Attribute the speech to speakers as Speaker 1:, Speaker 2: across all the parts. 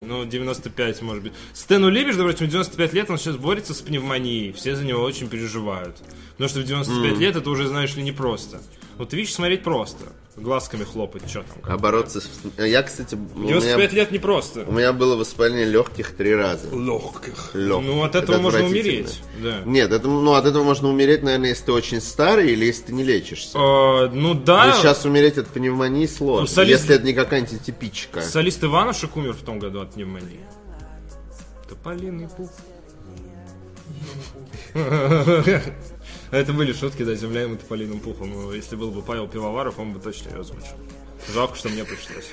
Speaker 1: Ну, 95, может быть. Стэну Лебежду, вроде, 95 лет, он сейчас борется с пневмонией. Все за него очень переживают. Потому что в 95 лет это уже, знаешь ли, непросто. Вот ВИЧ смотреть просто. Глазками хлопать, что там.
Speaker 2: А
Speaker 1: как.
Speaker 2: бороться с... Я, кстати, у
Speaker 1: 95
Speaker 2: меня,
Speaker 1: лет непросто.
Speaker 2: у меня было воспаление легких три раза.
Speaker 1: Легких.
Speaker 2: Лёг.
Speaker 1: Ну, от этого можно
Speaker 2: отвратительно.
Speaker 1: умереть. Да.
Speaker 2: Нет, это, ну, от этого можно умереть, наверное, если ты очень старый или если ты не лечишься.
Speaker 1: Э, ну да,
Speaker 2: Но сейчас умереть от пневмонии сложно,
Speaker 1: Ну, солист-
Speaker 2: если это не какая-нибудь антитипичка.
Speaker 1: солист Иванушек умер в том году от пневмонии. Тополиный пуп. А Это были шутки, да, земля ему тополиным пухом. Ну, Если был бы Павел Пивоваров, он бы точно ее озвучил. Жалко, что мне пришлось.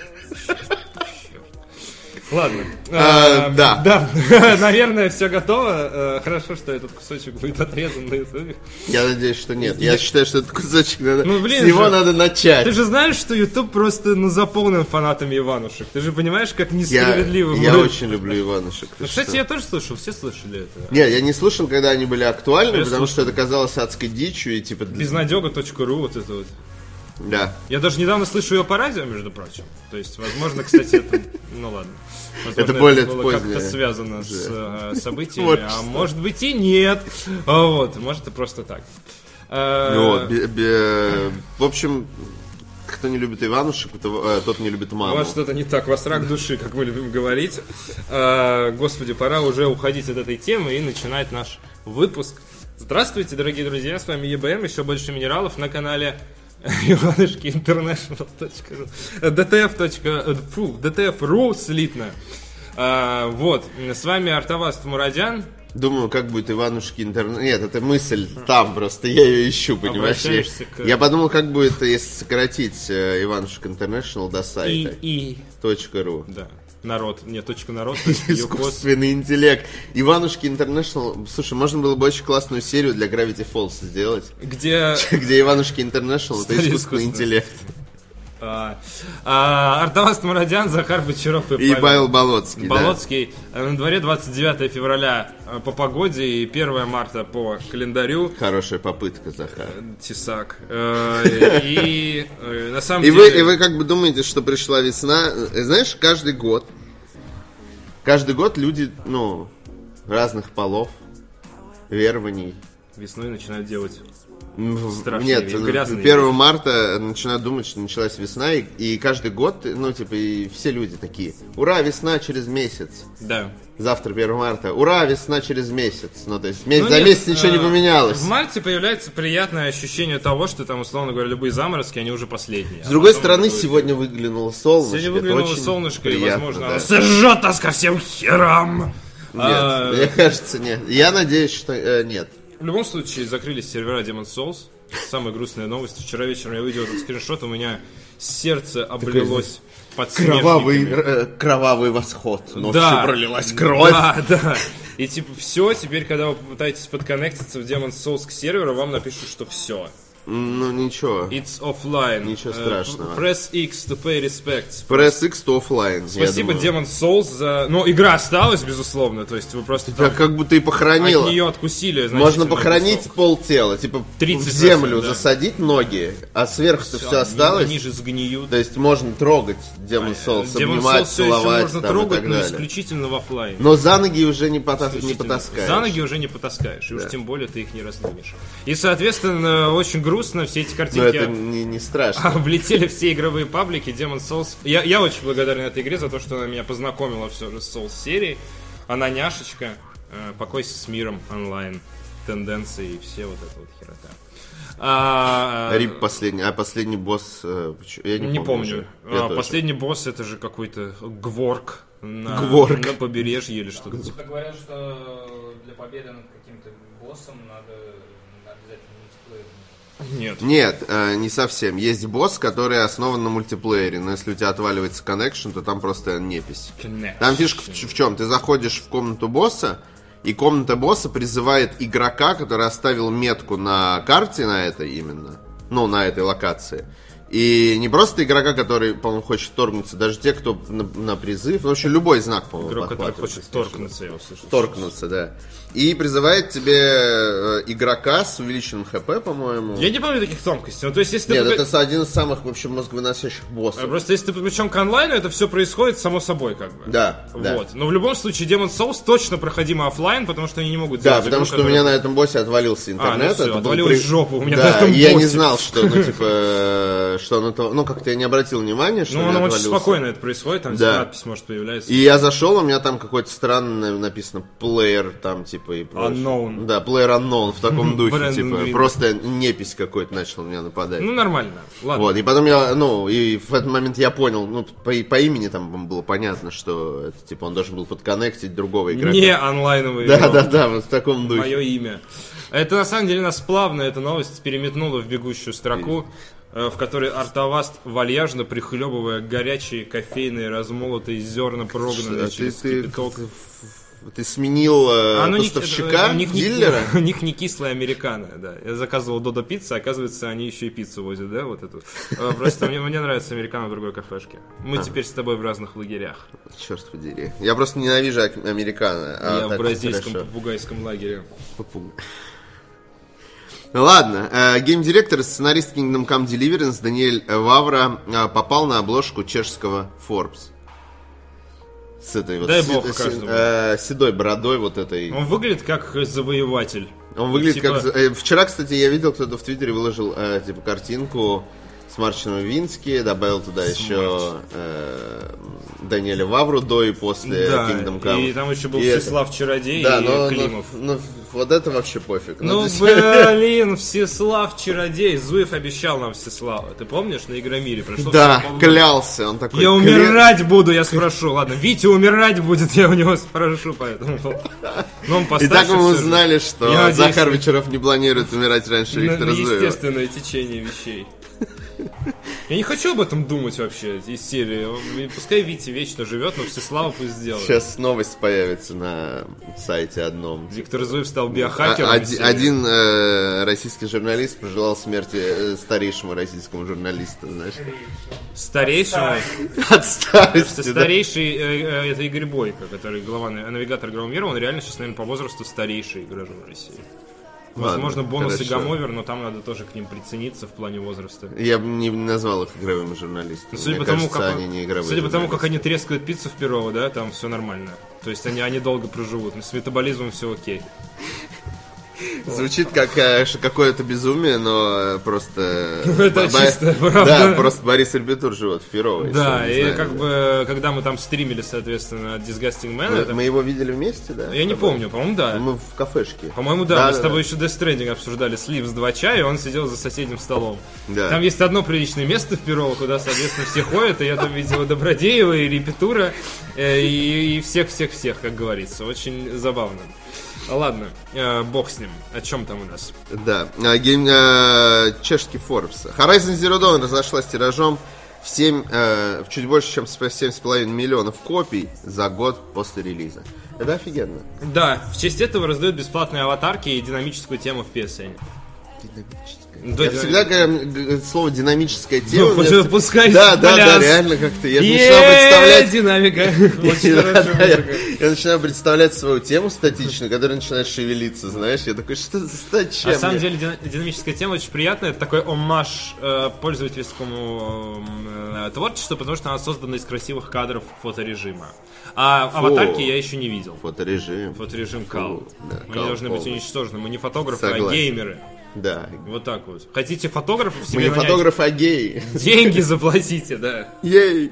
Speaker 1: Ладно.
Speaker 2: А,
Speaker 1: А,
Speaker 2: да.
Speaker 1: Да, наверное, все готово. Э, Хорошо, что этот кусочек будет отрезан на ютубе.
Speaker 2: Я надеюсь, что нет. Я считаю, что этот кусочек надо...
Speaker 1: Ну, блин
Speaker 2: С него
Speaker 1: же.
Speaker 2: надо начать.
Speaker 1: Ты же знаешь, что YouTube просто ну, заполнен фанатами Иванушек. Ты же понимаешь, как несправедливо.
Speaker 2: я
Speaker 1: мы-
Speaker 2: очень люблю Иванушек. ты
Speaker 1: Ну,
Speaker 2: что?
Speaker 1: Кстати, я тоже слышал, все слышали это.
Speaker 2: Не, я не слушал, когда они были актуальны,
Speaker 1: Я
Speaker 2: потому
Speaker 1: слушал.
Speaker 2: что это казалось адской дичью и типа...
Speaker 1: Безнадега.ру, вот это вот.
Speaker 2: Да.
Speaker 1: Я даже недавно слышу ее по радио, между прочим. То есть, возможно, кстати, это... Ну ладно. Возможно,
Speaker 2: Это более
Speaker 1: было
Speaker 2: позднее.
Speaker 1: как-то связано с э, событиями,
Speaker 2: Вот
Speaker 1: а
Speaker 2: что.
Speaker 1: может быть и нет. А Вот, может, это просто так. Э,
Speaker 2: Ну, вот, бе- бе- В общем, кто не любит Иванушек, то- э, тот не любит
Speaker 1: У
Speaker 2: маму.
Speaker 1: вас что-то не так, у вас рак души, как мы любим говорить. А, Господи, пора уже уходить от этой темы и начинать наш выпуск. Здравствуйте, дорогие друзья, с вами ЕБМ, еще больше минералов на канале Иванушки International.ru DTF. э, Фу, DTF.ru слитно. А, Вот, с вами Артавас Мурадян.
Speaker 2: Думаю, как будет Иванушки интернет. Нет, это мысль там просто, я ее ищу, понимаешь? Я,
Speaker 1: Обращаешься к-
Speaker 2: я подумал, как будет, если сократить э, Иванушек Интернешнл до
Speaker 1: И,
Speaker 2: сайта
Speaker 1: и,
Speaker 2: точка .ру.
Speaker 1: да, народ, нет, точка народ, юкос.
Speaker 2: Искусственный интеллект. Иванушки Интернешнл. Слушай, можно было бы очень классную серию для Gravity Falls сделать.
Speaker 1: где
Speaker 2: Где Иванушки Интернешнл это
Speaker 1: Стали
Speaker 2: искусственный
Speaker 1: искусственным.
Speaker 2: интеллект.
Speaker 1: а, а, Артавас Мурадян, Захар Бочаров и,
Speaker 2: И
Speaker 1: Павел
Speaker 2: Павел Болоцкий. да.
Speaker 1: Болоцкий. Э, На дворе 29 февраля э, по погоде и 1 марта по календарю.
Speaker 2: Хорошая попытка, Захар.
Speaker 1: Тесак. Э, И э, на самом
Speaker 2: И вы, и
Speaker 1: деле...
Speaker 2: вы как бы думаете, что пришла весна. Э, Знаешь, каждый год, каждый год люди, ну, разных полов, верований.
Speaker 1: Весной начинают делать.
Speaker 2: М,
Speaker 1: Страшные
Speaker 2: Нет,
Speaker 1: и грязные.
Speaker 2: 1 марта начинают думать, что началась весна, и, и каждый год, ну, типа, и все люди такие, ура, весна через месяц,
Speaker 1: Да.
Speaker 2: завтра 1 марта, ура, весна через месяц, ну, то есть, месяц
Speaker 1: Ну,
Speaker 2: за
Speaker 1: нет,
Speaker 2: месяц ничего не
Speaker 1: э,
Speaker 2: поменялось.
Speaker 1: В марте появляется приятное ощущение того, что там, условно говоря, любые заморозки, они уже последние.
Speaker 2: С другой
Speaker 1: А потом
Speaker 2: стороны,
Speaker 1: будет-
Speaker 2: сегодня выглянуло солнце.
Speaker 1: Сегодня
Speaker 2: это
Speaker 1: выглянуло
Speaker 2: очень
Speaker 1: солнышко, и,
Speaker 2: приятно,
Speaker 1: возможно,
Speaker 2: да.
Speaker 1: оно сожжет нас ко всем херам!
Speaker 2: Нет,
Speaker 1: А,
Speaker 2: мне кажется, нет. Я надеюсь, что э, нет.
Speaker 1: В любом случае, закрылись сервера Demon's Souls. Самая грустная новость. Вчера вечером я увидел этот скриншот, у меня сердце облилось под
Speaker 2: Кровавый,
Speaker 1: снежниками.
Speaker 2: э, кровавый восход. Ночью
Speaker 1: Да.
Speaker 2: пролилась кровь.
Speaker 1: Да, да. И типа все, теперь, когда вы попытаетесь подконнектиться в Demon's Souls к серверу, вам напишут, что все.
Speaker 2: Ну ничего.
Speaker 1: It's offline.
Speaker 2: Ничего
Speaker 1: Э,
Speaker 2: страшного.
Speaker 1: press X to pay respects.
Speaker 2: Press X то оффлайн.
Speaker 1: Спасибо Demon's Souls за... Ну, игра осталась, безусловно. То есть вы просто
Speaker 2: Я
Speaker 1: там
Speaker 2: как будто и похоронила.
Speaker 1: от нее откусили.
Speaker 2: Можно
Speaker 1: значительный
Speaker 2: похоронить
Speaker 1: кусок.
Speaker 2: пол тела, типа
Speaker 1: 30%,
Speaker 2: в землю
Speaker 1: да.
Speaker 2: засадить ноги, а сверху то
Speaker 1: Всё,
Speaker 2: все
Speaker 1: они-
Speaker 2: осталось.
Speaker 1: Они же сгниют.
Speaker 2: То есть можно трогать Демон Souls,
Speaker 1: Демон
Speaker 2: обнимать,
Speaker 1: все еще
Speaker 2: целовать
Speaker 1: можно
Speaker 2: там, и
Speaker 1: трогать,
Speaker 2: так
Speaker 1: но
Speaker 2: далее.
Speaker 1: исключительно в оффлайне.
Speaker 2: Но за ноги уже не, потас- не
Speaker 1: Исключительно.
Speaker 2: потаскаешь.
Speaker 1: За ноги уже не потаскаешь, и уж тем более ты их не раздвинешь. И, соответственно, очень грустно все эти
Speaker 2: Но
Speaker 1: картинки...
Speaker 2: это не, не страшно.
Speaker 1: Облетели все игровые паблики Demon Souls. Я, я очень благодарен этой игре за то, что она меня познакомила все же с Souls серией. Она няшечка. э, покойся с миром онлайн. Тенденции и все вот эта вот херота. А,
Speaker 2: Рип последний, а последний босс, э, поч- я не,
Speaker 1: Не
Speaker 2: помню.
Speaker 1: помню.
Speaker 2: уже. Я
Speaker 1: А,
Speaker 2: тоже.
Speaker 1: Последний босс это же какой-то гворк на,
Speaker 2: Гворк.
Speaker 1: на побережье или что-то. типа.
Speaker 3: Типа говорят, что для победы над каким-то боссом надо обязательно мультиплеер.
Speaker 1: Нет.
Speaker 2: Нет, э, не совсем. Есть босс, который основан на мультиплеере, но если у тебя отваливается коннекшн, то там просто непись.
Speaker 1: Нет.
Speaker 2: Там фишка в, чем? Ты заходишь в комнату босса, и комната босса призывает игрока, который оставил метку на карте на этой именно, ну, на этой локации. И не просто игрока, который, по-моему, хочет торгнуться, даже те, кто на, на призыв, ну, вообще любой знак, по-моему,
Speaker 1: Игрок, который
Speaker 2: подхватывает,
Speaker 1: хочет
Speaker 2: если не ошибаюсь.
Speaker 1: торкнуться, я услышал.
Speaker 2: Торкнуться, да. И призывает тебе э, игрока с увеличенным хп, по-моему.
Speaker 1: Я не помню таких тонкостей. Ну, то есть, если
Speaker 2: Нет,
Speaker 1: ты...
Speaker 2: это с- один из самых вообще мозговыносящих боссов.
Speaker 1: А Просто если ты подключен к онлайну, это все происходит само собой, как бы.
Speaker 2: Да,
Speaker 1: Вот.
Speaker 2: да.
Speaker 1: Но в любом случае, Demon Souls точно проходимо оффлайн, потому что они не могут
Speaker 2: Да,
Speaker 1: сделать
Speaker 2: потому
Speaker 1: игру,
Speaker 2: что у
Speaker 1: которая-
Speaker 2: меня на этом боссе отвалился интернет.
Speaker 1: А, ну всё,
Speaker 2: это был
Speaker 1: отвалилась жопа у меня
Speaker 2: да,
Speaker 1: на этом
Speaker 2: и я не
Speaker 1: боссе.
Speaker 2: знал, что, ну, типа, э, что оно то... Ну, как-то я не обратил внимания, что у
Speaker 1: Ну,
Speaker 2: меня
Speaker 1: оно очень
Speaker 2: отвалился.
Speaker 1: спокойно это происходит, там
Speaker 2: Да.
Speaker 1: всегда надпись может появляться.
Speaker 2: И я зашел, у меня там какой-то странный написано плеер там типа и прочее.
Speaker 1: Unknown.
Speaker 2: Да, плеер unknown в таком духе,
Speaker 1: Брэндон
Speaker 2: типа
Speaker 1: Грин.
Speaker 2: просто непись какой-то начал на меня нападать.
Speaker 1: Ну, нормально. Ладно.
Speaker 2: Вот, и потом я, ну, и в этот момент я понял, ну, по, по имени там было понятно, что это, типа, он должен был подконнектить другого игрока.
Speaker 1: Не онлайновый
Speaker 2: да,
Speaker 1: игрок.
Speaker 2: да, да, вот в таком духе.
Speaker 1: Мое имя. Это на самом деле нас плавно, эта новость переметнула в бегущую строку, э, в которой Артаваст вальяжно, прихлебывая горячие кофейные размолотые зерна, проганные
Speaker 2: А ты,
Speaker 1: через
Speaker 2: ты,
Speaker 1: кипяток.
Speaker 2: ты сменил э,
Speaker 1: А, ну, не-
Speaker 2: поставщика,
Speaker 1: э, у них не-
Speaker 2: дилера?
Speaker 1: У них не кислая американо, да. Я заказывал Додо пиццу, оказывается, они еще и пиццу возят, да, вот эту. Э, Просто мне, мне нравится американо в другой кафешке.
Speaker 2: А.
Speaker 1: Мы теперь с тобой в разных лагерях.
Speaker 2: Черт подери. Я просто ненавижу ак- американо. а
Speaker 1: Я
Speaker 2: так
Speaker 1: в бразильском
Speaker 2: хорошо.
Speaker 1: попугайском лагере.
Speaker 2: Попуг- Ну Ладно, э, геймдиректор и сценарист Kingdom Come Deliverance Даниэль э, Вавра э, попал на обложку чешского Forbes. С этой вот
Speaker 1: Дай
Speaker 2: си-
Speaker 1: бог
Speaker 2: э, си-
Speaker 1: каждому.
Speaker 2: э, седой бородой вот этой.
Speaker 1: Он выглядит как завоеватель.
Speaker 2: Он выглядит
Speaker 1: Типа-
Speaker 2: как... за- э, Вчера, кстати, я видел, кто-то в Твиттере выложил, э, типа, картинку с Марчином Вински, добавил туда еще э, Даниэля Вавру до и после
Speaker 1: Да,
Speaker 2: э, Kingdom Come.
Speaker 1: и там еще был
Speaker 2: И это-
Speaker 1: Всеслав Чародей
Speaker 2: Да,
Speaker 1: и
Speaker 2: но,
Speaker 1: Климов.
Speaker 2: но- но вот это вообще пофиг. Ну,
Speaker 1: Ну,
Speaker 2: то есть-
Speaker 1: блин, Всеслав Чародей. Зуев обещал нам Всеслава. Ты помнишь на Игромире? Прошло
Speaker 2: Да,
Speaker 1: всего полгода.
Speaker 2: клялся. Он такой.
Speaker 1: Я
Speaker 2: «Кля-
Speaker 1: умирать буду, я спрошу. Ладно, Витя умирать будет, я у него спрошу, поэтому. Но он
Speaker 2: И
Speaker 1: постарше
Speaker 2: так мы
Speaker 1: всё же.
Speaker 2: узнали, что
Speaker 1: Я Ну, надеюсь,
Speaker 2: Захар
Speaker 1: что-
Speaker 2: Вечеров не планирует умирать раньше
Speaker 1: на, на
Speaker 2: Виктора Зуева.
Speaker 1: естественное течение вещей. Я не хочу об этом думать вообще из серии. И Пускай Витя вечно живет, но Всеслава пусть сделает.
Speaker 2: Сейчас новость появится на сайте одном.
Speaker 1: Виктор Зуев стал
Speaker 2: А-
Speaker 1: биохакером.
Speaker 2: оди-
Speaker 1: серии.
Speaker 2: один э, российский журналист пожелал смерти э, старейшему российскому журналисту, знаешь.
Speaker 1: Старейшему.
Speaker 2: От
Speaker 1: Просто
Speaker 2: старости, да.
Speaker 1: старейший, э, э, это Игорь Бойко, который глава, на- навигатор игрового мира, он реально сейчас, наверное, по возрасту старейший граждан России. Возможно, бонусы
Speaker 2: хорошо.
Speaker 1: Гамовер, но там надо тоже к ним прицениться в плане возраста.
Speaker 2: Я бы не назвал их игровыми журналистами.
Speaker 1: Судя
Speaker 2: Мне
Speaker 1: по тому,
Speaker 2: кажется,
Speaker 1: как,
Speaker 2: они не игровые
Speaker 1: судя по тому, как
Speaker 2: журналисты.
Speaker 1: они трескают пиццу в Перово, да, там все нормально. То есть они, они долго проживут, но с метаболизмом все окей.
Speaker 2: Звучит как э, ш- какое-то безумие, но э, просто...
Speaker 1: Ну, Это
Speaker 2: Бо-
Speaker 1: чистая
Speaker 2: Да,
Speaker 1: правда.
Speaker 2: просто Борис Эльбитур живет в Перово. если
Speaker 1: да,
Speaker 2: вы не
Speaker 1: и
Speaker 2: знали,
Speaker 1: как
Speaker 2: да.
Speaker 1: бы, когда мы там стримили, соответственно, Disgusting Man,
Speaker 2: Мы-
Speaker 1: это-
Speaker 2: Ну, Мы его видели вместе, да?
Speaker 1: я не
Speaker 2: с тобой?
Speaker 1: помню, по-моему, да.
Speaker 2: Мы в кафешке.
Speaker 1: По-моему, да, мы с тобой еще Death Stranding обсуждали Сливс 2 чая, и он сидел за соседним столом.
Speaker 2: Да.
Speaker 1: Там есть одно приличное место в Перово, куда, соответственно, все ходят, и я там видел и Добродеева, и Репетура, э, и и всех-всех-всех, как говорится. Очень забавно. Ладно, э, бог с ним. О чем там у нас?
Speaker 2: Да. А, гейм- а, чешский Forbes. Horizon Zero Dawn разошлась тиражом в семь, э, в чуть больше, чем с- 7,5 миллионов копий за год после релиза. Это офигенно.
Speaker 1: Да, в честь этого раздают бесплатные аватарки и динамическую тему в PSN.
Speaker 2: Динамическое.
Speaker 1: Да,
Speaker 2: я
Speaker 1: динами-
Speaker 2: всегда, когда м- г- слово динамическая тема...
Speaker 1: Ну,
Speaker 2: у меня-
Speaker 1: пускай
Speaker 2: Да, да, да,
Speaker 1: пляс.
Speaker 2: реально как-то. Я начинаю
Speaker 1: Еее,
Speaker 2: представлять
Speaker 1: динамика. Очень
Speaker 2: Да,
Speaker 1: хорошая
Speaker 2: да, Я
Speaker 1: музыка.
Speaker 2: я начинаю представлять свою тему статичную, которая начинает шевелиться, знаешь. Я такой, что за зачем?
Speaker 1: На самом
Speaker 2: мне?
Speaker 1: деле дина- динамическая тема очень приятная. Это такой оммаж э, пользовательскому э, творчеству, потому что она создана из красивых кадров фоторежима. А аватарки я еще не видел.
Speaker 2: Фоторежим.
Speaker 1: Фоторежим кал.
Speaker 2: да,
Speaker 1: Они
Speaker 2: кал
Speaker 1: должны быть
Speaker 2: полный.
Speaker 1: уничтожены. Мы не фотографы, а
Speaker 2: Согласен.
Speaker 1: геймеры.
Speaker 2: Да.
Speaker 1: Вот так вот. Хотите фотографов
Speaker 2: Мы
Speaker 1: себе
Speaker 2: не
Speaker 1: нанять?
Speaker 2: фотограф, а геи.
Speaker 1: Деньги заплатите, да.
Speaker 2: Ей!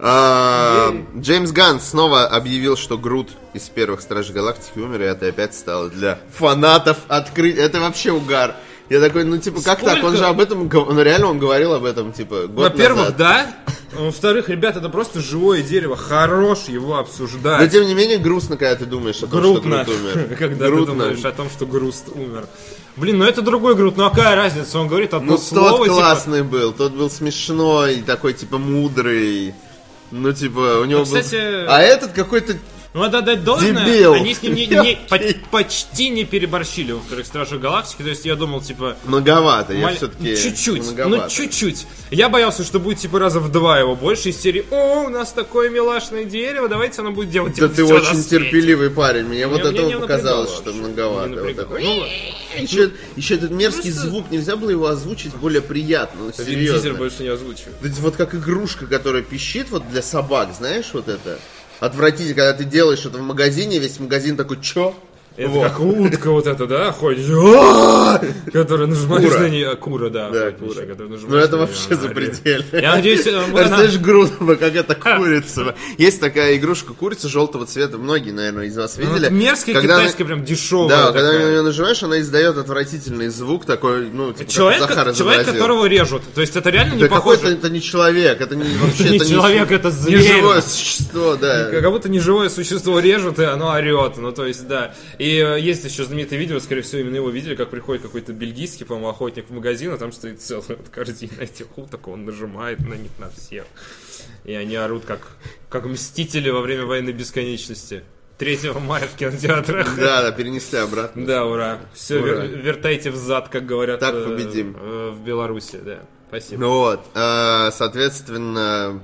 Speaker 2: А, Джеймс Ганн снова объявил, что Грут из первых Стражей Галактики умер, и это опять стало для фанатов открыть. Это вообще угар. Я такой, ну типа, как так? Он
Speaker 1: Сколько?
Speaker 2: же об этом, гов- ну реально он говорил об этом, типа, год
Speaker 1: Во-первых,
Speaker 2: назад.
Speaker 1: да. Во-вторых, ребят, это просто живое дерево. Хорош его обсуждать.
Speaker 2: Но тем не менее грустно, когда ты думаешь о том,
Speaker 1: Грудно,
Speaker 2: что Грут умер.
Speaker 1: когда
Speaker 2: Грудно.
Speaker 1: ты думаешь о том, что Груст умер. Блин, ну это другой Грут, ну какая разница? Он говорит одно
Speaker 2: Ну
Speaker 1: слово,
Speaker 2: тот
Speaker 1: типа,
Speaker 2: классный был, тот был смешной, такой типа мудрый. Ну типа у него был...
Speaker 1: кстати-
Speaker 2: А этот какой-то
Speaker 1: Ну, надо отдать должное,
Speaker 2: Дебил.
Speaker 1: они с ним не- не- поч- почти не переборщили во вторых Стражах Галактики. То есть я думал, типа,
Speaker 2: Многовато, я
Speaker 1: Маль-
Speaker 2: все-таки...
Speaker 1: Чуть-чуть, ну
Speaker 2: многовато.
Speaker 1: чуть-чуть. Я боялся, что будет типа раза в два его больше из серии «О, у нас такое милашное дерево, давайте оно будет делать
Speaker 2: Да
Speaker 1: типа,
Speaker 2: ты
Speaker 1: всё на
Speaker 2: очень
Speaker 1: свете».
Speaker 2: терпеливый парень. Мне вот
Speaker 1: Мне- мне
Speaker 2: этого
Speaker 1: не напрягало
Speaker 2: показалось, что
Speaker 1: вообще.
Speaker 2: многовато.
Speaker 1: Не
Speaker 2: Вот
Speaker 1: напрягало.
Speaker 2: такой.
Speaker 1: Ну,
Speaker 2: Еще, еще этот мерзкий
Speaker 1: Просто-
Speaker 2: звук, нельзя было его озвучить более приятно, ну,
Speaker 1: Вин Дизель
Speaker 2: серьезно.
Speaker 1: больше не озвучивает.
Speaker 2: Ведь вот как игрушка, которая пищит, вот для собак, знаешь, вот это. Отвратительно, когда ты делаешь это в магазине, весь магазин такой, чё?
Speaker 1: Это
Speaker 2: Вот.
Speaker 1: как утка вот эта, да, ходит, «Ааа!» которая нажимаешь
Speaker 2: Кура.
Speaker 1: на нее, а, кура, да,
Speaker 2: Да,
Speaker 1: охотничья,
Speaker 2: кура.
Speaker 1: которая
Speaker 2: Ну
Speaker 1: нажимаешь
Speaker 2: это
Speaker 1: на неё,
Speaker 2: вообще
Speaker 1: она орёт.
Speaker 2: запредельно.
Speaker 1: Я надеюсь, э, мы- она-
Speaker 2: Представляешь, грустно, как это курица. Есть такая игрушка курица желтого цвета. Многие, наверное, из вас
Speaker 1: она
Speaker 2: видели.
Speaker 1: мерзкая,
Speaker 2: Когда она-
Speaker 1: китайская, прям дешевая.
Speaker 2: Да, когда
Speaker 1: такая.
Speaker 2: на нее нажимаешь, она издает отвратительный звук такой, ну, типа, как
Speaker 1: Человек,
Speaker 2: Захар
Speaker 1: человек,
Speaker 2: изобразил.
Speaker 1: которого режут. То есть это реально не
Speaker 2: Да какой-то
Speaker 1: похоже.
Speaker 2: это не человек, это не вообще
Speaker 1: не
Speaker 2: это
Speaker 1: человек, это зверь.
Speaker 2: Не живое существо, да.
Speaker 1: Как будто неживое существо режут, и оно орет. Ну, то есть, да. И э, есть еще знаменитое видео, скорее всего, именно его видели, как приходит какой-то бельгийский, по-моему, охотник в магазин, а там стоит целая вот корзина этих уток, он нажимает на них на всех. И они орут, как, как мстители во время войны бесконечности. 3 мая в кинотеатрах.
Speaker 2: Да, да, перенесли обратно.
Speaker 1: Да, ура. Все,
Speaker 2: Ура.
Speaker 1: вертайте взад, как говорят
Speaker 2: Так
Speaker 1: э,
Speaker 2: победим.
Speaker 1: э, в Беларуси, да. Спасибо.
Speaker 2: Ну вот, а, соответственно,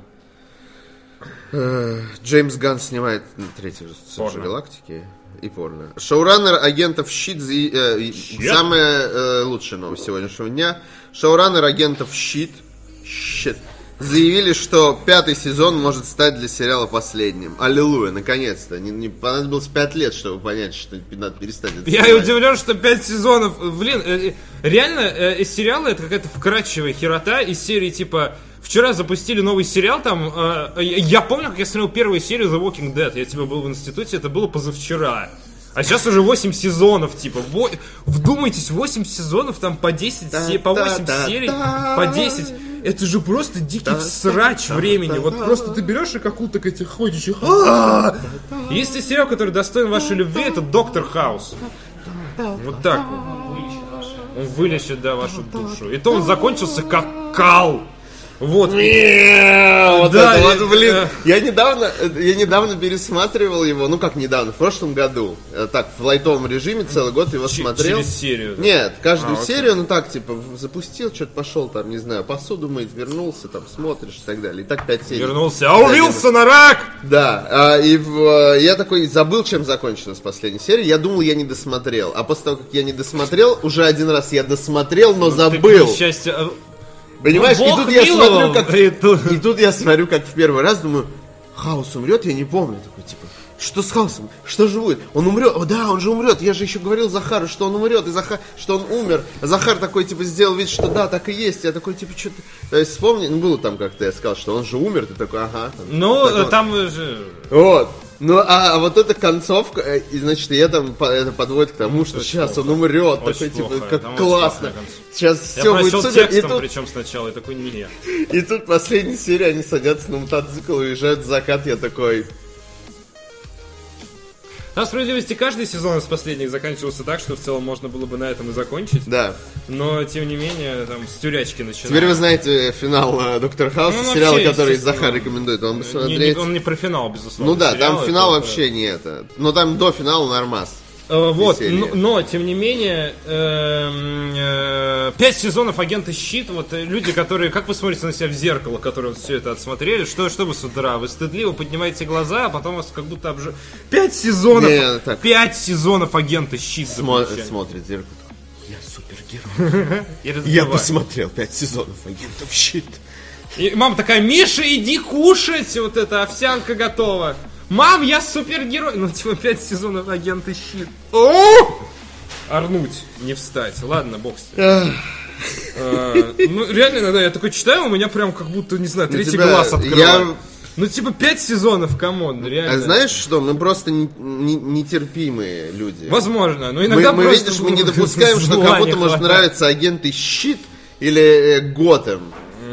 Speaker 2: э, Джеймс Ганн снимает ну, третий же «Стражи
Speaker 1: Порно.
Speaker 2: Галактики и порно. Шоураннер агентов Щит заи- э, и- самая э, лучшая новость сегодняшнего дня. Шоураннер агентов Щит Щит заявили, что пятый сезон может стать для сериала последним. Аллилуйя, наконец-то. Не, не понадобилось пять лет, чтобы понять, что надо перестать. это
Speaker 1: Я и
Speaker 2: снимать.
Speaker 1: удивлен, что 5 сезонов. Блин, э, э, реально, э, из сериала это какая-то вкрадчивая херота из серии типа. Вчера запустили новый сериал, там, э, я- я помню, как я смотрел первую серию The Walking Dead, я типа был в институте, это было позавчера. А сейчас уже 8 сезонов, типа, во- вдумайтесь, 8 сезонов, там по 10, се- по 8
Speaker 2: Та-та-та-та.
Speaker 1: серий, по 10. Это же просто дикий срач времени, вот просто ты берешь и как уток этих ходишь, и «А-а-а!» Есть и сериал, который достоин вашей любви, это Доктор Хаус. Вот так вот. Он вылечит, да, вашу душу. И то он закончился как кал. Вот.
Speaker 2: Вот
Speaker 1: Да,
Speaker 2: это
Speaker 1: и-
Speaker 2: вот, блин.
Speaker 1: э.
Speaker 2: Я недавно, э, я недавно пересматривал его, ну как недавно, в прошлом году. Э, Так, в лайтовом режиме целый год его
Speaker 1: Ч-
Speaker 2: смотрел.
Speaker 1: через серию, да?
Speaker 2: Нет, каждую
Speaker 1: А, окей.
Speaker 2: серию, ну так, типа, в- запустил, что-то пошел там, не знаю, посуду мыть, вернулся, там, смотришь и так далее. И так пять серий.
Speaker 1: Вернулся. А у Уилсона рак!
Speaker 2: Да, а, и в- э, я такой забыл, чем закончилась последняя серия. Я думал, я не досмотрел. А после того, как я не досмотрел, уже один раз я досмотрел, но забыл.
Speaker 1: Счастье.
Speaker 2: Понимаешь,
Speaker 1: Ну,
Speaker 2: и
Speaker 1: Бог
Speaker 2: тут я
Speaker 1: миловал,
Speaker 2: смотрю, как...
Speaker 1: и тут-
Speaker 2: И тут я смотрю, как в первый раз, думаю, Хаус умрет, я не помню. Такой, типа, что с Хаусом? Что же будет? Он умрет? О, да, он же умрет. Я же еще говорил Захару, что он умрет, и Захар, что он умер. А Захар такой, типа, сделал вид, что да, так и есть. Я такой, типа, что ты... То есть, вспомни, ну, было там как-то, я сказал, что он же умер. Ты такой, ага. там,
Speaker 1: Ну,
Speaker 2: так
Speaker 1: э,
Speaker 2: он-
Speaker 1: там же...
Speaker 2: вот. Ну, а, а вот эта концовка, э, и, значит, и это, по- это подводит к
Speaker 1: Ну,
Speaker 2: тому, что сейчас он умрет.
Speaker 1: Очень
Speaker 2: такой, типа,
Speaker 1: плохо,
Speaker 2: как
Speaker 1: там очень
Speaker 2: классно.
Speaker 1: плохая концовка.
Speaker 2: Сейчас
Speaker 1: Я
Speaker 2: все будет
Speaker 1: прочел
Speaker 2: супер. И
Speaker 1: текстом,
Speaker 2: тут,
Speaker 1: причем сначала, и такой не.
Speaker 2: и тут последняя серия, они садятся на мотоцикл и уезжают в закат. Я такой,
Speaker 1: На справедливости, каждый сезон из последних заканчивался так, что в целом можно было бы на этом и закончить.
Speaker 2: да.
Speaker 1: Но, тем не менее, там, с тюрячки начинают.
Speaker 2: Теперь вы знаете финал э, Доктора Хауса,
Speaker 1: Ну,
Speaker 2: сериала,
Speaker 1: вообще,
Speaker 2: который
Speaker 1: естественно.
Speaker 2: Захар рекомендует вам
Speaker 1: Не-
Speaker 2: посмотреть.
Speaker 1: не- он не про финал, безусловно.
Speaker 2: ну да,
Speaker 1: сериала,
Speaker 2: там финал
Speaker 1: это-
Speaker 2: вообще не это. Но там до финала нормас.
Speaker 1: Э, Вот,
Speaker 2: серии.
Speaker 1: но, но, тем не менее, эм, э, пять сезонов агента Щит, вот э, люди, которые, как вы смотрите на себя в зеркало, которые вот все это отсмотрели, что, что вы с утра, вы стыдливо поднимаете глаза, а потом вас как будто обжи... Пять сезонов,
Speaker 2: Не, ну так.
Speaker 1: пять сезонов агента Щит
Speaker 2: Смо-
Speaker 1: заключали.
Speaker 2: смотрит в зеркало. Я супергерой.
Speaker 1: И
Speaker 2: Я
Speaker 1: разбивали.
Speaker 2: посмотрел пять сезонов агентов щит.
Speaker 1: И мама такая, Миша, иди кушать, вот эта овсянка готова. Мам, я супергерой. Ну, типа, пять сезонов агента Щит. О!
Speaker 2: А
Speaker 1: Орнуть, не встать. Ладно, бог с ним. Э, Ну, реально, иногда я такой читаю, у меня прям как будто, не знаю, третий
Speaker 2: Ну, тебя-
Speaker 1: глаз
Speaker 2: я-
Speaker 1: открываю. Ну, типа, пять сезонов, камон,
Speaker 2: А
Speaker 1: реально.
Speaker 2: знаешь что? Мы просто не- не- нетерпимые люди.
Speaker 1: Возможно, но
Speaker 2: Мы,
Speaker 1: иногда
Speaker 2: мы,
Speaker 1: просто
Speaker 2: видишь, мы не допускаем, что
Speaker 1: зла не
Speaker 2: кому-то может
Speaker 1: хватает.
Speaker 2: нравиться агенты щит или э, Готэм.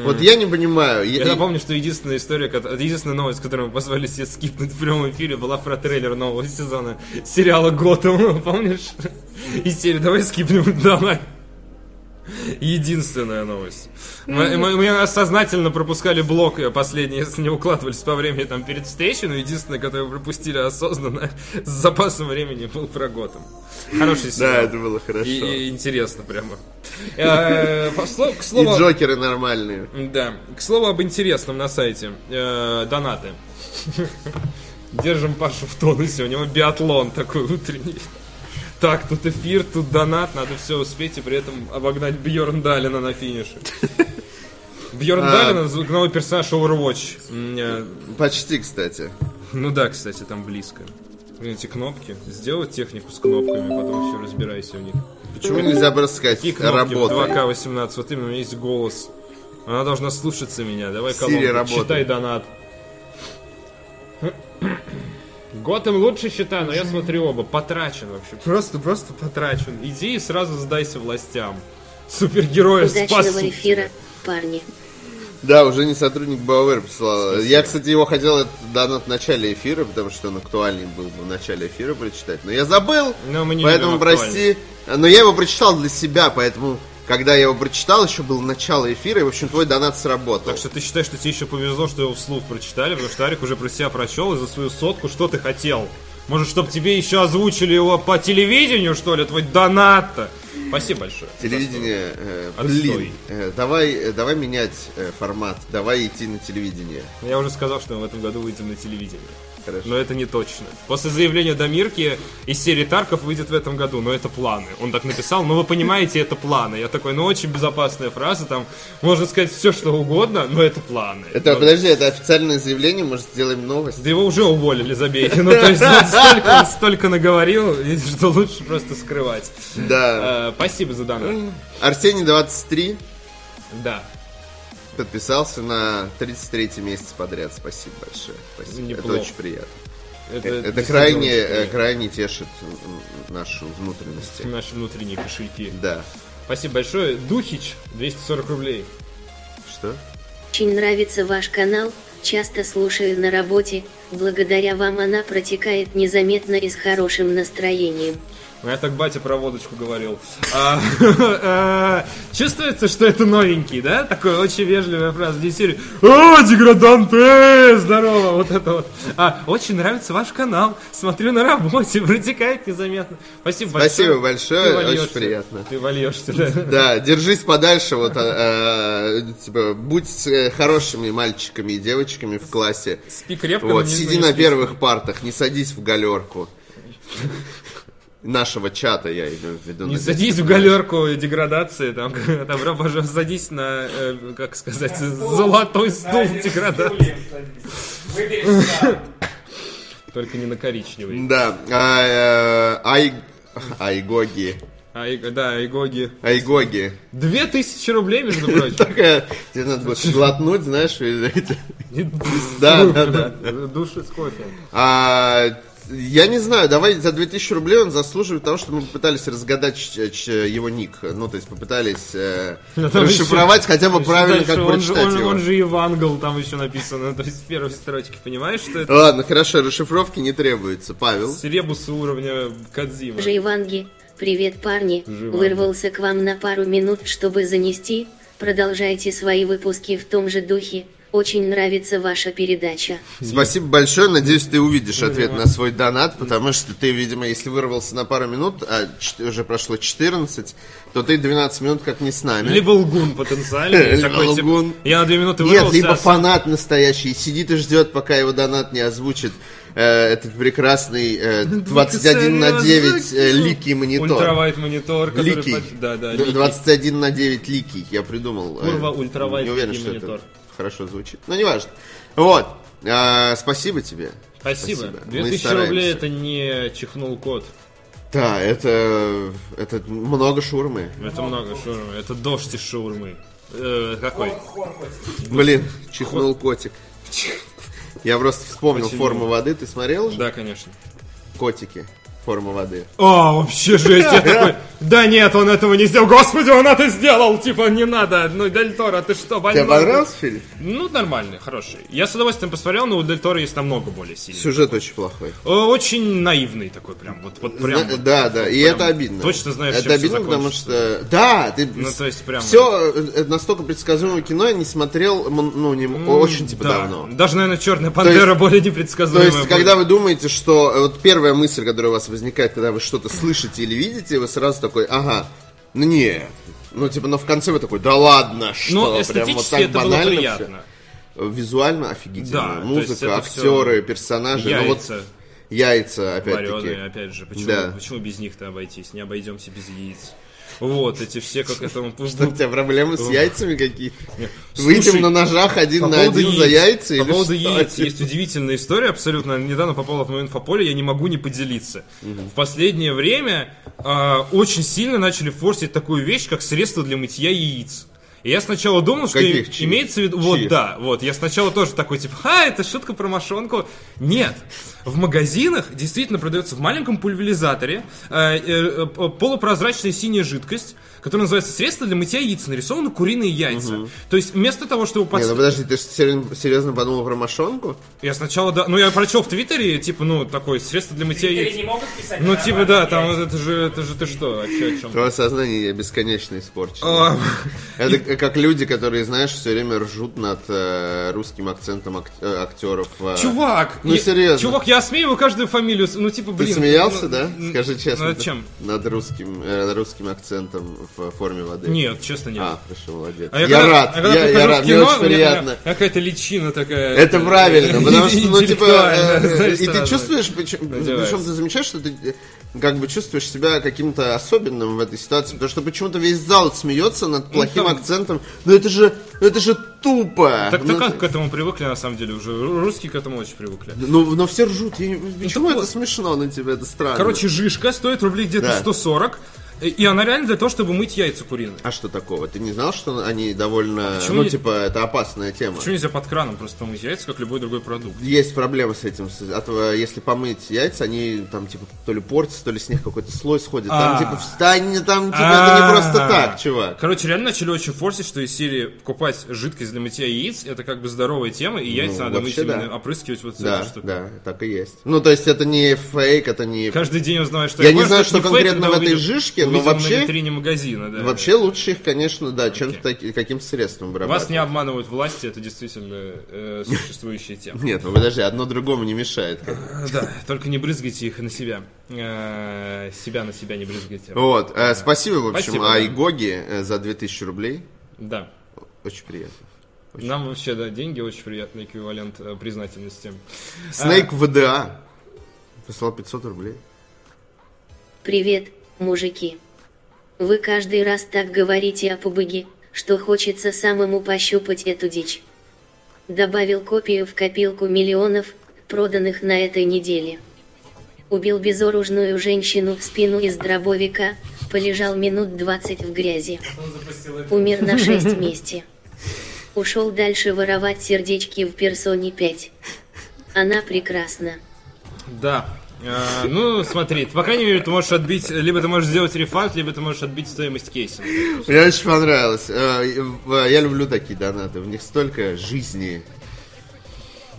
Speaker 2: Вот я не понимаю. Я-
Speaker 1: Я напомню, что единственная история, кот- единственная новость, которую мы позвали себе скипнуть в прямом эфире, была про трейлер нового сезона сериала Готэм, помнишь? И серии, давай скипнем, давай. Единственная новость. Мы, мы- мы сознательно пропускали блок э, последний, если не укладывались по времени там перед встречей, но единственное, которое пропустили осознанно, с запасом времени был про Готэм. Хороший сериал.
Speaker 2: Да, это было хорошо.
Speaker 1: И,
Speaker 2: И,
Speaker 1: и интересно прямо. Э, по слов- К слову...
Speaker 2: джокеры нормальные.
Speaker 1: Да. К слову об интересном на сайте. Э, Донаты. Держим Пашу в тонусе. У него биатлон такой утренний. Так, тут эфир, тут донат, надо все успеть и при этом обогнать Бьорн Далина на финише. Бьорн
Speaker 2: А.
Speaker 1: Далина зв- новый персонаж Overwatch. М, э,
Speaker 2: Почти, кстати.
Speaker 1: Ну да, кстати, там близко. Эти кнопки. Сделать технику с кнопками, потом все разбирайся в них.
Speaker 2: Почему нельзя просто сказать
Speaker 1: Какие кнопки в
Speaker 2: работа?
Speaker 1: 2К18? Вот именно у меня есть голос. Она должна слушаться меня. Давай,
Speaker 2: Сири,
Speaker 1: колонка,
Speaker 2: работай.
Speaker 1: читай донат. Готэм лучше считаю, но я смотрю оба. Потрачен вообще. Просто, просто потрачен. Иди и сразу сдайся властям. Супергероя
Speaker 4: Удачного
Speaker 1: спас.
Speaker 4: эфира, парни.
Speaker 2: Да, уже не сотрудник Бауэр прислал. Я, кстати, его хотел этот донат в начале эфира, потому что он актуальный был бы в начале эфира прочитать. Но я забыл,
Speaker 1: Но мы не
Speaker 2: поэтому
Speaker 1: любим актуальность.
Speaker 2: прости. Но я его прочитал для себя, поэтому, когда я его прочитал, еще было начало эфира, и, в общем, твой донат сработал.
Speaker 1: Так что ты считаешь, что тебе еще повезло, что его вслух прочитали, потому что Арик уже про себя прочел и за свою сотку, что ты хотел. Может, чтобы тебе еще озвучили его по телевидению, что ли, твой донат-то? Спасибо большое.
Speaker 2: Телевидение, э,
Speaker 1: Отстой.
Speaker 2: блин, э, давай, э, давай менять э, формат, давай идти на телевидение.
Speaker 1: Ну, Я уже сказал, что мы в этом году выйдем на телевидение.
Speaker 2: Хорошо.
Speaker 1: Но это не точно. После заявления Дамирки из серии Тарков выйдет в этом году, но это планы. Он так написал, но вы понимаете, это планы. Я такой, ну очень безопасная фраза, там можно сказать все, что угодно, но это планы.
Speaker 2: Это,
Speaker 1: Ну,
Speaker 2: подожди, это официальное заявление, может, сделаем новость?
Speaker 1: Да его уже уволили, забейте. Ну, то есть он столько, он столько наговорил, что лучше просто скрывать.
Speaker 2: Да.
Speaker 1: Э, Спасибо за донат.
Speaker 2: Арсений 23
Speaker 1: Да,
Speaker 2: подписался на 33 месяц подряд. Спасибо большое. Спасибо.
Speaker 1: Неплохо.
Speaker 2: Это очень приятно. Это,
Speaker 1: действительно
Speaker 2: крайне,
Speaker 1: очень
Speaker 2: э,
Speaker 1: приятно.
Speaker 2: крайне тешит м, нашу внутренность.
Speaker 1: Наши внутренние кошельки.
Speaker 2: Да.
Speaker 1: Спасибо большое. Духич, 240 рублей.
Speaker 2: Что?
Speaker 4: Очень нравится ваш канал, часто слушаю на работе, благодаря вам она протекает незаметно и с хорошим настроением.
Speaker 1: Ну, Я так батя про водочку говорил. А, э, Чувствуется, что это новенький, да? Такой очень вежливая фраза. Не серии «О, деграданты! Здорово!» Вот это вот. А, очень нравится ваш канал. Смотрю на работе, протекает незаметно. Спасибо большое.
Speaker 2: Спасибо большое,
Speaker 1: Ты
Speaker 2: очень
Speaker 1: вольешься.
Speaker 2: приятно.
Speaker 1: Ты вольешься, да.
Speaker 2: Да, держись подальше, вот, э, э, типа, будь э, хорошими мальчиками и девочками в классе.
Speaker 1: Спи крепко, но
Speaker 2: Вот,
Speaker 1: не-
Speaker 2: сиди
Speaker 1: но не
Speaker 2: на
Speaker 1: спи.
Speaker 2: первых партах, не садись в галерку. Нашего чата, я имею в виду.
Speaker 1: Не
Speaker 2: надеюсь.
Speaker 1: садись в галерку деградации, там, добро пожаловать, садись на, э, как сказать, золотой стул деградации.
Speaker 3: Выбери сам.
Speaker 1: Только не на коричневый.
Speaker 2: Да, а, э, ай... Айгоги.
Speaker 1: А, и- да, и Гоги.
Speaker 2: Айгоги.
Speaker 1: Две тысячи рублей, между прочим.
Speaker 2: Такая, тебе надо будет глотнуть, знаешь, и эти- Да, да, да.
Speaker 1: Души с кофе.
Speaker 2: А, я не знаю, давай за 2000 рублей он заслуживает того, что мы попытались разгадать ч- ч- его ник. Ну, то есть попытались э,
Speaker 1: Ну, там
Speaker 2: расшифровать хотя бы
Speaker 1: Дальше
Speaker 2: правильно, как
Speaker 1: он же-
Speaker 2: прочитать
Speaker 1: он же-
Speaker 2: его.
Speaker 1: Он же Евангел там еще написано. То есть в первой строчке, понимаешь, что это
Speaker 2: Ладно, хорошо, расшифровки не требуется. Павел.
Speaker 1: ребусы уровня Кадзима.
Speaker 4: Живанги, привет парни,
Speaker 1: Живанги.
Speaker 4: вырвался к вам на пару минут, чтобы занести, продолжайте свои выпуски в том же духе, очень нравится ваша передача.
Speaker 2: Спасибо большое. Надеюсь, ты увидишь ответ на свой донат, потому что ты, видимо, если вырвался на пару минут, а чет- уже прошло 14, то ты 12 минут как не с нами.
Speaker 1: Либо лгун потенциальный.
Speaker 2: Либо
Speaker 1: такой, типа,
Speaker 2: лгун.
Speaker 1: Я на две минуты
Speaker 2: Нет,
Speaker 1: вырвался.
Speaker 2: либо
Speaker 1: а
Speaker 2: фанат настоящий сидит и ждет, пока его донат не озвучит э, этот прекрасный э, 21 на 9 э, ликий монитор.
Speaker 1: Ультравайт монитор, который...
Speaker 2: Ликий.
Speaker 1: под- Да, да,
Speaker 2: Д-
Speaker 1: ликий.
Speaker 2: 21 на 9 ликий, я придумал. э,
Speaker 1: Курва, ультравайт,
Speaker 2: Не уверен,
Speaker 1: ликий
Speaker 2: что
Speaker 1: монитор.
Speaker 2: это хорошо звучит. Но неважно. Вот. А, Спасибо тебе.
Speaker 1: Спасибо.
Speaker 2: Спасибо. Мы
Speaker 1: 2000
Speaker 2: стараемся.
Speaker 1: рублей это не чихнул кот.
Speaker 2: Да, это, это много шурмы.
Speaker 1: Это много шаурмы. Это дождь из шаурмы. Э, какой?
Speaker 2: Блин, чихнул котик. Я просто вспомнил
Speaker 1: Почему?
Speaker 2: форму воды. Ты смотрел же?
Speaker 1: Да, конечно.
Speaker 2: Котики. форма воды.
Speaker 1: А, вообще жесть, я такой, да нет, он этого не сделал, господи, он это сделал, типа, не надо, ну, Дель Торо, ты что, больной?
Speaker 2: Тебе понравился фильм?
Speaker 1: Ну, нормальный, хороший. Я с удовольствием посмотрел, но у Дель Торо есть намного более сильный.
Speaker 2: Сюжет очень плохой.
Speaker 1: Э, Очень наивный такой прям, вот, вот прям.
Speaker 2: Зна-
Speaker 1: вот.
Speaker 2: да, да, и
Speaker 1: прям
Speaker 2: это обидно.
Speaker 1: точно знаешь,
Speaker 2: это
Speaker 1: чем всё
Speaker 2: обидно, потому
Speaker 1: закончится.
Speaker 2: что да, ты
Speaker 1: Ну, то есть прям-
Speaker 2: все э, настолько предсказуемое кино я не смотрел, м, ну не м- очень типа
Speaker 1: Да.
Speaker 2: давно.
Speaker 1: Даже, наверное, Черная Пантера более
Speaker 2: То
Speaker 1: непредсказуемая.
Speaker 2: есть,
Speaker 1: будет.
Speaker 2: когда вы думаете, что э, вот первая мысль, которая у вас возникает, когда вы что-то слышите или видите, вы сразу такой, ага, ну не, ну типа, но в конце вы такой, да ладно, что,
Speaker 1: Ну,
Speaker 2: прям вот
Speaker 1: эстетически
Speaker 2: так
Speaker 1: это было
Speaker 2: банально всё.
Speaker 1: приятно.
Speaker 2: Визуально
Speaker 1: Да,
Speaker 2: офигительно.
Speaker 1: то есть это
Speaker 2: Музыка, актеры, персонажи, ну вот
Speaker 1: Яйца.
Speaker 2: яйца, опять-таки.
Speaker 1: Вареные, опять же, почему,
Speaker 2: Да.
Speaker 1: почему без них-то обойтись? Не обойдемся без яиц. Вот, эти все как к этому...
Speaker 2: Что, у тебя проблемы с яйцами какие-то?
Speaker 1: Слушай,
Speaker 2: Выйдем на ножах один
Speaker 1: По
Speaker 2: на
Speaker 1: поводу
Speaker 2: один за
Speaker 1: яиц.
Speaker 2: яйца или
Speaker 1: По поводу
Speaker 2: что?
Speaker 1: яиц есть удивительная история, абсолютно. Она Недавно попала в мое инфополе, я не могу не поделиться. В последнее время а, очень сильно начали форсить такую вещь, как средство для мытья яиц. И я сначала думал, что
Speaker 2: Каких?
Speaker 1: им-
Speaker 2: Чьих?
Speaker 1: имеется в виду... Вот,
Speaker 2: Чьих?
Speaker 1: да, вот. Я сначала тоже такой, типа, а, это шутка про мошонку. Нет. В магазинах действительно продается в маленьком пульверизаторе э, э, э, полупрозрачная синяя жидкость, которая называется средство для мытья яиц. Нарисованы куриные яйца. То есть вместо того, чтобы...
Speaker 2: Не,
Speaker 1: подс-
Speaker 2: ну подожди, ты же серьезно, серьезно подумал про мошонку?
Speaker 1: я сначала, да, ну я прочел в Твиттере, типа, ну, такое средство для мытья
Speaker 3: Твиттере не
Speaker 1: яиц.
Speaker 3: могут писать. а
Speaker 1: Ну,
Speaker 3: нормально,
Speaker 1: типа, да,
Speaker 3: блядь.
Speaker 1: там, это же, это же ты что, вообще о чем?
Speaker 2: Твое сознание я бесконечно испорчено.
Speaker 1: А,
Speaker 2: Это к- как люди, которые, знаешь, все время ржут над э, русским акцентом ак- э, актеров. э.
Speaker 1: Чувак!
Speaker 2: Ну,
Speaker 1: я-
Speaker 2: серьезно.
Speaker 1: Чувак, я осмеиваю каждую фамилию, ну, типа,
Speaker 2: Ты
Speaker 1: блин.
Speaker 2: смеялся,
Speaker 1: ну,
Speaker 2: да?
Speaker 1: ну,
Speaker 2: Скажи честно.
Speaker 1: Над чем?
Speaker 2: Над русским, э, русским акцентом в форме воды.
Speaker 1: Нет, честно, нет.
Speaker 2: А, хорошо, молодец.
Speaker 1: А
Speaker 2: я
Speaker 1: когда-
Speaker 2: рад,
Speaker 1: а когда
Speaker 2: я, я
Speaker 1: прихожу в
Speaker 2: рад, мне
Speaker 1: кино,
Speaker 2: очень
Speaker 1: у меня
Speaker 2: приятно.
Speaker 1: такая- Какая-то личина такая.
Speaker 2: Это
Speaker 1: э,
Speaker 2: правильно, потому что, ну, типа,
Speaker 1: интеллектуальная,
Speaker 2: э,
Speaker 1: знаешь,
Speaker 2: и ты
Speaker 1: сразу.
Speaker 2: чувствуешь, почему-
Speaker 1: Надевается.
Speaker 2: причем ты замечаешь, что ты э, как бы чувствуешь себя каким-то особенным в этой ситуации, потому что почему-то весь зал смеется над плохим
Speaker 1: Ну, там-
Speaker 2: акцентом, но это же, это же тупо.
Speaker 1: Так
Speaker 2: ну,
Speaker 1: то как к этому привыкли, на самом деле, уже. Ру- Русские к этому очень привыкли.
Speaker 2: Ну, но все ржут, я не- почему
Speaker 1: так
Speaker 2: это
Speaker 1: вот.
Speaker 2: смешно на тебя, это странно.
Speaker 1: Короче, жишка стоит рублей где-то
Speaker 2: Да.
Speaker 1: 140, э, и она реально для того, чтобы мыть яйца куриные.
Speaker 2: а что такого? Ты не знал, что они довольно,
Speaker 1: А почему
Speaker 2: ну,
Speaker 1: не-
Speaker 2: типа, это опасная тема?
Speaker 1: Почему нельзя под краном просто помыть яйца, как любой другой продукт?
Speaker 2: Есть проблема с этим. с- от, э, если помыть яйца, они там типа то ли портятся, то ли с них какой-то слой сходит. Там
Speaker 1: А.
Speaker 2: типа встань, там типа это не просто
Speaker 1: А.
Speaker 2: так, чувак.
Speaker 1: Короче, реально начали очень форсить, что из серии покупать жидкость для мытья яиц, это как бы здоровая тема, и яйца надо мыть
Speaker 2: Ну, вообще да.
Speaker 1: именно, опрыскивать вот с этой
Speaker 2: Да,
Speaker 1: штукой.
Speaker 2: да, так и есть. Ну, то есть это не фейк, это не...
Speaker 1: Каждый день узнаешь, что
Speaker 2: Я не
Speaker 1: такое,
Speaker 2: знаю,
Speaker 1: это
Speaker 2: что
Speaker 1: не фейк,
Speaker 2: конкретно
Speaker 1: когда
Speaker 2: в этой
Speaker 1: увидел-
Speaker 2: жижке, но
Speaker 1: увидел
Speaker 2: вообще-
Speaker 1: на витрине магазина, да.
Speaker 2: Вообще лучше их, конечно, да, чем
Speaker 1: Окей.
Speaker 2: таки- каким-то средством
Speaker 1: Вас не
Speaker 2: вырабатывать.
Speaker 1: обманывают власти, это действительно э, существующая тема.
Speaker 2: Нет, ну подожди, одно другому не мешает.
Speaker 1: Да, только не брызгайте их на себя. Э, Себя на себя не брызгайте.
Speaker 2: Вот, э, спасибо, в общем,
Speaker 1: Спасибо, да.
Speaker 2: Айгоге э, за 2000 рублей.
Speaker 1: Да.
Speaker 2: Очень приятно.
Speaker 1: Нам вообще, да, деньги очень приятный эквивалент э, признательности. А.
Speaker 2: Снейк ВДА послал 500 рублей.
Speaker 4: Привет, мужики. Вы каждый раз так говорите о пубыге, что хочется самому пощупать эту дичь. Добавил копию в копилку миллионов, проданных на этой неделе. Убил безоружную женщину в спину из дробовика, полежал минут 20 в грязи.
Speaker 3: Он запустил это.
Speaker 4: Умер на 6 месте. Ушел дальше воровать сердечки в персоне 5. Она прекрасна.
Speaker 1: Да. Э, Ну, смотри, по крайней мере, ты можешь отбить, либо ты можешь сделать рефанд, либо ты можешь отбить стоимость кейса.
Speaker 2: Мне очень понравилось. Э, и, э, Я люблю такие донаты. В них столько жизни.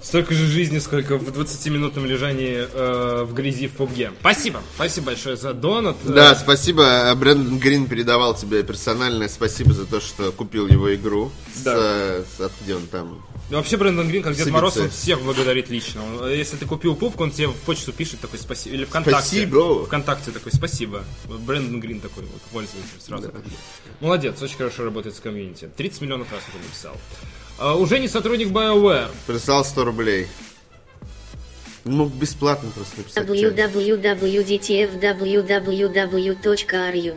Speaker 1: Столько же жизни, сколько в 20-минутном лежании э, в грязи в PUBG. Спасибо. Спасибо большое за донат.
Speaker 2: Да, спасибо. Э, Брэндон Грин передавал тебе персональное спасибо за то, что купил его игру. С,
Speaker 1: Да.
Speaker 2: э, с- от- где он там?
Speaker 1: И Вообще Брэндон Грин, как Дед
Speaker 2: Сибицы.
Speaker 1: Мороз, он всех благодарит лично. Он, э, Если ты купил пупку, он тебе в почту пишет такой спасибо. Или ВКонтакте.
Speaker 2: Спасибо.
Speaker 1: ВКонтакте такой спасибо. Брэндон Грин такой вот пользователь сразу. Молодец, очень хорошо работает с комьюнити. 30 миллионов раз уже написал. А, уже не сотрудник BioWare.
Speaker 2: Прислал 100 рублей. Мог бесплатно просто написать. чё.
Speaker 4: www.dtfww.ru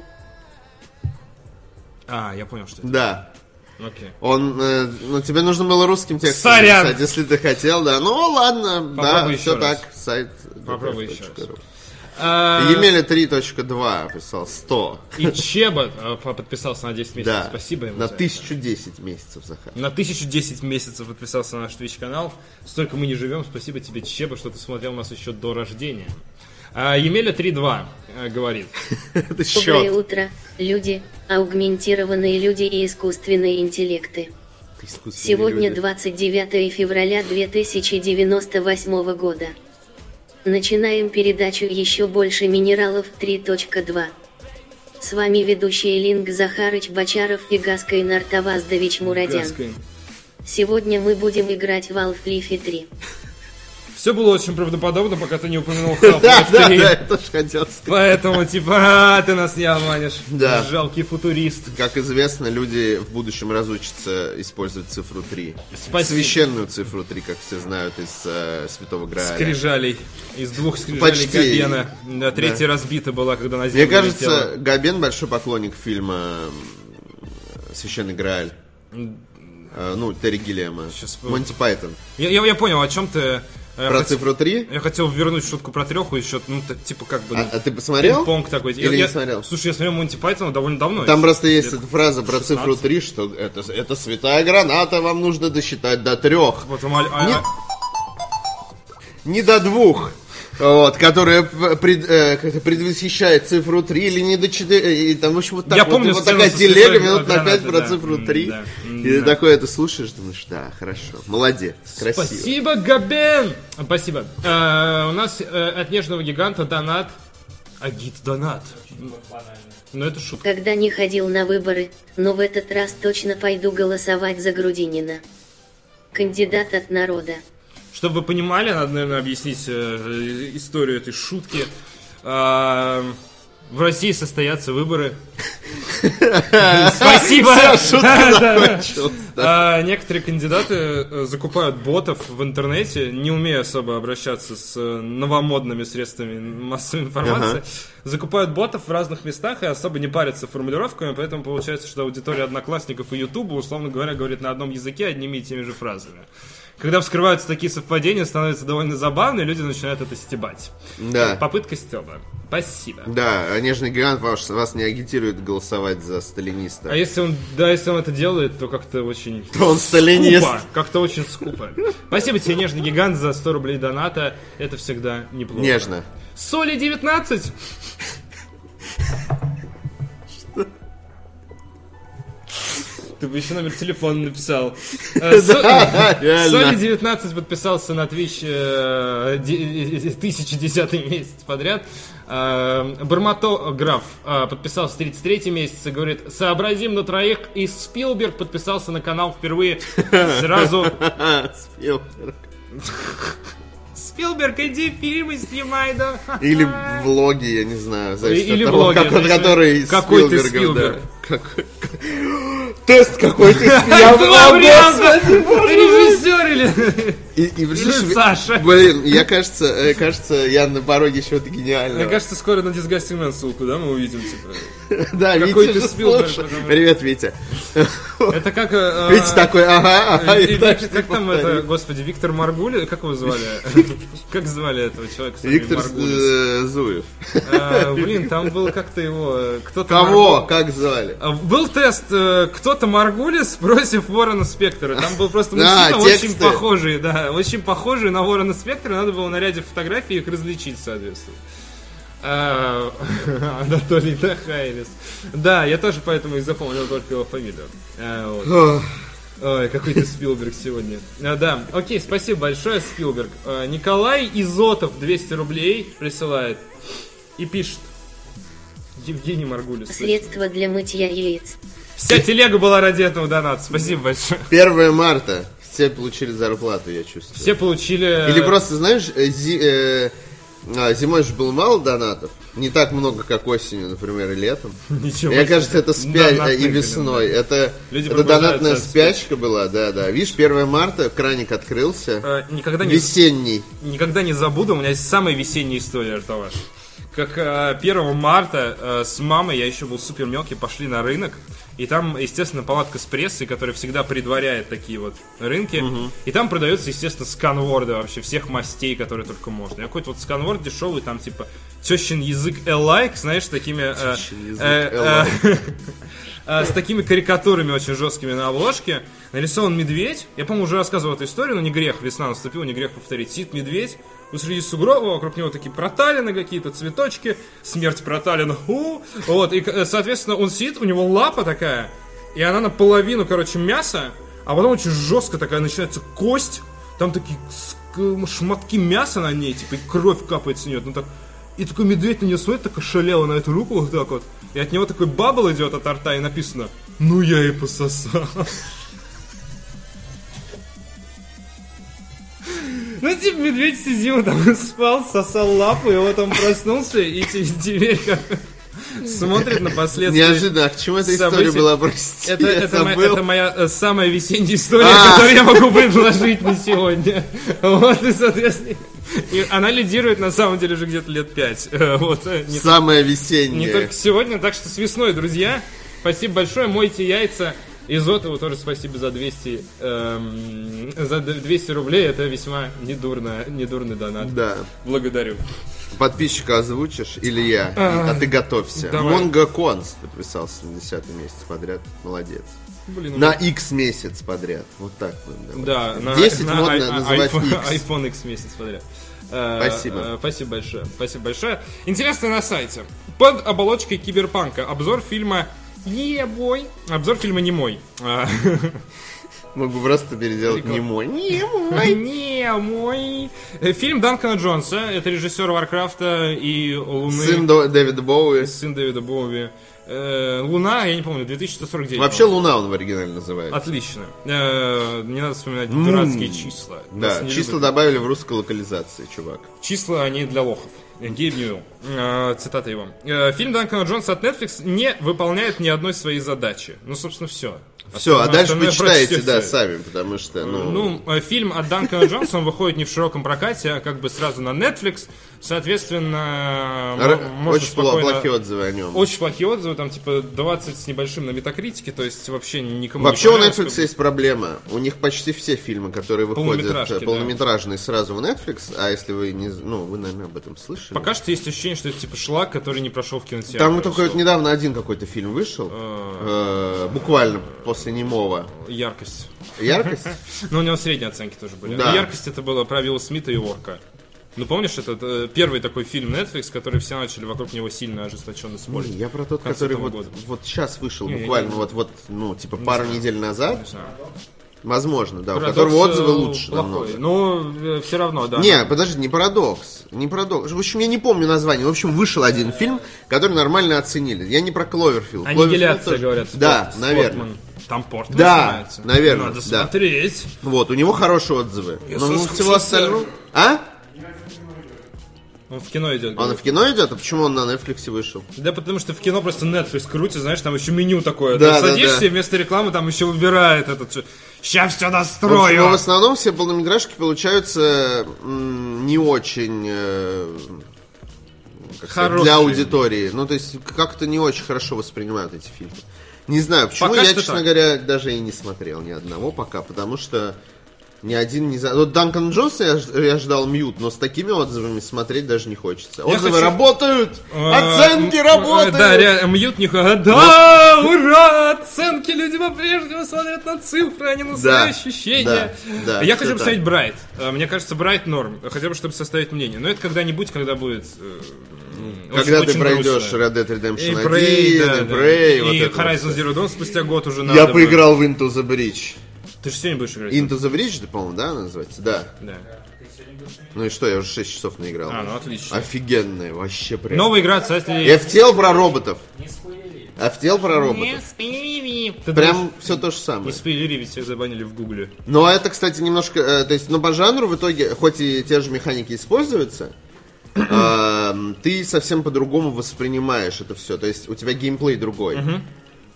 Speaker 1: А, я понял, что это.
Speaker 2: Да.
Speaker 1: Окей.
Speaker 2: Он, э, ну, тебе нужно было русским текстом
Speaker 1: Сорян.
Speaker 2: написать, если ты хотел, да. Ну, ладно, да,
Speaker 1: Попробуй
Speaker 2: все
Speaker 1: ещё раз.
Speaker 2: так. Сайт.
Speaker 1: Попробуй ещё раз.
Speaker 2: dtf.ru.
Speaker 1: А,
Speaker 2: Емеля 3.2 прислал 100.
Speaker 1: И Чеба э, по- подписался на 10 месяцев.
Speaker 2: Да.
Speaker 1: Спасибо ему.
Speaker 2: На
Speaker 1: за это.
Speaker 2: 1010 месяцев, Захар.
Speaker 1: На 1010 месяцев подписался на наш Twitch канал. Столько мы не живем. Спасибо тебе, Чеба, что ты смотрел нас еще до рождения. А, Емеля 3-2 э, говорит.
Speaker 2: Это
Speaker 4: Доброе
Speaker 2: счет.
Speaker 4: утро, люди, аугментированные люди и искусственные интеллекты. Сегодня 29 февраля 2098 года. Начинаем передачу еще больше минералов 3.2. С вами ведущие Линк Захарыч Бачаров и Гаскай Нартаваздович Мурадян. Сегодня мы будем играть в Half Life 3.
Speaker 1: Все было очень правдоподобно, пока ты не упомянул Half-Life
Speaker 2: Да, да,
Speaker 1: 3.
Speaker 2: да, я тоже хотел сказать.
Speaker 1: Поэтому, типа, а, ты нас не обманешь.
Speaker 2: Да.
Speaker 1: Жалкий футурист.
Speaker 2: Как известно, люди в будущем разучатся использовать цифру 3.
Speaker 1: Спасибо.
Speaker 2: Священную цифру 3, как все знают из э, Святого Грааля.
Speaker 1: Скрижалей. Из двух скрижалей
Speaker 2: Почти.
Speaker 1: Габена. Да, третья разбита была, когда на землю
Speaker 2: Мне кажется,
Speaker 1: летела.
Speaker 2: Габен большой поклонник фильма м, «Священный Грааль». Э, Ну, Терри Гиллиама.
Speaker 1: Щас-
Speaker 2: Монти Пайтон.
Speaker 1: Я, я- я понял, о чем ты... э, Я
Speaker 2: Про
Speaker 1: хот-
Speaker 2: цифру 3?
Speaker 1: Я хотел вернуть шутку про треху еще, ну, так, типа, как бы...
Speaker 2: А, а ты посмотрел?
Speaker 1: Пинг-понг такой.
Speaker 2: Или не
Speaker 1: я,
Speaker 2: смотрел?
Speaker 1: Слушай, я смотрел Монти Пайтона довольно давно.
Speaker 2: Там
Speaker 1: еще.
Speaker 2: просто есть эта фраза про
Speaker 1: 16.
Speaker 2: цифру 3, что это, это святая граната, вам нужно досчитать до трех.
Speaker 1: Вот там, а- а-
Speaker 2: Нет. не до двух. Вот, которая п- пред- э, как-то предвосхищает цифру 3 или не до 4, и там, в общем, вот так
Speaker 1: Я
Speaker 2: вот,
Speaker 1: помню
Speaker 2: и вот
Speaker 1: сцену
Speaker 2: такая
Speaker 1: со
Speaker 2: телега
Speaker 1: святой
Speaker 2: минут на 5
Speaker 1: гранатой,
Speaker 2: про
Speaker 1: да.
Speaker 2: цифру
Speaker 1: М,
Speaker 2: 3,
Speaker 1: да.
Speaker 2: и
Speaker 1: М,
Speaker 2: ты
Speaker 1: да.
Speaker 2: такой это слушаешь, думаешь, да, хорошо, молодец, красиво.
Speaker 1: Спасибо, Габен! Спасибо. Э, у нас э, от нежного гиганта донат. Агит донат. Ну это шутка.
Speaker 4: Когда не ходил на выборы, но в этот раз точно пойду голосовать за Грудинина. Кандидат от народа.
Speaker 1: Чтобы вы понимали, надо, наверное, объяснить э, историю этой шутки. А, в России состоятся выборы. Спасибо! Да, да, да.
Speaker 2: Чё, да.
Speaker 1: А, некоторые кандидаты э, закупают ботов в интернете, не умея особо обращаться с э, новомодными средствами массовой информации. Закупают ботов в разных местах и особо не парятся формулировками, поэтому получается, что аудитория одноклассников и Ютуба, условно говоря, говорит на одном языке одними и теми же фразами. Когда вскрываются такие совпадения, становится довольно забавно, и люди начинают это стебать.
Speaker 2: Да,
Speaker 1: Попытка стеба. Спасибо.
Speaker 2: да, а нежный гигант ваш- вас не агитирует голосовать за сталиниста.
Speaker 1: А если он, да, если он это делает, то как-то очень
Speaker 2: То он сталинист.
Speaker 1: Скупо, как-то очень скупо. Спасибо тебе, нежный гигант, за 100 рублей доната. Это всегда неплохо.
Speaker 2: Нежно.
Speaker 1: Соли 19. Ты бы еще номер телефона написал. Э, Со-
Speaker 2: Да, реально.
Speaker 1: Соли 19 подписался на Twitch э, де- 1010 месяц подряд. Э, Барматограф э, подписался 33 месяц и говорит «Сообразим на троих». И Спилберг подписался на канал впервые сразу.
Speaker 2: Спел.
Speaker 1: Спилберг, иди фильмы снимай, да.
Speaker 2: Или влоги, я не знаю, зависит
Speaker 1: Или
Speaker 2: от того,
Speaker 1: влоги,
Speaker 2: как-
Speaker 1: зависит от-
Speaker 2: который
Speaker 1: какой ты
Speaker 2: Спилбергов, да.
Speaker 1: Спилберг.
Speaker 2: Какой- Тест какой ты
Speaker 1: Два
Speaker 2: Спилберг.
Speaker 1: варианта. Режиссер или...
Speaker 2: И, и пришёшь-
Speaker 1: Или Саша.
Speaker 2: Блин, я кажется, э, кажется, я на пороге чего-то гениального.
Speaker 1: Мне кажется, скоро на Disgusting Man ссылку, да, мы увидим, типа.
Speaker 2: да,
Speaker 1: какой
Speaker 2: Витя
Speaker 1: ты
Speaker 2: же
Speaker 1: Спилберг,
Speaker 2: слушает.
Speaker 1: потому-
Speaker 2: Привет, Витя.
Speaker 1: Это как... э, э,
Speaker 2: Витя такой, ага, ага.
Speaker 1: и
Speaker 2: и
Speaker 1: Вик-
Speaker 2: так же
Speaker 1: Как там
Speaker 2: повторил.
Speaker 1: это, господи, Виктор Маргули, как его звали? Как звали этого человека? с фамилией
Speaker 2: Виктор
Speaker 1: Маргулис?
Speaker 2: э, Зуев.
Speaker 1: Э, Блин, там был как-то его... э, Кто-то...
Speaker 2: Кого?
Speaker 1: Маргу-
Speaker 2: Как звали?
Speaker 1: А, Был тест э, «Кто-то Маргулис против Ворона Спектора». Там был просто
Speaker 2: Да,
Speaker 1: мужчина
Speaker 2: тексты.
Speaker 1: очень похожий, да, очень похожий на Ворона Спектора. Надо было на ряде фотографий их различить, соответственно. А, Анатолий Дахайлис. Да, я тоже поэтому и запомнил только его фамилию. А, вот.
Speaker 2: Ох,
Speaker 1: Ой, какой ты Спилберг сегодня. А, да, окей, спасибо большое, Спилберг. А, Николай Изотов 200 рублей присылает и пишет. Евгений Маргулис.
Speaker 4: Средство для мытья яиц.
Speaker 1: Вся телега была ради этого доната. Спасибо большое.
Speaker 2: 1 марта. Все получили зарплату, я чувствую.
Speaker 1: Все получили...
Speaker 2: Или просто, знаешь, э, зи- э, а, зимой же было мало донатов. Не так много, как осенью, например, и летом.
Speaker 1: Ничего.
Speaker 2: Мне
Speaker 1: себе.
Speaker 2: кажется, это спячка
Speaker 1: Донатный
Speaker 2: и весной. Это,
Speaker 1: Люди
Speaker 2: это
Speaker 1: пробуждаются
Speaker 2: донатная
Speaker 1: от
Speaker 2: спячка была, да, да. Видишь, 1 марта краник открылся.
Speaker 1: календарь. Э, Никогда не,
Speaker 2: Весенний.
Speaker 1: никогда не забуду, у меня есть самая весенняя история, Артаваш. Как э, 1 марта э, с мамой, я еще был супер мелкий, пошли на рынок. И там, естественно, палатка с прессой, которая всегда предваряет такие вот рынки. И там продаются, естественно, сканворды вообще всех мастей, которые только можно. И какой-то вот сканворд дешевый, там типа тещин язык Элайк, знаешь, такими... э,
Speaker 2: Тещин язык
Speaker 1: э, э, э, с такими карикатурами очень жесткими на обложке. Нарисован медведь. Я, по-моему, уже рассказывал эту историю, но не грех. Весна наступила, не грех повторить. Сидит медведь, посреди сугроба, вокруг него такие проталины какие-то, цветочки, смерть проталин, у, вот, и, э, соответственно, он сидит, у него лапа такая, и она наполовину, короче, мясо, а потом очень жестко такая начинается кость, там такие ск- шматки мяса на ней, типа, и кровь капает с нее, ну так, и такой медведь на нее смотрит, так ошалело на эту руку вот так вот, и от него такой бабл идет от арта, и написано, ну я и пососал. Ну, типа, медведь сидел там, спал, сосал лапу, и вот он проснулся, и те- теперь как смотрит на последствия.
Speaker 2: Неожиданно, а к чему эта история
Speaker 1: события-
Speaker 2: была, прости,
Speaker 1: Это,
Speaker 2: я
Speaker 1: это, моя,
Speaker 2: забыл.
Speaker 1: это моя э, самая весенняя история,
Speaker 2: А.
Speaker 1: которую я могу предложить на сегодня. Вот, и, соответственно, и она лидирует, на самом деле, уже где-то лет пять. Э, Вот, э, не,
Speaker 2: Самое
Speaker 1: не
Speaker 2: весеннее.
Speaker 1: только сегодня, так что с весной, друзья. Спасибо большое, мойте яйца. Изотову тоже спасибо за 200, эм, за д- 200 рублей. Это весьма недурно, недурный донат.
Speaker 2: Да.
Speaker 1: Благодарю.
Speaker 2: Подписчика озвучишь или я? А, ты готовься.
Speaker 1: давай.
Speaker 2: Монго Конс подписался на 10 месяц подряд. Молодец.
Speaker 1: Блин,
Speaker 2: На X месяц подряд. Вот так вот.
Speaker 1: Ну, Да, на,
Speaker 2: 10
Speaker 1: на
Speaker 2: модно
Speaker 1: ай- а-
Speaker 2: называть
Speaker 1: iPhone,
Speaker 2: X.
Speaker 1: iPhone X месяц, смотря. Э,
Speaker 2: Спасибо.
Speaker 1: э, спасибо большое. Спасибо большое. Интересно на сайте. Под оболочкой киберпанка. Обзор фильма Ебой. Обзор фильма не мой. Э,
Speaker 2: Могу просто переделать
Speaker 1: Прикол. Ну
Speaker 2: не мой. Не мой.
Speaker 1: Не мой. Э, Фильм Данкана Джонса. Это режиссер Варкрафта и Луны.
Speaker 2: Сын До- Дэвида Боуи.
Speaker 1: Сын Дэвида Боуи. Э, Луна, я не помню, 2149.
Speaker 2: Вообще Луна он в оригинале называется.
Speaker 1: Отлично. Э, Не надо вспоминать дурацкие числа. Нас
Speaker 2: Да,
Speaker 1: не
Speaker 2: числа
Speaker 1: любят.
Speaker 2: добавили в русской локализации, чувак.
Speaker 1: Числа они для лохов. Гейб Ньюэлл. Э, Цитата его. Э, Фильм Данкана Джонса от Netflix не выполняет ни одной своей задачи. Ну, собственно, все.
Speaker 2: Все, а дальше почитаете, да, сами, потому что, ну...
Speaker 1: Ну, э, фильм от Данкана Джонса, он выходит не в широком прокате, а как бы сразу на Netflix. Соответственно,
Speaker 2: р-
Speaker 1: м- можно
Speaker 2: очень плохо-
Speaker 1: спокойно-
Speaker 2: плохие отзывы о нем.
Speaker 1: Очень плохие отзывы, там типа 20 с небольшим на метакритике, то есть вообще никому не
Speaker 2: Вообще у
Speaker 1: понравилось,
Speaker 2: Netflix есть проблема. У них почти все фильмы, которые выходят
Speaker 1: Полнометражки,
Speaker 2: э,
Speaker 1: да.
Speaker 2: полнометражные, сразу в Netflix, а если вы не... з- Ну, вы, наверное, об этом слышали.
Speaker 1: Пока что есть ощущение, что это типа шлак, который не прошел в кинотеатре.
Speaker 2: Там только вот недавно один какой-то фильм вышел,
Speaker 1: А.
Speaker 2: э, буквально после немого.
Speaker 1: Яркость.
Speaker 2: Яркость?
Speaker 1: Но Ну, у него средние оценки тоже были.
Speaker 2: Да.
Speaker 1: Но яркость это было про Уилла Смита и Орка. Ну помнишь, это э, первый такой фильм Netflix, который все начали вокруг него сильно ожесточенно спорить.
Speaker 2: Не, Я про тот,
Speaker 1: В конце
Speaker 2: который
Speaker 1: этого
Speaker 2: вот,
Speaker 1: года.
Speaker 2: вот сейчас вышел,
Speaker 1: Не, я
Speaker 2: буквально
Speaker 1: не-
Speaker 2: вот, вот, ну, типа пару недель назад,
Speaker 1: Не знаю.
Speaker 2: возможно, да,
Speaker 1: Парадокс,
Speaker 2: Ну, у которого отзывы
Speaker 1: э,
Speaker 2: лучше
Speaker 1: плохой.
Speaker 2: намного.
Speaker 1: Ну, все равно, да.
Speaker 2: Не, подожди, не парадокс. Не парадокс. В общем, я не помню название. В общем, вышел один фильм, который нормально оценили. Я не про Кловерфилд. Кловерфилд
Speaker 1: Аннигиляция,
Speaker 2: тоже-
Speaker 1: говорят.
Speaker 2: Да,
Speaker 1: Спорт-
Speaker 2: наверное.
Speaker 1: Спортман. Там порт
Speaker 2: Да, наверное,
Speaker 1: Надо
Speaker 2: да.
Speaker 1: смотреть.
Speaker 2: Вот, у него хорошие отзывы.
Speaker 1: Я
Speaker 2: Но ну,
Speaker 1: слышал,
Speaker 2: всего
Speaker 1: что
Speaker 2: остального... А?
Speaker 1: Он в кино идет.
Speaker 2: Он
Speaker 1: говорит.
Speaker 2: в кино идет? А почему он на Netflix вышел?
Speaker 1: Да потому что в кино просто Netflix крутит, знаешь, там еще меню такое.
Speaker 2: Да,
Speaker 1: Ты
Speaker 2: да,
Speaker 1: садишься,
Speaker 2: да.
Speaker 1: и вместо рекламы там еще выбирает этот. Сейчас все
Speaker 2: В общем,
Speaker 1: настрою.
Speaker 2: но в основном все полнометражки получаются м, не очень э, как сказать,
Speaker 1: Хорошие.
Speaker 2: для аудитории. Ну, то есть как-то не очень хорошо воспринимают эти фильмы. Не знаю, почему
Speaker 1: Пока
Speaker 2: я,
Speaker 1: что
Speaker 2: честно
Speaker 1: так.
Speaker 2: говоря, даже и не смотрел ни одного пока, потому что ни один не знаю. Вот Данкан Джонса я, ж- я ждал мьют, но с такими отзывами смотреть даже не хочется. Отзывы
Speaker 1: хочу-
Speaker 2: работают! А, Оценки
Speaker 1: Э,
Speaker 2: работают! Ну.
Speaker 1: э, Да, реально, мьют нихуя. Да, ура! Оценки люди по-прежнему смотрят на цифры, а не на
Speaker 2: Да,
Speaker 1: свои ощущения.
Speaker 2: да, да,
Speaker 1: Я
Speaker 2: всё
Speaker 1: хочу
Speaker 2: так.
Speaker 1: посмотреть Брайт. Э, Мне кажется, Брайт норм. Хотя бы, чтобы составить мнение. Но это когда-нибудь, когда будет... э, м,
Speaker 2: Когда
Speaker 1: очень-
Speaker 2: ты
Speaker 1: очень
Speaker 2: пройдешь
Speaker 1: грустно.
Speaker 2: Red Dead
Speaker 1: И
Speaker 2: Redemption 1,
Speaker 1: Prey,
Speaker 2: и
Speaker 1: да, да.
Speaker 2: Prey, вот
Speaker 1: И
Speaker 2: это вот всё.
Speaker 1: Horizon Zero Dawn спустя год уже надо
Speaker 2: Я
Speaker 1: бы.
Speaker 2: поиграл в Into the Bridge.
Speaker 1: Ты же сегодня будешь играть?
Speaker 2: Into the Bridge, да, по-моему, да, она называется? Да.
Speaker 1: Да.
Speaker 2: Ну и что, я уже 6 часов наиграл.
Speaker 1: А, ну отлично.
Speaker 2: Офигенная, вообще прям.
Speaker 1: Новая игра, кстати...
Speaker 2: Я втел про роботов. А втел про роботов.
Speaker 1: Ты думаешь,
Speaker 2: Прям все то же
Speaker 1: Не
Speaker 2: самое.
Speaker 1: спойлери, ведь всех забанили в гугле.
Speaker 2: Но это, кстати, немножко... э, то есть, но по жанру в итоге, хоть и те же механики используются, эм, ты совсем по-другому воспринимаешь это все. То есть, у тебя геймплей другой.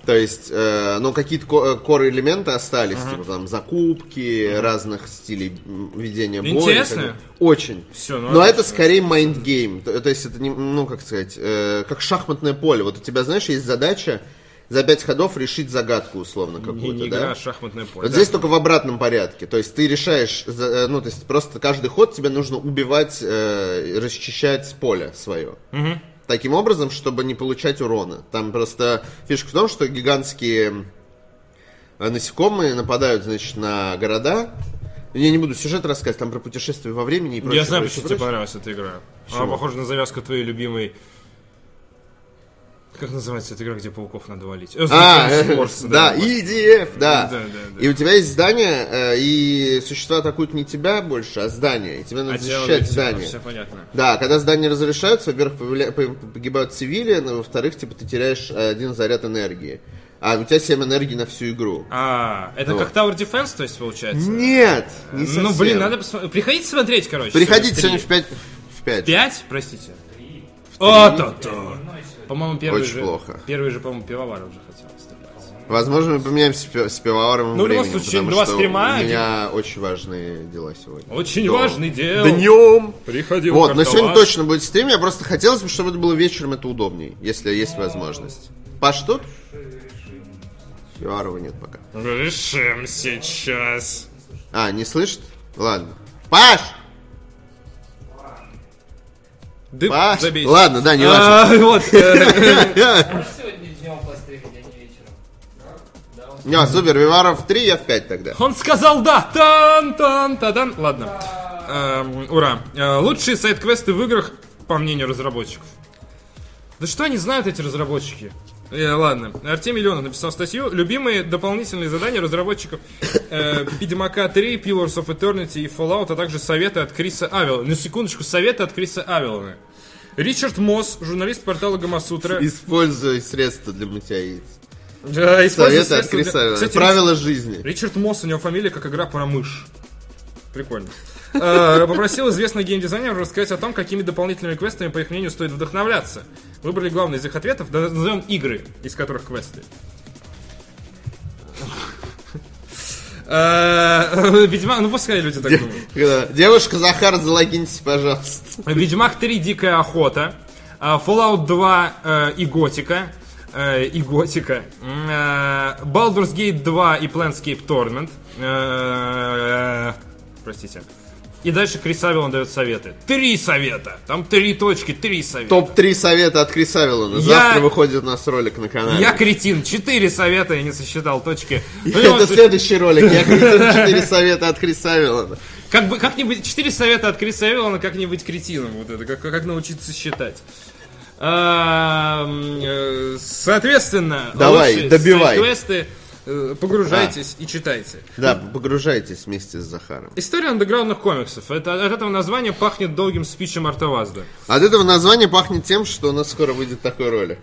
Speaker 2: То есть, э, ну, какие-то коры элементы остались, типа там закупки, разных стилей м, ведения боя.
Speaker 1: Интересно.
Speaker 2: как бы. Очень.
Speaker 1: Всё, ну,
Speaker 2: Но это
Speaker 1: отлично.
Speaker 2: скорее майндгейм. То, то есть, это, не- ну, как сказать, э, как шахматное поле. Вот у тебя, знаешь, есть задача за пять ходов решить загадку, условно,
Speaker 1: Не,
Speaker 2: какую-то,
Speaker 1: не
Speaker 2: да?
Speaker 1: игра, а шахматное поле.
Speaker 2: Вот здесь только в обратном порядке. То есть ты решаешь, за- э, ну, то есть просто каждый ход тебе нужно убивать, э, расчищать поле свое. Таким образом, чтобы не получать урона. Там просто фишка в том, что гигантские э, насекомые нападают, значит, на города, Я не буду сюжет рассказывать, там про путешествие во времени и прочее.
Speaker 1: Я знаю, типа
Speaker 2: прочее,
Speaker 1: почему тебе
Speaker 2: прочее.
Speaker 1: понравилась эта игра. Она
Speaker 2: Чего?
Speaker 1: похожа на завязку твоей любимой... Как называется эта игра, где пауков надо валить? Э,
Speaker 2: А,
Speaker 1: Star
Speaker 2: э,
Speaker 1: Wars,
Speaker 2: да, EDF, да.
Speaker 1: Да, да, да.
Speaker 2: И у тебя есть здание, э, и существа атакуют не тебя больше, а здание. И тебе надо
Speaker 1: А дело
Speaker 2: защищать
Speaker 1: ведь-
Speaker 2: здание.
Speaker 1: Все понятно.
Speaker 2: Да, когда здания разрешаются, во-первых, появля- по- погибают цивили, но во-вторых, типа ты теряешь э, один заряд энергии. А у тебя 7 энергии на всю игру.
Speaker 1: А, это
Speaker 2: Вот.
Speaker 1: как Tower Defense, то есть, получается?
Speaker 2: Нет! Не совсем.
Speaker 1: Ну, блин, надо посмотреть. Приходите смотреть, короче.
Speaker 2: Приходите
Speaker 1: сегодня
Speaker 2: сегодня
Speaker 1: в
Speaker 2: в 5. В 5.
Speaker 1: три. Пять? Простите. О, то, то. По-моему, первый
Speaker 2: Очень
Speaker 1: же...
Speaker 2: плохо.
Speaker 1: Первый же, по-моему, пивовар уже хотел выступать.
Speaker 2: Возможно, мы поменяемся пи- с пивоваром
Speaker 1: Ну, в любом
Speaker 2: временем,
Speaker 1: случае,
Speaker 2: потому
Speaker 1: два
Speaker 2: что
Speaker 1: стрима,
Speaker 2: у меня очень важные дела сегодня.
Speaker 1: Очень
Speaker 2: Да.
Speaker 1: важный дел.
Speaker 2: Днем!
Speaker 1: Приходил
Speaker 2: Вот, но
Speaker 1: картавас.
Speaker 2: сегодня точно будет стрим, я просто хотелось бы, чтобы это было вечером, это удобней, если есть возможность. Паш тут? Пивоварова нет пока.
Speaker 1: Решим сейчас.
Speaker 2: А, не слышит? Ладно. Паш!
Speaker 1: Дым,
Speaker 2: Паш!
Speaker 1: забей.
Speaker 2: Ладно, да, не важно.
Speaker 1: А, вот, э,
Speaker 3: Можешь сегодня днем постримить, а не вечером?
Speaker 2: Не, супер, Виваров 3, я в 5 тогда.
Speaker 1: Он сказал да. Тан, тан, тадан. Ладно. Эм, ура. Э, Лучшие сайт-квесты в играх, по мнению разработчиков. Да что они знают, эти разработчики? Э, ладно. Артемий Леонов написал статью. Любимые дополнительные задания разработчиков э, Ведьмака 3, Pillars of Eternity и Fallout, а также советы от Криса Авила. На секундочку, советы от Криса Авилона. Ричард Мосс, журналист портала Гамасутра.
Speaker 2: Используй средства для мытья яиц.
Speaker 1: Да, использует
Speaker 2: Советы от
Speaker 1: средства для-
Speaker 2: Криса.
Speaker 1: Кстати,
Speaker 2: Правила жизни.
Speaker 1: Ричард Мосс, у него фамилия как игра про мышь. Прикольно. Э, Попросил известного геймдизайнера рассказать о том, какими дополнительными квестами, по их мнению, стоит вдохновляться. Выбрали главные из их ответов, да, назовем игры, из которых квесты. Э, Ведьмак, ну пускай люди так думают.
Speaker 2: Когда, Девушка Захар, залогиньтесь, пожалуйста.
Speaker 1: Ведьмак 3 Дикая Охота, э, Fallout 2 э, и Готика, э, и Готика, м, э, Baldur's Gate 2 и Planescape Torment, э, простите. И дальше Крис Авилон дает советы. Три совета! Там три точки, три совета.
Speaker 2: Топ-3 совета от Крис Авилона. Завтра выходит у нас ролик на канале.
Speaker 1: Я кретин, четыре совета, я не сосчитал точки. Ну, и вот,
Speaker 2: Это следующий ролик. Я крутил 4 совета от Крис Авилона.
Speaker 1: Как бы, как-нибудь, четыре совета от Криса Эвелона, как не быть кретином, вот это, как, как научиться считать. А, м, э, Соответственно,
Speaker 2: Давай,
Speaker 1: лучшие
Speaker 2: добивай.
Speaker 1: сайт-квесты, э, погружайтесь и читайте.
Speaker 2: Да, погружайтесь вместе с Захаром.
Speaker 1: История андеграундных комиксов. Это, от этого названия пахнет долгим спичем Артовазда.
Speaker 2: От этого названия пахнет тем, что у нас скоро выйдет такой ролик.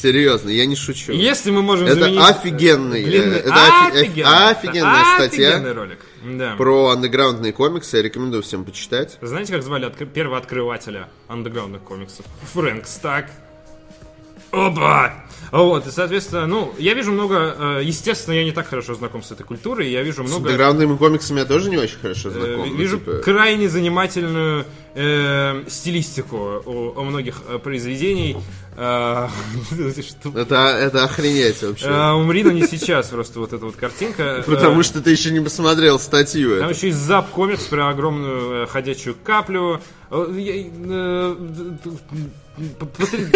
Speaker 2: Серьезно, я не шучу.
Speaker 1: Если мы можем
Speaker 2: Это
Speaker 1: заменить...
Speaker 2: офигенный,
Speaker 1: длинный-
Speaker 2: э, это офи- э,
Speaker 1: офигенный,
Speaker 2: офигенная
Speaker 1: офигенный
Speaker 2: статья
Speaker 1: ролик. Да.
Speaker 2: про андеграундные комиксы. Я рекомендую всем почитать.
Speaker 1: Знаете, как звали отк- первого открывателя андеграундных комиксов? Фрэнк Стак. Опа! Вот, и, соответственно, ну, я вижу много... э, Естественно, я не так хорошо знаком с этой культурой, я вижу
Speaker 2: С
Speaker 1: много...
Speaker 2: андеграундными комиксами я тоже не очень хорошо
Speaker 1: Ну, э,
Speaker 2: знаком. ну,
Speaker 1: Вижу
Speaker 2: типа,
Speaker 1: крайне занимательную э, стилистику у, у многих э, произведений. Э, что-
Speaker 2: Это, это охренеть вообще.
Speaker 1: Э, Умри, но не сейчас просто вот эта вот картинка.
Speaker 2: Потому
Speaker 1: Э,
Speaker 2: что ты еще не посмотрел статью.
Speaker 1: Там
Speaker 2: эту.
Speaker 1: еще и зап комикс про огромную э, ходячую каплю. Э, я, э, п- Э, посмотри.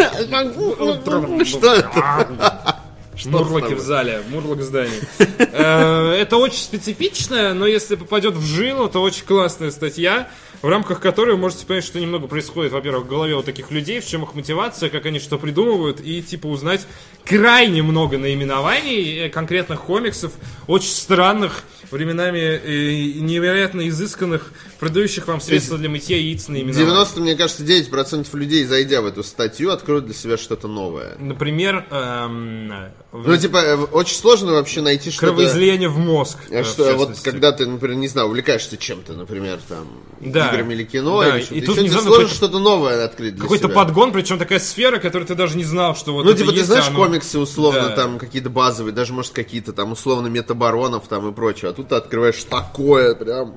Speaker 2: Ну, Что это?
Speaker 1: А, Мурлоки в зале, мурлок в здании. Э, Это очень специфичная, но если попадет в жилу, то очень классная статья, в рамках которой вы можете понять, что немного происходит, во-первых, в голове у таких людей, в чем их мотивация, как они что придумывают, и типа узнать крайне много наименований э, конкретных комиксов, очень странных, временами э, невероятно изысканных, продающих вам средства для мытья яиц наименований.
Speaker 2: 90, мне кажется, 9% людей, зайдя в эту статью, откроют для себя что-то новое.
Speaker 1: Например, эм,
Speaker 2: Ну, типа, э, очень сложно вообще найти что-то...
Speaker 1: кровоизлияние в мозг.
Speaker 2: А
Speaker 1: э, в
Speaker 2: Что, вот
Speaker 1: частности.
Speaker 2: когда ты, например, не знаю, увлекаешься чем-то, например, там,
Speaker 1: Да.
Speaker 2: играми или кино,
Speaker 1: Да,
Speaker 2: или
Speaker 1: и
Speaker 2: что-то
Speaker 1: тут
Speaker 2: еще, тебе
Speaker 1: внезапно
Speaker 2: сложно
Speaker 1: какой-то-
Speaker 2: что-то новое открыть для
Speaker 1: Какой-то
Speaker 2: себя.
Speaker 1: подгон, причем такая сфера, которую ты даже не знал, что вот
Speaker 2: Ну,
Speaker 1: это
Speaker 2: типа, ты
Speaker 1: есть,
Speaker 2: знаешь
Speaker 1: а оно-
Speaker 2: комиксы, условно,
Speaker 1: Да.
Speaker 2: там, какие-то базовые, даже, может, какие-то там, условно, метабаронов там и прочее, а тут ты открываешь такое, прям...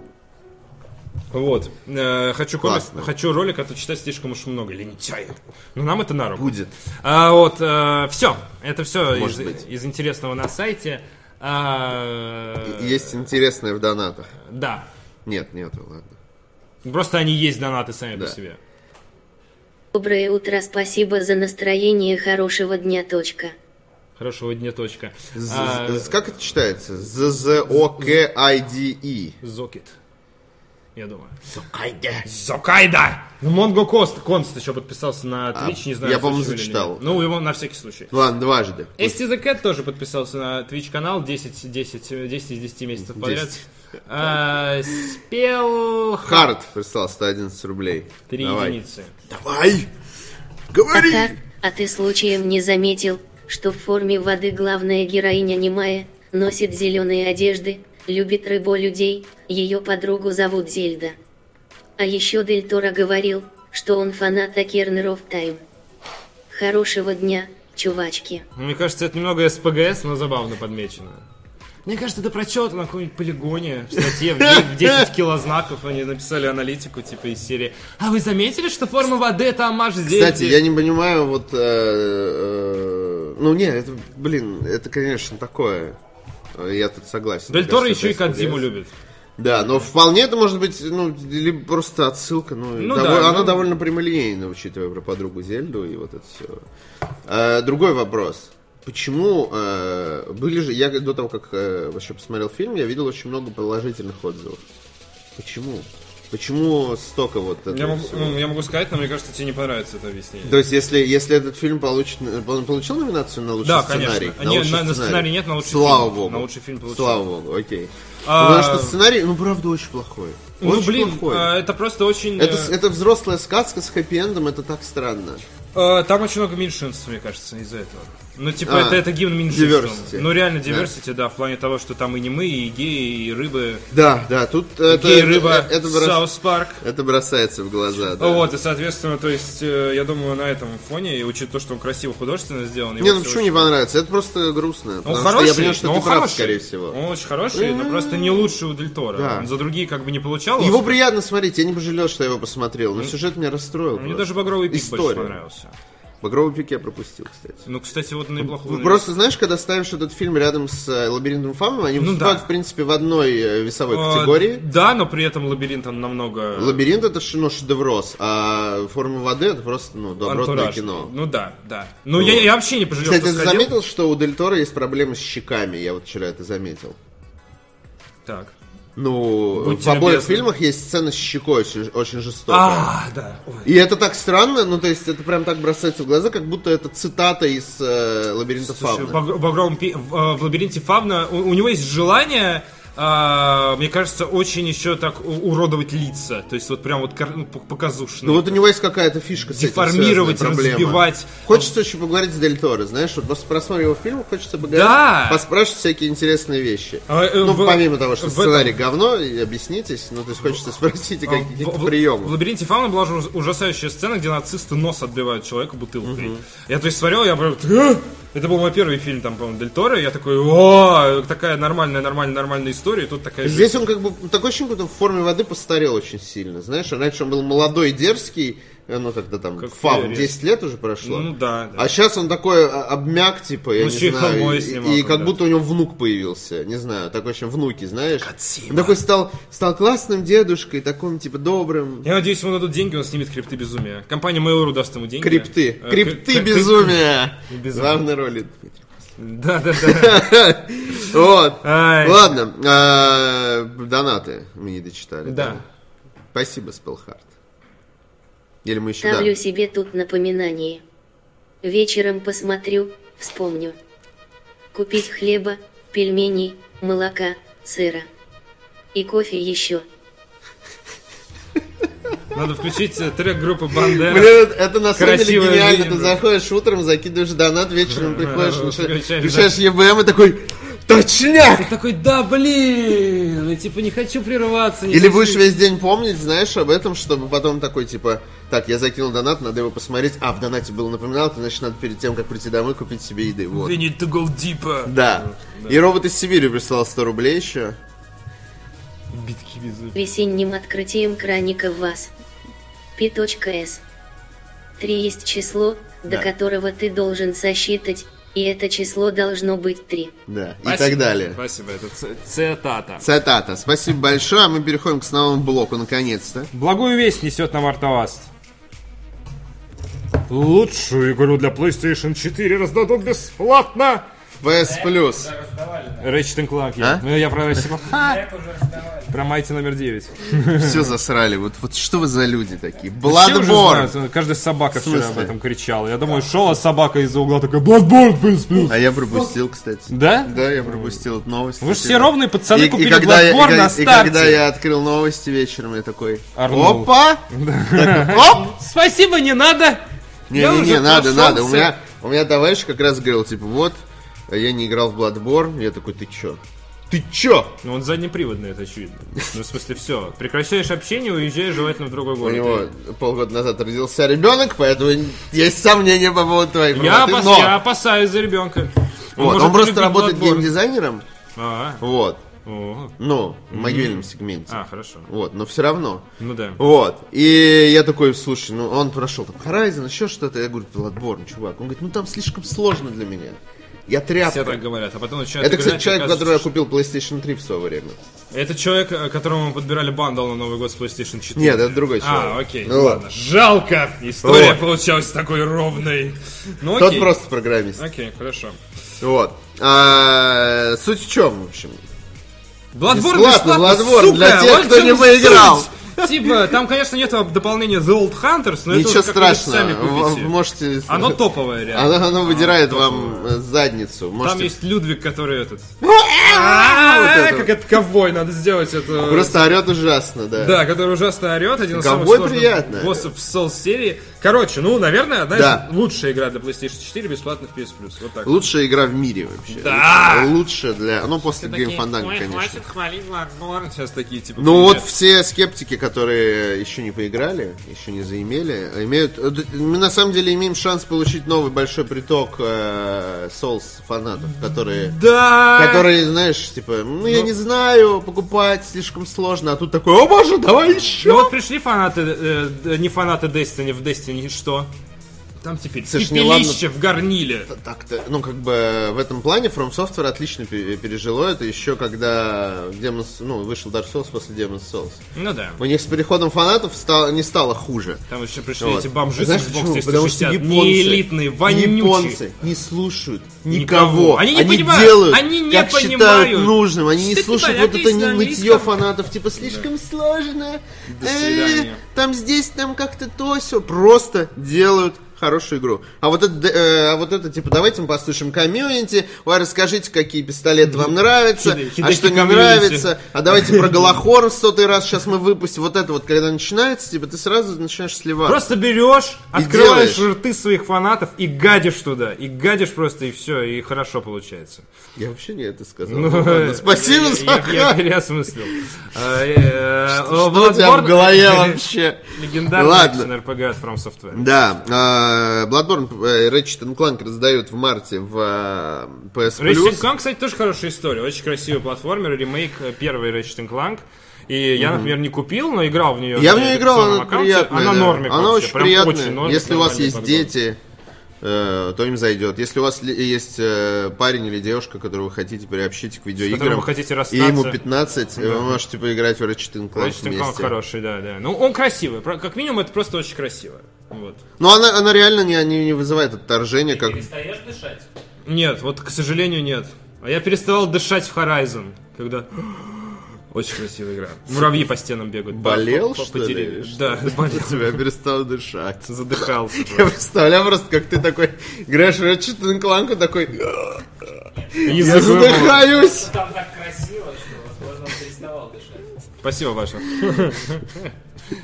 Speaker 1: Вот. Э, хочу, комикс-
Speaker 2: Классно.
Speaker 1: хочу ролик, а то читать слишком уж много. Лентяй. Но Ну, нам это на руку.
Speaker 2: Будет.
Speaker 1: А, вот, все. Это все из,
Speaker 2: Может быть.
Speaker 1: из интересного на сайте. А,
Speaker 2: Есть интересное в донатах.
Speaker 1: Да.
Speaker 2: Нет, нету, ладно.
Speaker 1: Просто они есть донаты сами
Speaker 2: Да.
Speaker 1: по себе.
Speaker 4: Доброе утро, спасибо за настроение, хорошего дня. Точка.
Speaker 1: Хорошего дня, точка.
Speaker 2: З-
Speaker 1: А,
Speaker 2: з- Как это читается? з з о к i d e
Speaker 1: Зокет. Я думаю. Зокайда! Зокайда! Ну, Монго Кост, Конст еще подписался на Twitch, не знаю.
Speaker 2: А, я, по-моему,
Speaker 1: слышал или нет.
Speaker 2: зачитал.
Speaker 1: Ну, его на всякий случай.
Speaker 2: Ладно, дважды.
Speaker 1: Эсти The Cat тоже подписался на Twitch канал 10, 10, э, 10 из 10 месяцев подряд. А, спел
Speaker 2: Хард прислал 111 рублей.
Speaker 1: 3
Speaker 2: Давай.
Speaker 1: единицы.
Speaker 2: Давай!
Speaker 4: А
Speaker 2: Говори!
Speaker 4: так, а ты случаем не заметил, что в форме воды главная героиня немая, носит зеленые одежды, любит рыбу людей, ее подругу зовут Зельда. А еще Дель Торо говорил, что он фанат Акернер оф Тайм. Хорошего дня, чувачки.
Speaker 1: Мне кажется, это немного СПГС, но забавно подмечено. Мне кажется, это прочел на каком-нибудь полигоне в статье в де- в 10 килознаков они написали аналитику типа из серии. А вы заметили, что форма воды это амаш здесь?
Speaker 2: Кстати, я не понимаю, вот... э, э, ну, не, это, блин, это, конечно, такое. Э, Я тут согласен.
Speaker 1: Дель
Speaker 2: Мне
Speaker 1: Торо
Speaker 2: кажется,
Speaker 1: еще и
Speaker 2: это
Speaker 1: Кадзиму
Speaker 2: SBS.
Speaker 1: любит.
Speaker 2: Да, но вполне это может быть, ну, либо просто отсылка, ну,
Speaker 1: Ну
Speaker 2: дово-
Speaker 1: да,
Speaker 2: она
Speaker 1: ну-
Speaker 2: довольно прямолинейна, учитывая про подругу Зельду и вот это все. другой вопрос. Почему э, были же, я до того, как э, вообще посмотрел фильм, я видел очень много положительных отзывов. Почему? Почему столько вот этого
Speaker 1: Я могу,
Speaker 2: всего?
Speaker 1: ну, я могу сказать, но мне кажется, тебе не понравится это объяснение.
Speaker 2: То есть, если, если этот фильм получит, он получил номинацию на лучший
Speaker 1: Да,
Speaker 2: сценарий?
Speaker 1: конечно. Не,
Speaker 2: лучший
Speaker 1: на- на сценарий нет, на лучший
Speaker 2: Слава
Speaker 1: фильм.
Speaker 2: Богу.
Speaker 1: На лучший фильм получил.
Speaker 2: Слава Богу, окей.
Speaker 1: А-
Speaker 2: Потому что сценарий, ну, правда, очень плохой.
Speaker 1: Ну
Speaker 2: Очень
Speaker 1: блин,
Speaker 2: плохой.
Speaker 1: э, это просто очень.
Speaker 2: Это,
Speaker 1: э,
Speaker 2: это взрослая сказка с хэппи-эндом, это так странно.
Speaker 1: Э, Там очень много меньшинств, мне кажется, из-за этого. Ну, типа,
Speaker 2: А,
Speaker 1: это, это гимн меньшинствам.
Speaker 2: diversity.
Speaker 1: Ну, реально, diversity, да. в плане того, что там и не мы, и геи, и рыбы,
Speaker 2: Да, да, тут э, это,
Speaker 1: геи, рыба,
Speaker 2: это, это брос-
Speaker 1: Саус Парк.
Speaker 2: это бросается в глаза. да.
Speaker 1: Вот, и, соответственно, то есть, э, я думаю, на этом фоне, и учитывая то, что он красиво художественно сделан... его
Speaker 2: Не, ну
Speaker 1: всё
Speaker 2: почему
Speaker 1: очень-
Speaker 2: не понравится? Это просто грустно.
Speaker 1: Он
Speaker 2: потому что
Speaker 1: хороший,
Speaker 2: я понимаю, что
Speaker 1: но
Speaker 2: ты
Speaker 1: он
Speaker 2: прав,
Speaker 1: хороший.
Speaker 2: скорее всего. М-м.
Speaker 1: Он очень хороший, но просто не лучше у Дель Торо.
Speaker 2: Да.
Speaker 1: Он за другие как бы не получал.
Speaker 2: Его
Speaker 1: Оскар.
Speaker 2: приятно смотреть, я не пожалел, что я его посмотрел, но сюжет меня расстроил.
Speaker 1: Мне
Speaker 2: просто.
Speaker 1: даже «Багровый пик»
Speaker 2: История.
Speaker 1: больше понравился.
Speaker 2: Багровый пик я пропустил, кстати.
Speaker 1: Ну, кстати, вот неплохой.
Speaker 2: Ну, Просто знаешь, когда ставишь этот фильм рядом с э, лабиринтом Фамы, они
Speaker 1: Ну
Speaker 2: выступают,
Speaker 1: да.
Speaker 2: в принципе, в одной э, весовой
Speaker 1: Э,
Speaker 2: категории.
Speaker 1: Да, но при этом лабиринт он намного...
Speaker 2: Лабиринт это ш- ну, шедеврос, а форма воды это просто ну, добротное
Speaker 1: антуражный.
Speaker 2: кино.
Speaker 1: Ну да, да. Ну, я, я вообще не пожалел,
Speaker 2: Кстати, ты
Speaker 1: что сходил.
Speaker 2: заметил, что у Дель Торо есть проблемы с щеками? Я вот вчера это заметил.
Speaker 1: Так.
Speaker 2: Ну,
Speaker 1: Будьте
Speaker 2: в обоих
Speaker 1: любезны.
Speaker 2: фильмах есть сцена с щекой очень, очень жестокая.
Speaker 1: А, да. Ой.
Speaker 2: И это так странно, ну то есть это прям так бросается в глаза, как будто это цитата из э, «Лабиринта
Speaker 1: Слушай,
Speaker 2: Фавна».
Speaker 1: в «Багровом пи- в, э, в лабиринте Фавна у, у него есть желание, а, мне кажется, очень еще так у- уродовать лица. То есть вот прям вот кар- ну, по- показушно.
Speaker 2: Ну вот у него есть какая-то фишка с этим
Speaker 1: Деформировать,
Speaker 2: связанная, проблема.
Speaker 1: разбивать.
Speaker 2: Хочется еще поговорить с Дель Торо, знаешь, вот после просмотра его фильма хочется поговорить,
Speaker 1: Да!
Speaker 2: поспрашивать всякие интересные вещи.
Speaker 1: А, э,
Speaker 2: ну,
Speaker 1: в-
Speaker 2: помимо того, что
Speaker 1: в
Speaker 2: сценарий говно, и объяснитесь, ну то есть хочется спросить о
Speaker 1: А,
Speaker 2: каких-то
Speaker 1: в- в- В
Speaker 2: приемах.
Speaker 1: лабиринте Фауна была ужас- ужасающая сцена, где нацисты нос отбивают человеку бутылкой. Я то есть смотрел, я прям... «А!» Это был мой первый фильм, там, по-моему, Дель Торо. и Я такой, о, такая нормальная, нормальная, нормальная история. И тут такая...
Speaker 2: Здесь он как бы, такое ощущение, как будто в форме воды постарел очень сильно, знаешь, а раньше он был молодой, дерзкий, э, ну когда там,
Speaker 1: Как
Speaker 2: фав,
Speaker 1: Фьюри.
Speaker 2: 10 лет уже прошло.
Speaker 1: Ну да, да.
Speaker 2: А сейчас он такой а, обмяк, типа, я
Speaker 1: Ну,
Speaker 2: не
Speaker 1: еще и
Speaker 2: знаю,
Speaker 1: «Хеллбоя»
Speaker 2: и,
Speaker 1: снимал
Speaker 2: и как
Speaker 1: когда-то.
Speaker 2: будто у него внук появился, не знаю, такой очень внуки, знаешь.
Speaker 1: Кодзима.
Speaker 2: Он такой стал, стал классным дедушкой, таким, типа, добрым.
Speaker 1: Я надеюсь, ему дадут деньги, он снимет крипты безумия. Компания Mail.ru даст ему деньги.
Speaker 2: Крипты,
Speaker 1: Э,
Speaker 2: крипты
Speaker 1: крип-
Speaker 2: безумия.
Speaker 1: Безумие.
Speaker 2: Главной роли.
Speaker 1: Да, да, да.
Speaker 2: Вот.
Speaker 1: Ай.
Speaker 2: Ладно, э, донаты мы не дочитали.
Speaker 1: Да.
Speaker 2: Спасибо, Спелхард. Или мы еще...
Speaker 4: Ставлю
Speaker 2: да.
Speaker 4: себе тут напоминание. Вечером посмотрю, вспомню. Купить хлеба, пельменей, молока, сыра. И кофе еще.
Speaker 1: Надо включить э, трек группы Бандера.
Speaker 2: Блин, это на самом деле
Speaker 1: Красивое
Speaker 2: гениально.
Speaker 1: время.
Speaker 2: Ты заходишь утром, закидываешь донат, вечером приходишь,
Speaker 1: Включаешь,
Speaker 2: включаешь включаешь EBM и такой... Точняк!
Speaker 1: Такой, да, блин, я типа не хочу прерываться. не
Speaker 2: Или
Speaker 1: хочу».
Speaker 2: будешь весь день помнить, знаешь, об этом, чтобы потом такой, типа, так, я закинул донат, надо его посмотреть. А, в донате было напоминалка, значит, надо перед тем, как прийти домой, купить себе еды. Вот.
Speaker 1: We need to go deeper.
Speaker 2: Да. И робот из Сибири прислал 100 рублей еще.
Speaker 1: Битки безумия.
Speaker 4: Весенним открытием краника в вас. P.S. 3 есть число,
Speaker 2: Да.
Speaker 4: до которого ты должен сосчитать, и это число должно быть 3.
Speaker 2: Да. И
Speaker 1: Спасибо.
Speaker 2: так далее.
Speaker 1: Спасибо, это ц- цитата.
Speaker 2: Цитата. Спасибо большое. А мы переходим к основному блоку, наконец-то.
Speaker 1: Благую весть несет нам Артоваст. Лучшую игру для PlayStation 4 раздадут бесплатно!
Speaker 2: PS Plus.
Speaker 1: Ratchet Clank.
Speaker 2: А?
Speaker 1: Я, ну, я про Ratchet Clank. Ха!
Speaker 3: Как уже раздавали.
Speaker 1: Про Mighty номер 9.
Speaker 2: Все засрали. Вот, вот что вы за люди такие?
Speaker 1: Все уже
Speaker 2: Bloodborne.
Speaker 1: знают, Каждая собака вчера
Speaker 2: смысле?
Speaker 1: об этом кричала. Я думаю, шла собака из-за угла такая Bloodborne PS Plus.
Speaker 2: А я пропустил, кстати.
Speaker 1: Да?
Speaker 2: Да, я пропустил эту новость.
Speaker 1: Вы же все ровные пацаны
Speaker 2: И- и
Speaker 1: купили
Speaker 2: когда я- и
Speaker 1: Bloodborne
Speaker 2: когда-
Speaker 1: на
Speaker 2: и
Speaker 1: старте.
Speaker 2: когда я открыл новости вечером, я такой,
Speaker 1: Орнул.
Speaker 2: опа! Такой, Оп!
Speaker 1: Спасибо, не надо! Я
Speaker 2: Не-не-не,
Speaker 1: уже
Speaker 2: надо,
Speaker 1: прошёл
Speaker 2: надо. У
Speaker 1: всё.
Speaker 2: меня, у меня товарищ как раз говорил, типа, вот, я не играл в Bloodborne. Я такой, ты чё? Ты чё?
Speaker 1: Ну он заднеприводный, это очевидно. Ну, в смысле, все. Прекращаешь общение, уезжаешь желательно в другой
Speaker 2: У
Speaker 1: город.
Speaker 2: него полгода назад родился ребенок, поэтому есть сомнения по поводу твоей
Speaker 1: Я,
Speaker 2: правоты,
Speaker 1: опас-
Speaker 2: но-
Speaker 1: я опасаюсь за ребенка.
Speaker 2: Вот, он просто работает геймдизайнером,
Speaker 1: А,
Speaker 2: вот,
Speaker 1: о,
Speaker 2: ну, в мобильном сегменте.
Speaker 1: а, хорошо.
Speaker 2: Вот, но все равно.
Speaker 1: Ну да.
Speaker 2: Вот. И я такой, слушай, ну он прошел там Horizon, еще что-то. Я говорю, Bloodborne, чувак. Он говорит, ну там слишком сложно для меня. Я тряпка.
Speaker 1: Все так говорят, а потом начинают
Speaker 2: Это, кстати,
Speaker 1: играть,
Speaker 2: человек,
Speaker 1: оказывается,
Speaker 2: который я купил PlayStation 3 в свое время.
Speaker 1: что- Это человек, э, которому мы подбирали бандал на Новый год с PlayStation 4.
Speaker 2: Нет, это другой человек.
Speaker 1: А, окей,
Speaker 2: Ну
Speaker 1: ладно. Жалко! История
Speaker 2: Вот.
Speaker 1: получалась такой ровной. Ну
Speaker 2: Тот
Speaker 1: окей.
Speaker 2: просто программист.
Speaker 1: Окей, хорошо.
Speaker 2: Вот. А, суть в чем, в общем.
Speaker 1: Бладборн
Speaker 2: Бесплатно, Bloodborne для тех, кто не поиграл.
Speaker 1: Типа, там, конечно, нет дополнения The Old Hunters, но это
Speaker 2: Ничего
Speaker 1: уж как-нибудь
Speaker 2: страшного.
Speaker 1: сами
Speaker 2: Вы-
Speaker 1: купите.
Speaker 2: вы можете...
Speaker 1: Оно топовое, реально.
Speaker 2: Оно, оно выдирает вам э, задницу. Можете...
Speaker 1: Там есть Людвиг, который этот...
Speaker 2: это
Speaker 1: А,
Speaker 2: вот.
Speaker 1: Как это ковбой, надо сделать это...
Speaker 2: Просто орет ужасно, да.
Speaker 1: Да, который ужасно орет, один из самых
Speaker 2: Ковбой
Speaker 1: сложных
Speaker 2: приятно.
Speaker 1: боссов в Souls серии. Короче, ну, наверное, одна
Speaker 2: Да.
Speaker 1: из лучшая игра для PlayStation 4 бесплатно в PS Plus. Вот так.
Speaker 2: Лучшая игра в мире вообще.
Speaker 1: Да.
Speaker 2: Лучшая для... Ну, после Game Fandango, конечно.
Speaker 1: хватит хвалить Bloodborne. Сейчас такие, типа...
Speaker 2: Ну
Speaker 1: привет.
Speaker 2: вот все скептики, которые еще не поиграли, еще не заимели, имеют... э, д- Мы на самом деле имеем шанс получить новый большой приток э, Souls фанатов, которые...
Speaker 1: Да!
Speaker 2: Которые, знаешь, типа, ну я не знаю, покупать слишком сложно, а тут такой, о боже, давай еще!
Speaker 1: Ну вот пришли фанаты, э, д- не фанаты Destiny в Destiny, что? Там теперь
Speaker 2: Слушай, не
Speaker 1: пепелище в горниле.
Speaker 2: Так-то, ну, как бы в этом плане From Software отлично пе- пережило это еще когда Demon's, ну, вышел Dark Souls после Demon's Souls.
Speaker 1: Ну да.
Speaker 2: У них с переходом фанатов стало, не стало хуже.
Speaker 1: Там еще пришли
Speaker 2: Вот.
Speaker 1: эти бомжи
Speaker 2: Знаешь
Speaker 1: с
Speaker 2: почему?
Speaker 1: Xbox 360.
Speaker 2: Потому что
Speaker 1: не элитные, вонючие.
Speaker 2: японцы не слушают
Speaker 1: Никого.
Speaker 2: никого.
Speaker 1: Они не понимают,
Speaker 2: делают,
Speaker 1: они не
Speaker 2: как
Speaker 1: понимают. типа,
Speaker 2: считают нужным. Они не
Speaker 1: Что-то
Speaker 2: слушают
Speaker 1: понятно
Speaker 2: вот это
Speaker 1: из
Speaker 2: не- нытье
Speaker 1: английского.
Speaker 2: фанатов. Типа, слишком сложно.
Speaker 1: До
Speaker 2: Э,
Speaker 1: свидания.
Speaker 2: Там здесь, там как-то то все. Просто делают хорошую игру. А вот это, э, а вот это типа, давайте мы послушаем комьюнити, ой, расскажите, какие пистолеты вам нравятся,
Speaker 1: Хиде-
Speaker 2: а
Speaker 1: Хидеки
Speaker 2: что не
Speaker 1: комьюнити.
Speaker 2: нравится, а давайте про Голохор в сотый раз сейчас мы выпустим. Вот это вот, когда начинается, типа, ты сразу начинаешь сливаться.
Speaker 1: Просто берешь, открываешь
Speaker 2: делаешь.
Speaker 1: рты своих фанатов и гадишь туда. И гадишь просто, и все, и хорошо получается.
Speaker 2: Я вообще не это сказал.
Speaker 1: Ну,
Speaker 2: Ну, ладно, Спасибо
Speaker 1: я-
Speaker 2: за
Speaker 1: я- Я
Speaker 2: хак.
Speaker 1: переосмыслил. А, э,
Speaker 2: Что у тебя в
Speaker 1: Bloodborne-
Speaker 2: голове вообще? Ладно.
Speaker 1: Легендарный RPG от From Software.
Speaker 2: Да, э, Bloodborne, э, Ratchet Clank раздают в марте в э, PS
Speaker 1: Ratchet
Speaker 2: Plus.
Speaker 1: Clank, кстати, тоже хорошая история. Очень красивый платформер, ремейк э, первой Ratchet Clank. И я, например, не купил, но играл в нее.
Speaker 2: Я в нее играл, она приятная.
Speaker 1: Она
Speaker 2: да.
Speaker 1: нормик
Speaker 2: Она
Speaker 1: вообще,
Speaker 2: очень
Speaker 1: прям
Speaker 2: приятная.
Speaker 1: очень нормик,
Speaker 2: Если у вас
Speaker 1: нормальный
Speaker 2: есть
Speaker 1: подгон.
Speaker 2: дети, э, то им зайдет. Если у вас ли- есть э, парень или девушка, которого вы хотите приобщить к
Speaker 1: которым
Speaker 2: видеоиграм,
Speaker 1: вы хотите
Speaker 2: и
Speaker 1: расстаться.
Speaker 2: ему 15, вы можете поиграть в Ratchet
Speaker 1: Ratchet
Speaker 2: Clank
Speaker 1: Clank
Speaker 2: вместе.
Speaker 1: хороший, да, да. Ну, он красивый. Про- Как минимум, это просто очень красиво. Вот.
Speaker 2: Но Ну, она, она реально не, не, не вызывает отторжения, как
Speaker 3: Перестаешь дышать?
Speaker 1: Нет, вот, к сожалению, нет. А я переставал дышать в Horizon, когда... Очень красивая игра. Муравьи по стенам бегают.
Speaker 2: Болел,
Speaker 1: По- по-
Speaker 2: что ли,
Speaker 1: потеряли.
Speaker 2: или что?
Speaker 1: Да, болел.
Speaker 2: тебя перестал дышать.
Speaker 1: Задыхался.
Speaker 2: Я представляю просто, как ты такой играешь в Ratchet and Clank, и такой, я
Speaker 1: Язык вырвало.
Speaker 2: задыхаюсь.
Speaker 3: Там так красиво, что, возможно, он переставал дышать.
Speaker 1: Спасибо, Паша.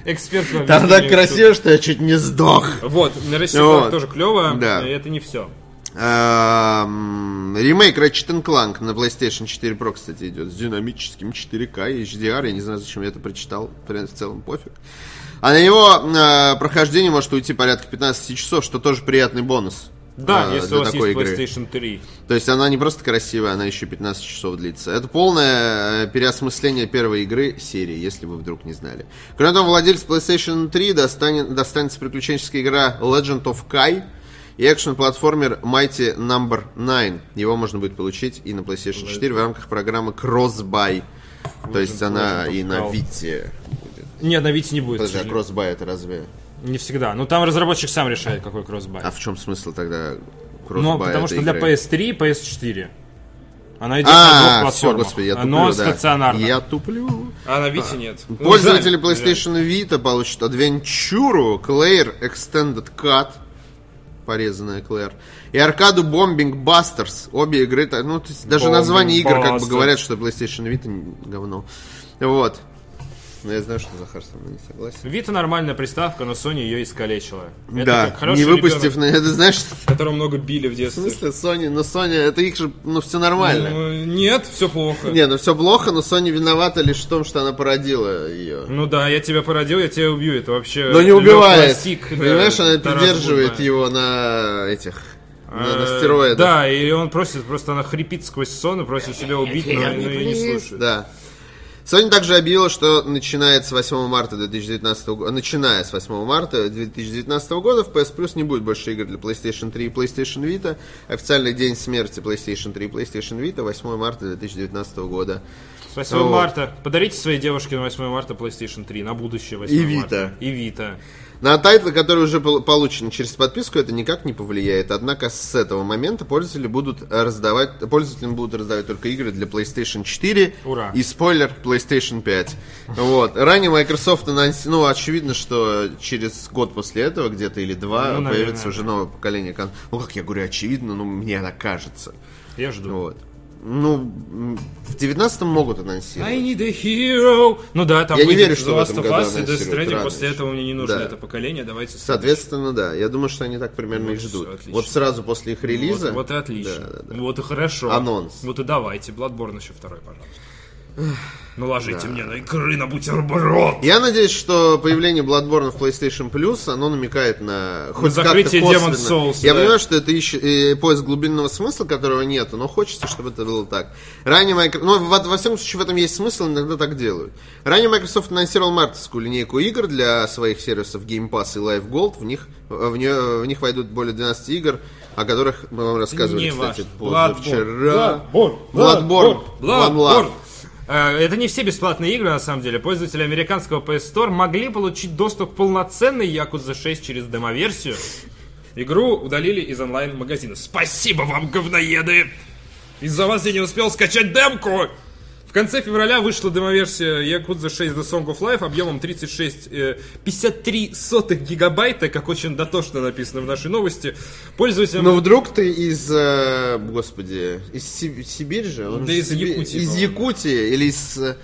Speaker 1: Эксперт по
Speaker 2: Там так
Speaker 1: объяснению
Speaker 2: красиво, что я чуть не сдох.
Speaker 1: всего. Вот, на Ratchet
Speaker 2: Вот.
Speaker 1: Clank тоже клево,
Speaker 2: Да.
Speaker 1: но это не все.
Speaker 2: Эм, Ремейк Ratchet and Clank на PlayStation 4 Pro, кстати, идет с динамическим 4К и HDR. Я не знаю, зачем я это прочитал. Прям В целом пофиг. А на его э, прохождение может уйти порядка 15 часов, что тоже приятный бонус.
Speaker 1: Да,
Speaker 2: э,
Speaker 1: если
Speaker 2: для
Speaker 1: у вас есть
Speaker 2: такой игры.
Speaker 1: PlayStation 3.
Speaker 2: То есть она не просто красивая, она еще 15 часов длится. Это полное э, переосмысление первой игры серии, если вы вдруг не знали. Кроме того, владельцу PlayStation 3 достанет, достанется приключенческая игра Legend of Kai и экшн-платформер Mighty Number 9. Его можно будет получить и на PlayStation 4 в рамках программы Crossbuy. То есть она и на
Speaker 1: Kai.
Speaker 2: Вите будет.
Speaker 1: Нет, на Вите не будет. к
Speaker 2: Подожди, а
Speaker 1: сожалению.
Speaker 2: Crossbuy это разве...
Speaker 1: Не всегда. Ну там разработчик сам решает, какой кроссбай.
Speaker 2: А в чем смысл тогда
Speaker 1: Ну,
Speaker 2: кроссбай
Speaker 1: потому
Speaker 2: этой
Speaker 1: что для
Speaker 2: игры?
Speaker 1: PS3, PS4. Она идет на двух
Speaker 2: А, все,
Speaker 1: платформах.
Speaker 2: господи, я туплю,
Speaker 1: Оно
Speaker 2: да.
Speaker 1: стационарно.
Speaker 2: Я туплю.
Speaker 1: А на Вите нет. Ну,
Speaker 2: Пользователи
Speaker 1: жаль, жаль.
Speaker 2: PlayStation Vita получат адвенчуру, Claire Extended Cut, порезанная Claire, и аркаду Bombing Busters. Обе игры, та- ну, то есть даже
Speaker 1: Bombing
Speaker 2: название игр как бы
Speaker 1: Busters.
Speaker 2: говорят, что PlayStation Vita н- говно. Вот. Но я знаю, что Захар со мной не согласен.
Speaker 1: Вита нормальная приставка, но Sony ее искалечила. Это как
Speaker 2: да, не
Speaker 1: хороший
Speaker 2: выпустив,
Speaker 1: ребенок,
Speaker 2: на это знаешь,
Speaker 1: которого много били в
Speaker 2: в
Speaker 1: детстве.
Speaker 2: смысле Sony, но Sony, это их же, ну все нормально.
Speaker 1: Ну, Нет, все плохо.
Speaker 2: Не, ну все плохо, но Sony виновата лишь в том, что она породила ее.
Speaker 1: Ну да, я тебя породил, я тебя убью. Это вообще...
Speaker 2: Но Ну, не
Speaker 1: Лёв
Speaker 2: убивает.
Speaker 1: э, Пластик, э,
Speaker 2: Понимаешь, она
Speaker 1: Тарас
Speaker 2: придерживает
Speaker 1: Бульба.
Speaker 2: его на этих. На, на
Speaker 1: Э,
Speaker 2: стероидах.
Speaker 1: Да, и он просит, просто она хрипит сквозь сон и просит себя убить, но но ее не слушает.
Speaker 2: Да. Sony также объявила, что начиная с 8 марта 2019 года, начиная с 8 марта 2019 года в PS Plus не будет больше игр для PlayStation 3 и PlayStation Vita. Официальный день смерти PlayStation 3 и PlayStation Vita 8 марта 2019 года.
Speaker 1: С 8
Speaker 2: Вот.
Speaker 1: марта. Подарите своей девушке на 8 марта PlayStation 3, на будущее 8
Speaker 2: И
Speaker 1: марта. И Вита.
Speaker 2: На тайтлы, которые уже пол- получены через подписку, это никак не повлияет. Однако с этого момента пользователи будут э, раздавать, пользователям будут раздавать только игры для PlayStation 4
Speaker 1: Ура.
Speaker 2: и спойлер PlayStation 5. Вот. Ранее Microsoft анонси... ну очевидно, что через год после этого где-то или два
Speaker 1: Ну, наверное,
Speaker 2: появится
Speaker 1: да.
Speaker 2: уже новое поколение кон... Ну как я говорю, очевидно, ну мне она кажется.
Speaker 1: Я жду.
Speaker 2: Вот. Ну м, в 19 могут анонсировать.
Speaker 1: I need a hero. Ну да, там
Speaker 2: Я не
Speaker 1: выйдет
Speaker 2: верю, что
Speaker 1: The
Speaker 2: в
Speaker 1: Last
Speaker 2: этом
Speaker 1: of
Speaker 2: году
Speaker 1: Us и Death
Speaker 2: анонсируют,
Speaker 1: Stranding.
Speaker 2: рано
Speaker 1: После
Speaker 2: еще.
Speaker 1: этого мне не нужно
Speaker 2: Да.
Speaker 1: это поколение. Давайте с-
Speaker 2: Соответственно, да. Я думаю, что они так примерно и ждут.
Speaker 1: Ну, всё, отлично. Ну,
Speaker 2: вот сразу после их релиза.
Speaker 1: Вот, вот и отлично.
Speaker 2: Да, да, да.
Speaker 1: Вот и хорошо.
Speaker 2: Анонс.
Speaker 1: Вот и давайте. Bloodborne еще второй, пожалуйста. Наложите мне на икры на бутерброд.
Speaker 2: Я надеюсь, что появление Bloodborne в PlayStation Plus, оно намекает на хоть
Speaker 1: закрытие
Speaker 2: как-то
Speaker 1: Demon's
Speaker 2: косвенно.
Speaker 1: Souls,
Speaker 2: Я
Speaker 1: да.
Speaker 2: понимаю, что это ищ- э, поиск глубинного смысла, которого нету, но хочется, чтобы это было так. Ранее Microsoft... Ну, во, во всяком случае, в этом есть смысл, иногда так делают. Ранее Microsoft анонсировал мартовскую линейку игр для своих сервисов Game Pass и Live Gold. В них, э, в нее- в них войдут более 12 игр, о которых мы вам рассказывали,
Speaker 1: Не
Speaker 2: кстати,
Speaker 1: важно.
Speaker 2: позавчера.
Speaker 1: Bloodborne.
Speaker 2: Bloodborne. One
Speaker 1: Bloodborne.
Speaker 2: Love.
Speaker 1: Э, Это не все бесплатные игры, на самом деле. Пользователи американского PS Store могли получить доступ к полноценной Yakuza 6 через демоверсию. Игру удалили из онлайн-магазина. Спасибо вам, говноеды! Из-за вас я не успел скачать демку! В конце февраля вышла демоверсия Yakuza 6 The Song of Life объемом 36, э, 53 сотых гигабайта, как очень дотошно написано в нашей новости. Пользователям...
Speaker 2: Но вдруг ты из, э, господи, из Си- Сибири же? Он
Speaker 1: Да
Speaker 2: же
Speaker 1: из
Speaker 2: Сиби-
Speaker 1: Якутии,
Speaker 2: Из
Speaker 1: по-моему.
Speaker 2: Якутии или из... э,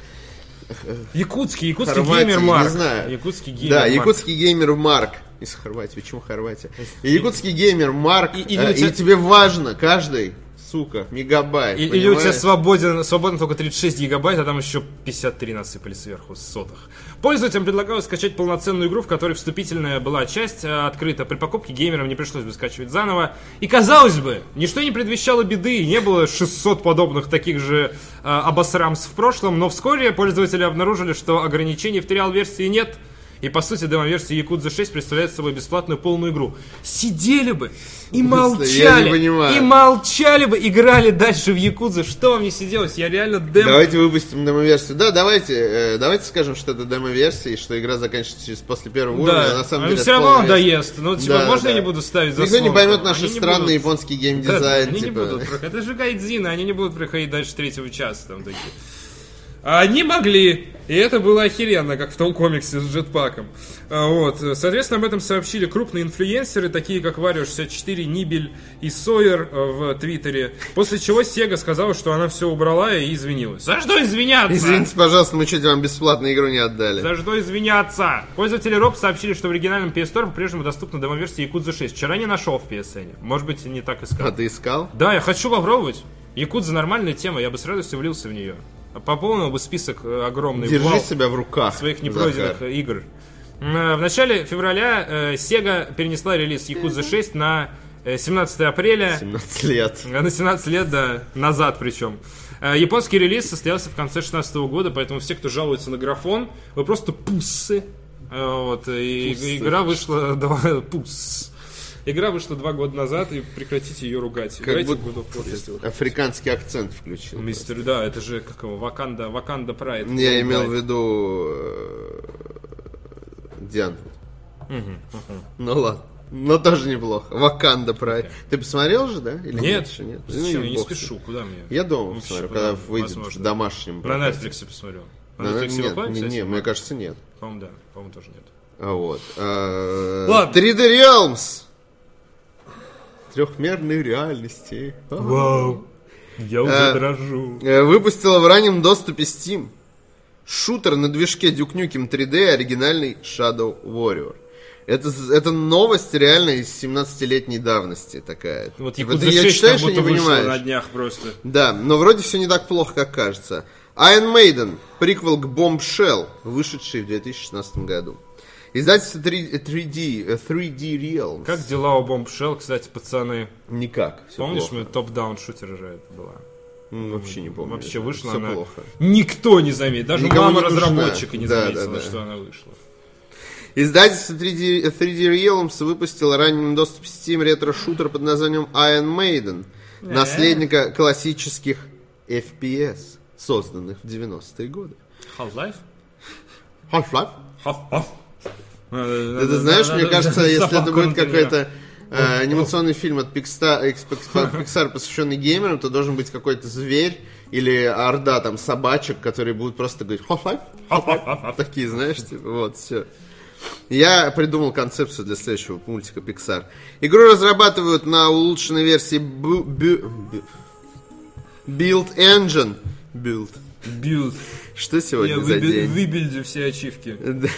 Speaker 1: Якутский, якутский
Speaker 2: Хорватии,
Speaker 1: геймер Марк.
Speaker 2: не знаю.
Speaker 1: Якутский геймер
Speaker 2: Да,
Speaker 1: Марк.
Speaker 2: якутский геймер Марк. Из Хорватии, почему Хорватия? И Якутский геймер Марк,
Speaker 1: И-
Speaker 2: э,
Speaker 1: и
Speaker 2: и,
Speaker 1: люди-
Speaker 2: тебе важно каждый, сука, мегабайт,
Speaker 1: И- Или у тебя
Speaker 2: понимаешь?
Speaker 1: свободен, свободно только 36 гигабайт, а там еще 53 насыпали сверху с сотых. Пользователям предлагалось скачать полноценную игру, в которой вступительная была часть э, открыта. При покупке геймерам не пришлось бы скачивать заново. И казалось бы, ничто не предвещало беды, и не было 600 подобных таких же э, обосрамс в прошлом, но вскоре пользователи обнаружили, что ограничений в триал-версии нет. И по сути демо-версия Якудза 6 представляет собой бесплатную полную игру. Сидели бы и
Speaker 2: я не
Speaker 1: молчали,
Speaker 2: понимаю.
Speaker 1: и молчали бы, играли дальше в Якудзу. Что вам не сиделось? Я реально демо...
Speaker 2: Давайте выпустим демо-версию. Да, давайте, э, давайте скажем, что это демо-версия, и что игра заканчивается через после первого уровня, а
Speaker 1: Да,
Speaker 2: на самом
Speaker 1: а
Speaker 2: деле
Speaker 1: все
Speaker 2: это
Speaker 1: равно
Speaker 2: полная версия.
Speaker 1: надоест. Ну, типа,
Speaker 2: Да,
Speaker 1: можно
Speaker 2: да.
Speaker 1: я не буду ставить за
Speaker 2: Никто не поймет наш странный
Speaker 1: будут...
Speaker 2: японский геймдизайн.
Speaker 1: Да, они не
Speaker 2: типа.
Speaker 1: будут проходить. Это же гайдзины, они не будут проходить дальше третьего часа там такие. А Они могли, и это было охеренно, как в том комиксе с джетпаком. А, Вот. Соответственно, об этом сообщили крупные инфлюенсеры, такие как Варио64, Нибель и Сойер э, в Твиттере. После чего Сега сказала, что она все убрала и извинилась. За что извиняться?
Speaker 2: Извините, пожалуйста, мы чуть вам бесплатно игру не отдали.
Speaker 1: За что извиняться? Пользователи Роб сообщили, что в оригинальном PS Store по-прежнему доступна демоверсия Якудза 6. Вчера не нашел в PSN. Может быть, не так искал.
Speaker 2: А ты искал?
Speaker 1: Да, я хочу попробовать. Якудза нормальная тема, я бы с радостью влился в нее. Пополнил бы список э, огромный.
Speaker 2: Держи
Speaker 1: вал
Speaker 2: себя в руках.
Speaker 1: своих
Speaker 2: Захар.
Speaker 1: непройденных э, игр. М, э, В начале февраля э, Sega перенесла релиз Якудза 6 на э, 17 апреля.
Speaker 2: 17 лет.
Speaker 1: Э, На 17 лет, да, назад причем. Э, Японский релиз состоялся в конце 16 года, поэтому все, кто жалуется на графон, вы просто пуссы. Э, Вот, и
Speaker 2: Пуссы.
Speaker 1: игра вышла... два- Пусс. Игра вышла два года назад, и прекратите ее ругать. Играйте в
Speaker 2: будто-
Speaker 1: God of War, если вы хотите.
Speaker 2: Африканский акцент включил.
Speaker 1: Мистер, да, это же как его, Ваканда, Ваканда Прайд.
Speaker 2: Я имел в виду... э, Диан. Ну ладно. Но тоже неплохо. Ваканда про. Ты посмотрел же, да? Или
Speaker 1: Нет,
Speaker 2: еще
Speaker 1: нет.
Speaker 2: нет?
Speaker 1: Зачем?
Speaker 2: Ну,
Speaker 1: Я не
Speaker 2: бог с ним.
Speaker 1: спешу, куда мне?
Speaker 2: Я дома
Speaker 1: Вообще,
Speaker 2: посмотрю,
Speaker 1: куда?
Speaker 2: когда выйдет
Speaker 1: Возможно.
Speaker 2: в домашнем.
Speaker 1: На
Speaker 2: прокате.
Speaker 1: Netflix посмотрю. На
Speaker 2: Да,
Speaker 1: Netflix
Speaker 2: Нет,
Speaker 1: выходит,
Speaker 2: не,
Speaker 1: кстати?
Speaker 2: не, мне кажется, нет.
Speaker 1: По-моему, да. По-моему, тоже нет.
Speaker 2: А Вот. Э,
Speaker 1: Ладно.
Speaker 2: 3D Realms. Трехмерной реальности.
Speaker 1: Вау. Я
Speaker 2: Э,
Speaker 1: дрожу.
Speaker 2: Э, Выпустила в раннем доступе Steam. Шутер на движке Duke Nukem 3D оригинальный Shadow Warrior. Это, з- это новость реально из 17-летней давности такая.
Speaker 1: Вот
Speaker 2: Типа,
Speaker 1: Якудза
Speaker 2: ты её
Speaker 1: 6 как
Speaker 2: читаешь и
Speaker 1: будто
Speaker 2: не
Speaker 1: вышла на
Speaker 2: понимаешь.
Speaker 1: днях просто.
Speaker 2: Да, но вроде все не так плохо, как кажется. Iron Maiden, приквел к Bombshell, вышедший в 2016 году. Издательство 3, 3D, э, 3D Realms.
Speaker 1: Как дела у Bombshell, кстати, пацаны?
Speaker 2: Никак. всё
Speaker 1: Помнишь,
Speaker 2: плохо.
Speaker 1: мы топ-даун шутер же это была?
Speaker 2: М, Вообще не помню.
Speaker 1: Вообще вышла
Speaker 2: Э, Всё
Speaker 1: она.
Speaker 2: плохо.
Speaker 1: Никто не заметил. Даже
Speaker 2: Никому
Speaker 1: мама
Speaker 2: не нужна.
Speaker 1: разработчика не
Speaker 2: Да,
Speaker 1: заметила,
Speaker 2: да, да.
Speaker 1: что она вышла.
Speaker 2: Издательство э, 3D, 3D Realms выпустило ранним доступ в Steam ретро-шутер под названием Iron Maiden, наследника классических FPS, созданных в 90-е годы.
Speaker 1: Half-Life?
Speaker 2: Half-Life?
Speaker 1: Half-Half.
Speaker 2: Да Ты знаешь, мне кажется, если это будет какой-то э, анимационный фильм от Пикста- экс- Пикста- Pixar, посвященный геймерам, то должен быть какой-то зверь или орда там собачек, которые будут просто говорить Half-Life? Half-Life». Такие, знаешь, типа, вот, все. Я придумал концепцию для следующего мультика Pixar. Игру разрабатывают на улучшенной версии бу- бю- бю- Build Engine. Build.
Speaker 1: Билд.
Speaker 2: Что сегодня
Speaker 1: Я
Speaker 2: за
Speaker 1: выби-
Speaker 2: день? Э,
Speaker 1: выбилдю все ачивки.
Speaker 2: Да.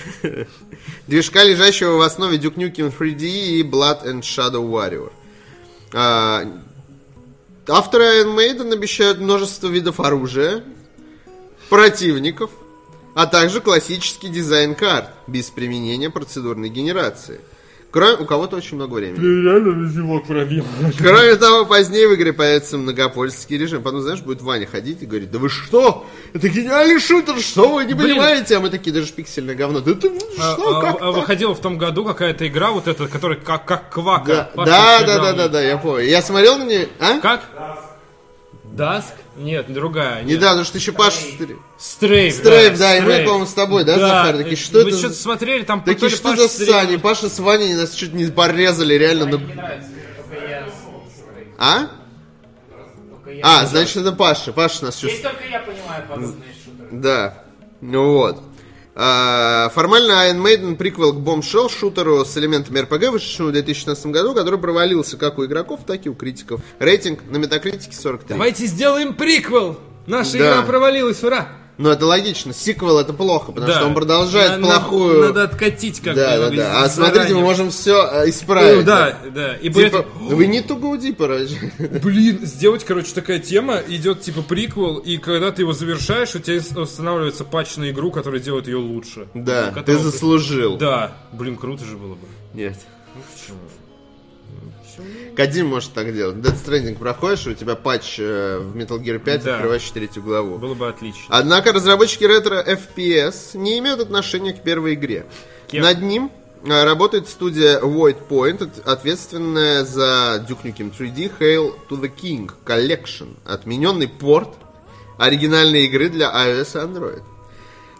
Speaker 2: Движка, лежащего в основе Duke Nukem 3D и Blood and Shadow Warrior. А, авторы Iron Maiden обещают множество видов оружия, противников, а также классический дизайн карт без применения процедурной генерации. Кроме, у кого-то очень много времени.
Speaker 1: Реально зевок пробил.
Speaker 2: Кроме того, позднее в игре появится многопольский режим. Потом, знаешь, будет Ваня ходить и говорить, да вы что? Это гениальный шутер, что вы не понимаете? А мы такие, даже пиксельное говно. Да ты
Speaker 1: А,
Speaker 2: что,
Speaker 1: а,
Speaker 2: как
Speaker 1: а
Speaker 2: так?»
Speaker 1: выходила в том году какая-то игра, вот эта, которая как, как
Speaker 2: Да,
Speaker 1: квака. Паша
Speaker 2: да, да,
Speaker 1: передал
Speaker 2: да,
Speaker 1: мне.
Speaker 2: да, да, я понял. Я смотрел на нее, а?
Speaker 1: Как? Даск? Нет, другая.
Speaker 2: Не
Speaker 1: Нет.
Speaker 2: да, потому что еще Паш... стр-
Speaker 3: Ну,
Speaker 1: Стрейф.
Speaker 2: Стрейф, да, и мы, по-моему, с тобой, да, Захар? Такие, что
Speaker 1: Мы
Speaker 2: это
Speaker 1: что-то
Speaker 2: за...
Speaker 1: смотрели, там
Speaker 2: Такие,
Speaker 1: какой-то
Speaker 2: что
Speaker 1: Паша
Speaker 2: за
Speaker 1: Стрейф.
Speaker 2: сани? Паша с Ваней нас чуть не порезали, реально. на-
Speaker 3: Мне нравится, только я... с-
Speaker 2: А?
Speaker 3: Только я...
Speaker 2: А, значит, это Паша. Паша нас чувствует.
Speaker 3: Здесь только я понимаю подобные шутеры.
Speaker 2: Да, ну вот. А, Формально Iron Maiden приквел к Bombshell шутеру с элементами RPG, вышедшему в 2016 году, который провалился как у игроков, так и у критиков. Рейтинг на метакритике 43.
Speaker 1: Давайте сделаем приквел. Наша
Speaker 2: Да.
Speaker 1: игра провалилась, ура.
Speaker 2: Но Ну, это логично, сиквел это плохо, потому
Speaker 1: Да.
Speaker 2: что он продолжает
Speaker 1: На- на-
Speaker 2: плохую...
Speaker 1: Надо откатить как-то.
Speaker 2: да, да,
Speaker 1: надо
Speaker 2: да. А
Speaker 1: заранее.
Speaker 2: смотрите, мы можем все
Speaker 1: Ну,
Speaker 2: исправить.
Speaker 1: да, да. И при
Speaker 2: Типа,
Speaker 1: этом-
Speaker 2: вы не to go deeper.
Speaker 1: Блин, сделать, короче, такая тема, идет типа приквел, и когда ты его завершаешь, у тебя ис- устанавливается патч на игру, который делает ее лучше.
Speaker 2: Да,
Speaker 1: Ну, которого
Speaker 2: ты
Speaker 1: ты-
Speaker 2: заслужил.
Speaker 1: Да, блин, круто же было бы.
Speaker 2: Нет.
Speaker 1: Ну, почему?
Speaker 2: Кадим может так делать. Death Stranding проходишь, и у тебя патч э, в Metal Gear 5
Speaker 1: Да.
Speaker 2: открываешь третью главу.
Speaker 1: Было бы отлично.
Speaker 2: Однако разработчики ретро FPS не имеют отношения к первой игре.
Speaker 1: Кем?
Speaker 2: Над ним э, работает студия Void Point, от- ответственная за Duke Nukem 3D Hail to the King Collection, отмененный порт оригинальной игры для iOS и Android.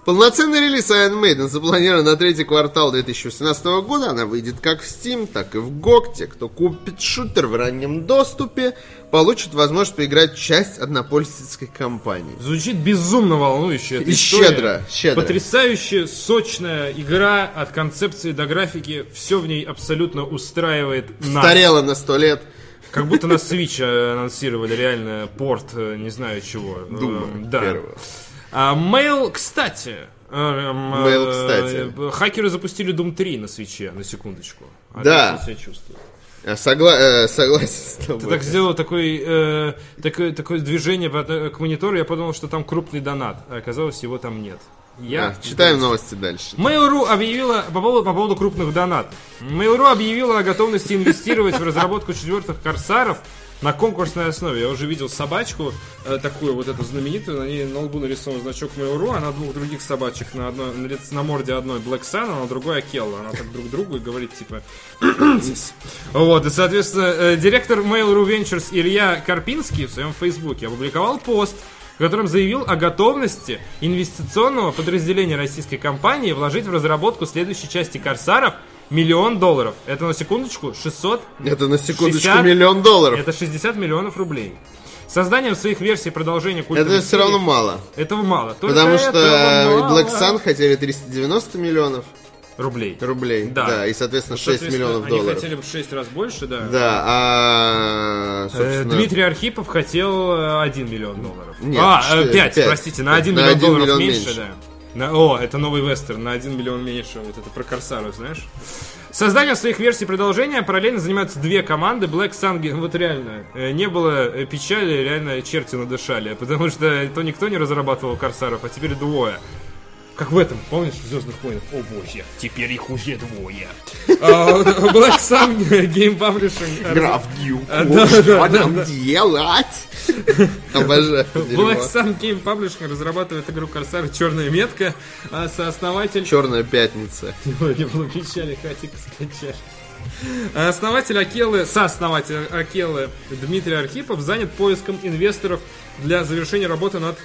Speaker 2: Полноценный релиз Iron Maiden запланирован на третий квартал 2018 года. Она выйдет как в Steam, так и в GOG. Те, кто купит шутер в раннем доступе, получат возможность поиграть в часть однопользовательской кампании.
Speaker 1: Звучит безумно волнующе. эта
Speaker 2: И
Speaker 1: история.
Speaker 2: щедро, щедро.
Speaker 1: Потрясающе сочная игра от концепции до графики. Все в ней абсолютно устраивает нас.
Speaker 2: Старела на сто лет.
Speaker 1: Как будто на Switch э, анонсировали реально порт, э, не знаю чего.
Speaker 2: Дума
Speaker 1: Эм, Да.
Speaker 2: первого.
Speaker 1: А, Mail, кстати. эм, э,
Speaker 2: Mail, кстати.
Speaker 1: э, Хакеры запустили Doom 3 на свече, на секундочку.
Speaker 2: Да.
Speaker 1: Отлично себя чувствую.
Speaker 2: Э, согла- э, согласен с
Speaker 1: Ты
Speaker 2: тобой.
Speaker 1: так сделал такой, э, такое, такое движение по- к монитору, я подумал, что там крупный донат, а оказалось, его там нет. Я
Speaker 2: А, читаем новости дальше.
Speaker 1: Mail.ru объявила по поводу, по поводу крупных донатов. Mail.ru объявила о готовности инвестировать в разработку четвертых корсаров на конкурсной основе. Я уже видел собачку, э, такую вот эту знаменитую, на ней на лбу нарисован значок Mail.ru, а на двух других собачек, на, одной, на, лице- на морде одной Black Sun, а на другой Акелла. Она так друг другу и говорит, типа, «Здесь». Вот, и, соответственно, э, директор Mail.ru Ventures Илья Карпинский в своем фейсбуке опубликовал пост, в котором заявил о готовности инвестиционного подразделения российской компании вложить в разработку следующей части «Корсаров» Миллион долларов. Это на секундочку 600
Speaker 2: Это на секундочку
Speaker 1: 60
Speaker 2: миллион долларов.
Speaker 1: Это 60 миллионов рублей. Созданием своих версий продолжения культуры.
Speaker 2: Это все равно мало.
Speaker 1: Этого мало. Только
Speaker 2: Потому что
Speaker 1: этого мало.
Speaker 2: Black Sun хотели 390 миллионов
Speaker 1: Рублей.
Speaker 2: рублей.
Speaker 1: Да. Ну,
Speaker 2: Да, и, соответственно, 6
Speaker 1: Соответственно,
Speaker 2: миллионов
Speaker 1: они
Speaker 2: долларов.
Speaker 1: хотели бы в 6 раз больше, да.
Speaker 2: Да, а,
Speaker 1: Э,
Speaker 2: собственно...
Speaker 1: Дмитрий Архипов хотел э, 1 миллион долларов.
Speaker 2: Нет,
Speaker 1: а,
Speaker 2: четыре,
Speaker 1: 5,
Speaker 2: пять.
Speaker 1: простите, на 1
Speaker 2: На
Speaker 1: миллион
Speaker 2: один
Speaker 1: долларов
Speaker 2: миллион
Speaker 1: меньше,
Speaker 2: меньше.
Speaker 1: да. На- о, это новый вестерн, на 1 миллион меньше, вот это про Корсаров, знаешь? Созданием своих версий продолжения параллельно занимаются две команды Black Sun, Ga- вот реально, э, не было э, печали, реально черти надышали, потому что то никто не разрабатывал Корсаров, а теперь двое. Как в этом, помнишь, в Звездных войнах? О боже, теперь их уже двое. А, вот, Black Sun Game Publishing.
Speaker 2: Граф Дюк,
Speaker 1: А,
Speaker 2: вот
Speaker 1: да,
Speaker 2: что
Speaker 1: да, да,
Speaker 2: нам
Speaker 1: да.
Speaker 2: делать? Обожаю
Speaker 1: Black Sun Game Publishing разрабатывает игру Корсар Черная метка, а сооснователь...
Speaker 2: Черная пятница.
Speaker 1: Сегодня мы обещали, хатик скачали. А Основатель Акелы, сооснователь Акелы Дмитрий Архипов занят поиском инвесторов для завершения работы над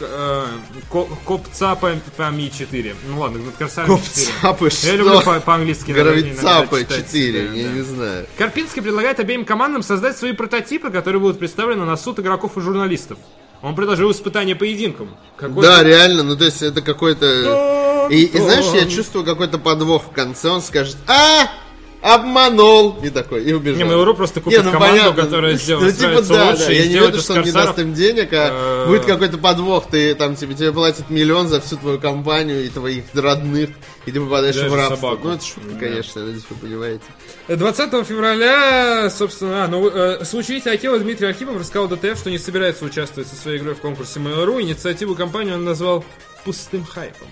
Speaker 1: э, ко- Копцапами 4. Ну ладно, над Корсарами 4.
Speaker 2: Копцапы,
Speaker 1: Я люблю
Speaker 2: что?
Speaker 1: по- по-английски. наверное, иногда
Speaker 2: Горовицапы
Speaker 1: читать.
Speaker 2: 4,
Speaker 1: Да,
Speaker 2: я
Speaker 1: да.
Speaker 2: не знаю.
Speaker 1: Карпинский предлагает обеим командам создать свои прототипы, которые будут представлены на суд игроков и журналистов. Он предложил испытание поединком. Какой-
Speaker 2: Да, реально, ну то есть это какой-то... И, и знаешь, я чувствую какой-то подвох в конце, он скажет, а, обманул, и такой, и убежал.
Speaker 1: Не, Mail.ru просто купит команду, которая сделает
Speaker 2: ну, типа,
Speaker 1: устроится
Speaker 2: да,
Speaker 1: лучше
Speaker 2: да,
Speaker 1: и
Speaker 2: я не
Speaker 1: сделает
Speaker 2: верю,
Speaker 1: из
Speaker 2: что он не
Speaker 1: «Корсаров»,
Speaker 2: даст им денег, а
Speaker 1: э,
Speaker 2: будет какой-то подвох, ты там, тебе, тебе платят миллион за всю твою компанию и твоих родных, и ты попадаешь
Speaker 1: Даже
Speaker 2: в рабство.
Speaker 1: собаку.
Speaker 2: Ну, это шутка, конечно, я надеюсь, вы понимаете.
Speaker 1: 20 февраля, собственно, а, ну, э, соучредитель Акела Дмитрий Архипов рассказал ДТФ, что не собирается участвовать со своей игрой в конкурсе Mail.ru. Инициативу компании он назвал пустым хайпом.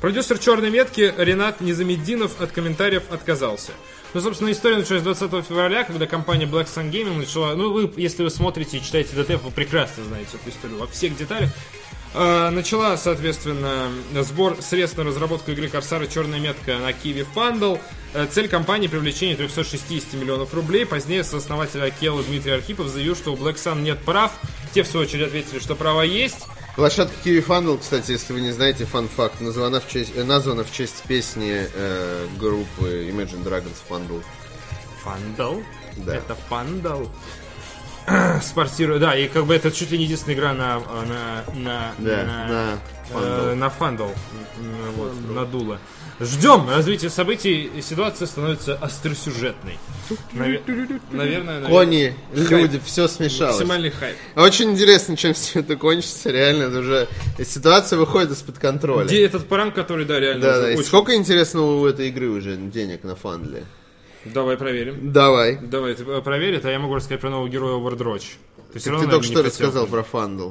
Speaker 1: Продюсер «Черной метки» Ренат Низамеддинов от комментариев отказался. Ну, собственно, история началась 20 февраля, когда компания Black Sun Gaming начала... Ну, вы, если вы смотрите и читаете ДТФ, вы прекрасно знаете эту историю во всех деталях. Э, Начала, соответственно, сбор средств на разработку игры Корсара «Черная метка» на Kiwi Пандал. Цель компании – привлечение 360 миллионов рублей. Позднее сооснователь Акела Дмитрий Архипов заявил, что у Black Sun нет прав. Те, в свою очередь, ответили, что права есть.
Speaker 2: Площадка Kiwi Funnel, кстати, если вы не знаете, фан-факт, названа в честь, э, названа в честь песни э, группы Imagine Dragons Funnel.
Speaker 1: Пандал?
Speaker 2: Да.
Speaker 1: Это Пандал. Спортирую, да, и как бы это чуть ли не единственная игра на... э, на, на,
Speaker 2: Да,
Speaker 1: на-
Speaker 2: на
Speaker 1: Э,
Speaker 2: Funnel.
Speaker 1: На фандал. М, Вот, надуло. Ждем развития событий, и ситуация становится остросюжетной. Наве- Наверное, наверное,
Speaker 2: Кони, люди, все смешалось. А
Speaker 1: Максимальный хайп.
Speaker 2: Очень интересно, чем все это кончится, реально, это уже ситуация выходит из-под контроля.
Speaker 1: Где этот пранк, который, да, реально
Speaker 2: Да,
Speaker 1: уже
Speaker 2: да. И
Speaker 1: очень-
Speaker 2: сколько интересно у этой игры уже денег на фандле?
Speaker 1: Давай проверим.
Speaker 2: Давай.
Speaker 1: Давай, ты э, проверь это, а я могу рассказать про нового героя Overwatch. Ты, все
Speaker 2: Ты,
Speaker 1: равно,
Speaker 2: только
Speaker 1: наверное, не
Speaker 2: что
Speaker 1: хотел.
Speaker 2: рассказал про фандл.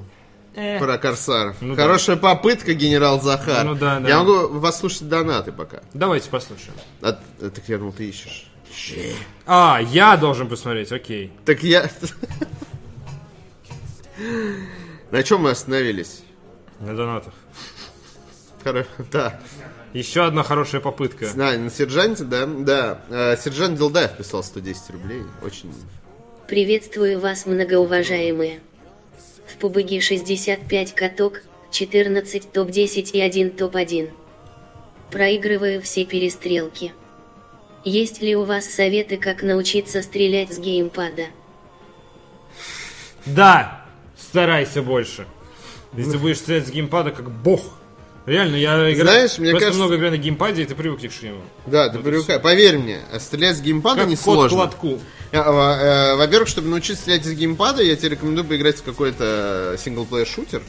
Speaker 2: Про корсаров.
Speaker 1: Ну да.
Speaker 2: Хорошая попытка, генерал Захар.
Speaker 1: Ну да, да.
Speaker 2: Я могу послушать донаты пока.
Speaker 1: Давайте послушаем.
Speaker 2: А, а, так я думал, ты ищешь. Щи.
Speaker 1: А, я должен посмотреть, окей.
Speaker 2: Так я... На чем мы остановились?
Speaker 1: На донатах.
Speaker 2: Хоро- Да.
Speaker 1: Еще одна хорошая попытка.
Speaker 2: На, на сержанте, да? Да. Э, Сержант Дилдаев вписал 110 рублей. Очень...
Speaker 4: Приветствую вас, многоуважаемые. В побыге 65 каток, 14 топ-10 и 1 топ-1. Проигрываю все перестрелки. Есть ли у вас советы, как научиться стрелять с геймпада?
Speaker 1: Да, старайся больше. Если ты будешь стрелять с геймпада как бог. Реально, я играю...
Speaker 2: Знаешь, мне
Speaker 1: просто
Speaker 2: кажется-
Speaker 1: много играю на геймпаде, и ты привыкнешь к нему.
Speaker 2: Да, ты привыкай. Поверь мне, а стрелять с геймпада
Speaker 1: Как кот
Speaker 2: несложно.
Speaker 1: платку.
Speaker 2: Э, э, э, Во-первых, чтобы научиться стрелять из геймпада, я тебе рекомендую поиграть в какой-то синглплеер-шутер.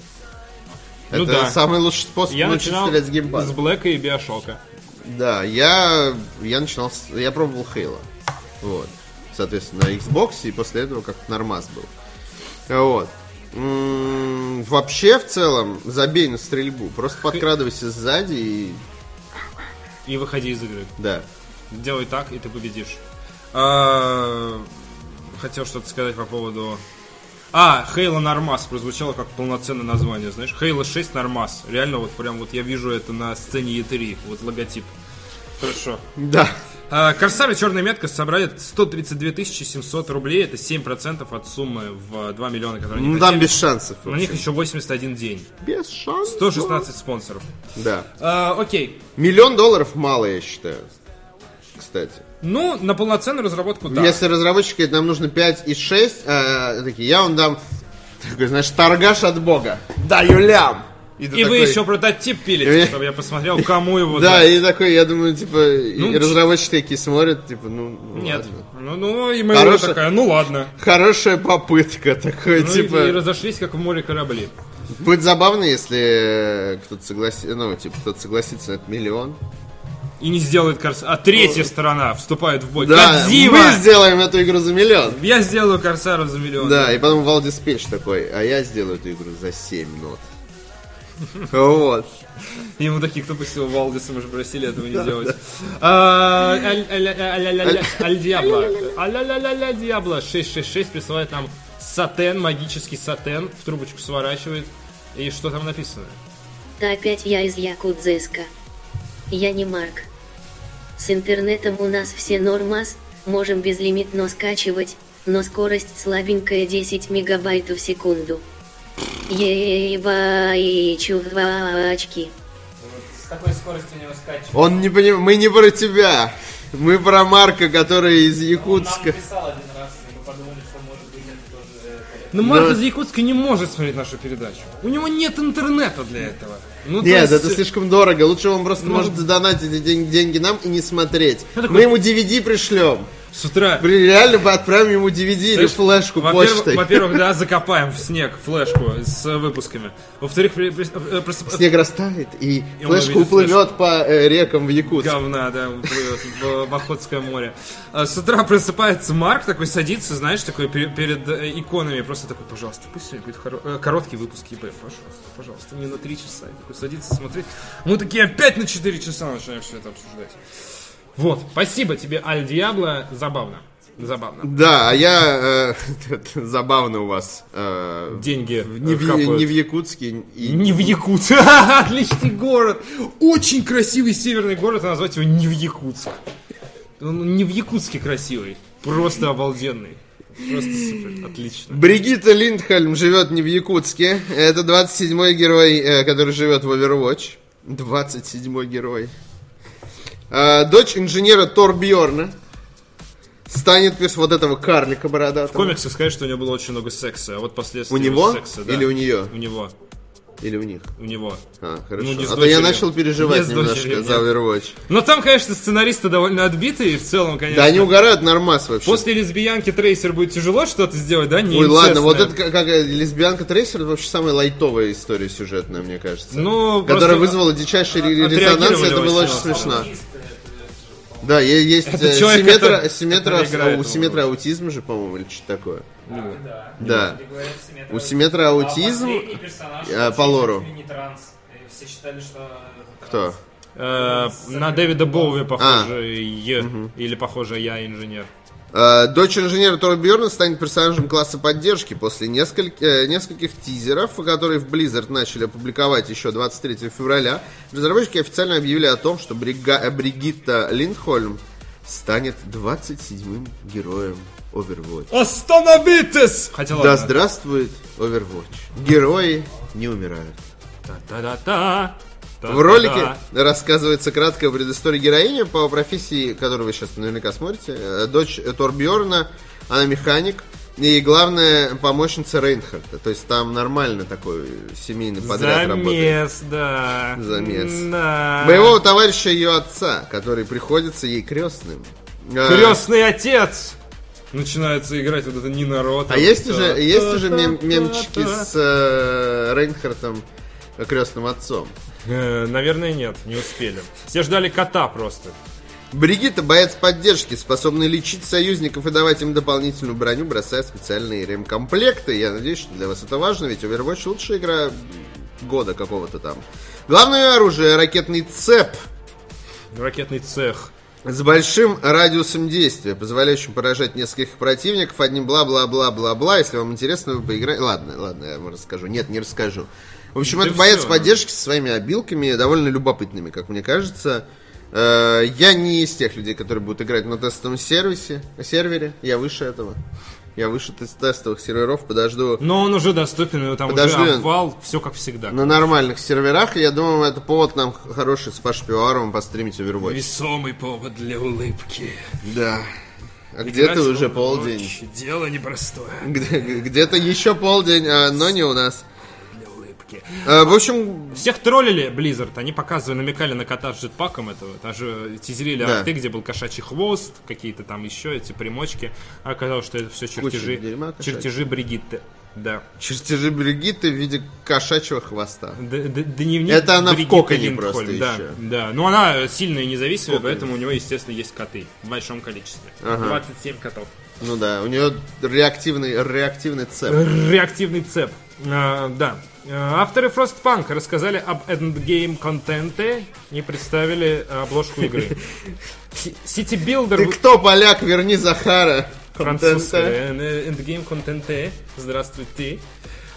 Speaker 1: Ну
Speaker 2: это
Speaker 1: да.
Speaker 2: самый лучший способ
Speaker 1: Я
Speaker 2: научиться
Speaker 1: начинал
Speaker 2: стрелять с геймпада.
Speaker 1: с Блэка и Биошока.
Speaker 2: Да, я, я начинал, с- я пробовал Хейла. Вот. Соответственно, на Xbox, и после этого как-то нормас был. Вот. М, Вообще, в целом, забей на стрельбу. Просто подкрадывайся сзади и...
Speaker 1: И выходи из игры.
Speaker 2: Да.
Speaker 1: Делай так, и ты победишь. А, Хотел что-то сказать по поводу... А, Хейла Нормас прозвучало как полноценное название, знаешь? Хейла 6 Нормас. Реально, вот прям вот я вижу это на сцене E3, вот логотип. Хорошо.
Speaker 2: Да.
Speaker 1: А, Корсар и Черная метка собрали 132 700 рублей. Это 7% от суммы в 2 миллиона, которые они
Speaker 2: Ну, там
Speaker 1: хотели.
Speaker 2: без шансов.
Speaker 1: На них еще 81 день.
Speaker 2: Без шансов.
Speaker 1: 116 спонсоров.
Speaker 2: Да.
Speaker 1: А, окей.
Speaker 2: Миллион долларов мало, я считаю. кстати.
Speaker 1: Ну, на полноценную разработку, да.
Speaker 2: Если разработчик говорит, нам нужно 5 и 6, э, такие, я вам дам, такой, знаешь, торгаш от бога. Даю лям. ты
Speaker 1: И вы
Speaker 2: такой-
Speaker 1: еще прототип
Speaker 2: И-
Speaker 1: пилите, чтобы я посмотрел, кому его
Speaker 2: Да,
Speaker 1: дать.
Speaker 2: и такой, я думаю, типа, и
Speaker 1: Ну,
Speaker 2: разработчики такие смотрят, типа, ну, ну,
Speaker 1: Нет.
Speaker 2: ладно.
Speaker 1: Ну, ну, и
Speaker 2: Хорошая-
Speaker 1: моя такая, ну ладно.
Speaker 2: Хорошая попытка такой,
Speaker 1: Ну, и-
Speaker 2: типа.
Speaker 1: и разошлись, как в море корабли.
Speaker 2: Будет забавно, если э, кто-то согласится, ну, типа, кто-то согласится, это миллион.
Speaker 1: И не сделает Корс... А третья сторона вступает в бой.
Speaker 2: Да,
Speaker 1: Годзилла!
Speaker 2: мы сделаем эту игру за миллион.
Speaker 1: Я сделаю Корсару за миллион.
Speaker 2: Да, и потом Валдис Пейдж такой, а я сделаю эту игру за 7 нот. Вот.
Speaker 1: И Ему такие, кто пустил Валдиса, мы же просили этого не делать. А, аль- аль- аль- аль- аль- Аль Диабло. Аля-ля-ля-ля Диабло 666 присылает нам сатен, магический сатен, в трубочку сворачивает. И что там написано?
Speaker 4: Да опять я из Якудзеска. Я не Марк. С интернетом у нас все нормас, можем безлимитно скачивать, но скорость слабенькая 10 мегабайт в секунду. Ебай, чувачки.
Speaker 3: Вот с такой скоростью у него скачивает.
Speaker 2: Он не поним... Мы не про тебя. Мы про Марка, который из
Speaker 3: Он нам
Speaker 2: Якутска.
Speaker 3: писал один раз, и мы подумали, что может быть это тоже... э,
Speaker 1: Ну,
Speaker 2: Да.
Speaker 1: Марк из Якутска не может смотреть нашу передачу. У него нет интернета для этого. Ну, то
Speaker 2: Нет,
Speaker 1: есть-
Speaker 2: это слишком дорого. Лучше он просто
Speaker 1: Ну,
Speaker 2: может задонатить эти ден- деньги нам и не смотреть.
Speaker 1: Я такой-
Speaker 2: Мы ему DVD пришлем.
Speaker 1: С утра.
Speaker 2: Блин, реально бы отправим ему DVD или
Speaker 1: Слышь,
Speaker 2: флешку
Speaker 1: во-первых-
Speaker 2: почтой.
Speaker 1: Во-первых, да, закопаем в снег флешку с э, выпусками. Во-вторых, при- при- э, просып-
Speaker 2: Снег растает, и,
Speaker 1: И он
Speaker 2: флешка
Speaker 1: увидит
Speaker 2: уплывет по э, рекам в Якутск.
Speaker 1: говна, да, уплывет в в Охотское море. А, С утра просыпается Марк, такой садится, знаешь, такой пе- перед э, иконами, просто такой, пожалуйста, пусть сегодня будет хоро- э, короткий выпуск ЕБ, пожалуйста, пожалуйста, не на три часа. И такой садится смотреть. Мы такие опять на 4 часа начинаем все это обсуждать. Вот, спасибо тебе, Аль Диабло, забавно. Забавно.
Speaker 2: Да, а я... э, это забавно у вас. э,
Speaker 1: Деньги
Speaker 2: не, в,
Speaker 1: капают.
Speaker 2: не в Якутске. и-
Speaker 1: Не в Якутск. Отличный город. Очень красивый северный город, а назвать его не в Якутск. Он не в Якутске красивый. Просто обалденный. Просто супер. Отлично.
Speaker 2: Бригитта Линдхальм живет не в Якутске. Это 27-й герой, э, который живет в Overwatch. 27-й герой. Э, дочь инженера Торбьорна станет перс вот этого карлика бородатого.
Speaker 1: В комиксах сказать, что у него было очень много секса, а вот последствия
Speaker 2: У него?
Speaker 1: секса, да.
Speaker 2: Или у нее?
Speaker 1: У него.
Speaker 2: Или у них?
Speaker 1: У него.
Speaker 2: А, хорошо.
Speaker 1: не с
Speaker 2: а то я
Speaker 1: дочерью.
Speaker 2: начал переживать
Speaker 1: Не с
Speaker 2: немножко
Speaker 1: дочерью,
Speaker 2: за
Speaker 1: Ну, нет.
Speaker 2: Overwatch.
Speaker 1: Но там, конечно, сценаристы довольно отбитые, и в целом, конечно.
Speaker 2: Да они угорают нормас вообще.
Speaker 1: После лесбиянки Трейсер будет тяжело что-то сделать, да? Не
Speaker 2: Ой, ладно,
Speaker 1: инцестное.
Speaker 2: вот это как, как, э, лесбиянка Трейсер это вообще самая лайтовая история сюжетная, мне кажется.
Speaker 1: Ну,
Speaker 2: которая
Speaker 1: просто
Speaker 2: вызвала дичайший ре-
Speaker 1: отреагировали
Speaker 2: резонанс, это
Speaker 1: очень
Speaker 2: было очень
Speaker 1: классно.
Speaker 2: смешно.
Speaker 3: э,
Speaker 2: Да, е- есть
Speaker 1: Это
Speaker 2: э,
Speaker 1: человек,
Speaker 2: симметра,
Speaker 1: который-
Speaker 2: симметра-
Speaker 1: который играет
Speaker 2: у
Speaker 1: его.
Speaker 2: симметра аутизм же, по-моему, или что-то такое.
Speaker 3: Да.
Speaker 2: Да.
Speaker 3: Люди говорят, симметра-
Speaker 2: У симметра
Speaker 3: А
Speaker 2: аутизм
Speaker 3: последний персонаж
Speaker 2: э,
Speaker 3: вообще
Speaker 2: по лору.
Speaker 3: чуть ли не транс. И все считали, что... это
Speaker 2: кто?
Speaker 3: транс.
Speaker 1: Э, на Дэвида Боуви
Speaker 2: А.
Speaker 1: похоже Е. Или похоже я инженер.
Speaker 2: Э, Дочь инженера Тора Бьорна станет персонажем класса поддержки после нескольких, нескольких тизеров, которые в Blizzard начали опубликовать еще 23 февраля. Разработчики официально объявили о том, что Брига- э, Бригитта Линдхольм станет 27-м героем Overwatch.
Speaker 1: Остановитесь! Хотя
Speaker 2: Да
Speaker 1: ладно.
Speaker 2: здравствует Overwatch. Герои не умирают.
Speaker 1: Та-та-та-та.
Speaker 2: В ролике рассказывается краткая предыстория героини по профессии, которую вы сейчас наверняка смотрите. Э, Дочь Торбьорна, она механик. И главное, помощница Рейнхарда. То есть там нормально такой семейный подряд работает.
Speaker 1: Замес, да.
Speaker 2: Замес.
Speaker 1: Да.
Speaker 2: Боевого товарища ее отца, который приходится ей крестным. Э,
Speaker 1: Крестный отец! Начинается играть вот это не народ.
Speaker 2: А есть уже, есть уже мем- мемчики с э, Рейнхардом э, крестным отцом.
Speaker 1: Э, Наверное, нет, не успели. Все ждали кота просто.
Speaker 2: Бригитта – боец поддержки, способный лечить союзников и давать им дополнительную броню, бросая специальные ремкомплекты. Я надеюсь, что для вас это важно, ведь Overwatch – лучшая игра года какого-то там. Главное оружие – ракетный цеп
Speaker 1: Ракетный цех.
Speaker 2: с большим радиусом действия, позволяющим поражать нескольких противников одним бла-бла-бла-бла-бла. Если вам интересно, вы поиграете... Ладно, ладно, я вам расскажу. Нет, не расскажу. В общем,
Speaker 1: Да
Speaker 2: это боец
Speaker 1: всё.
Speaker 2: поддержки со своими обилками, довольно любопытными, как мне кажется. Э, Я не из тех людей, которые будут играть на тестовом сервисе, сервере. Я выше этого. Я вышел из тестовых серверов, подожду
Speaker 1: Но он уже доступен, и там
Speaker 2: Подожди.
Speaker 1: уже обвал, все как всегда.
Speaker 2: на нормальных серверах. и Я думаю, это повод нам хороший с Пашей Пивоваровым постримить Overwatch.
Speaker 1: Весомый повод для улыбки.
Speaker 2: Да. А где-то
Speaker 1: Играть в
Speaker 2: уже
Speaker 1: Overwatch
Speaker 2: полдень.
Speaker 1: Дело непростое
Speaker 2: Где- Где-то еще полдень, а, но не у нас.
Speaker 1: для улыбки.
Speaker 2: А, В общем,
Speaker 1: Всех троллили Blizzard, они показывали, намекали на кота с jetpack'ом этого, даже тизерили
Speaker 2: Да.
Speaker 1: арты, где был кошачий хвост, какие-то там еще эти примочки, а оказалось, что это все чертежи,
Speaker 2: дерьма кошачьего.
Speaker 1: чертежи Бригитты. Да.
Speaker 2: чертежи Бригитты в виде кошачьего хвоста.
Speaker 1: Д- д- Дневник
Speaker 2: Это она в
Speaker 1: Бригитты
Speaker 2: коконе
Speaker 1: Линдхольм,
Speaker 2: просто
Speaker 1: да,
Speaker 2: еще.
Speaker 1: Да, но она сильная и независимая,
Speaker 2: Коконе.
Speaker 1: поэтому у него, естественно, есть коты в большом количестве.
Speaker 2: Ага.
Speaker 1: 27 котов.
Speaker 2: Ну да, у нее реактивный, реактивный цеп.
Speaker 1: Реактивный цеп. А, да. А, Авторы Frostpunk рассказали об эндгейм контенте и представили обложку игры. City
Speaker 2: Ты
Speaker 1: Builder
Speaker 2: кто, поляк? Верни Захара. Контента.
Speaker 1: Э, французская э, эндгейм контенте. Здравствуйте.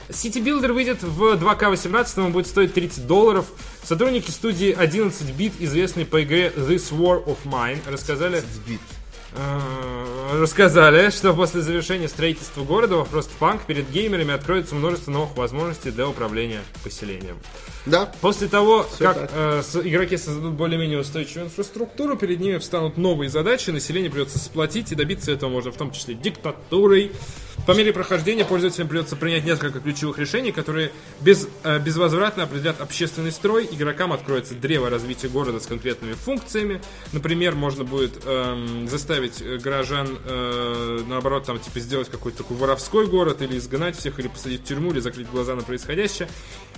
Speaker 1: City Builder выйдет в 2К18, он будет стоить 30 долларов. Сотрудники студии 11 бит, известные по игре This War of Mine, рассказали
Speaker 2: Сбит.
Speaker 1: Э, рассказали, что после завершения строительства города во Frostpunk перед геймерами откроется множество новых возможностей для управления поселением.
Speaker 2: Да,
Speaker 1: После того, как
Speaker 2: так.
Speaker 1: э, с- игроки создадут более-менее устойчивую инфраструктуру, перед ними встанут новые задачи, население придется сплотить, и добиться этого можно в том числе диктатурой. По мере прохождения пользователям придется принять несколько ключевых решений, которые без, э, безвозвратно определят общественный строй. Игрокам откроется древо развития города с конкретными функциями. Например, можно будет эм, заставить э, горожан, э, наоборот, там, типа, сделать какой-то такой воровской город, или изгнать всех, или посадить в тюрьму, или закрыть глаза на происходящее.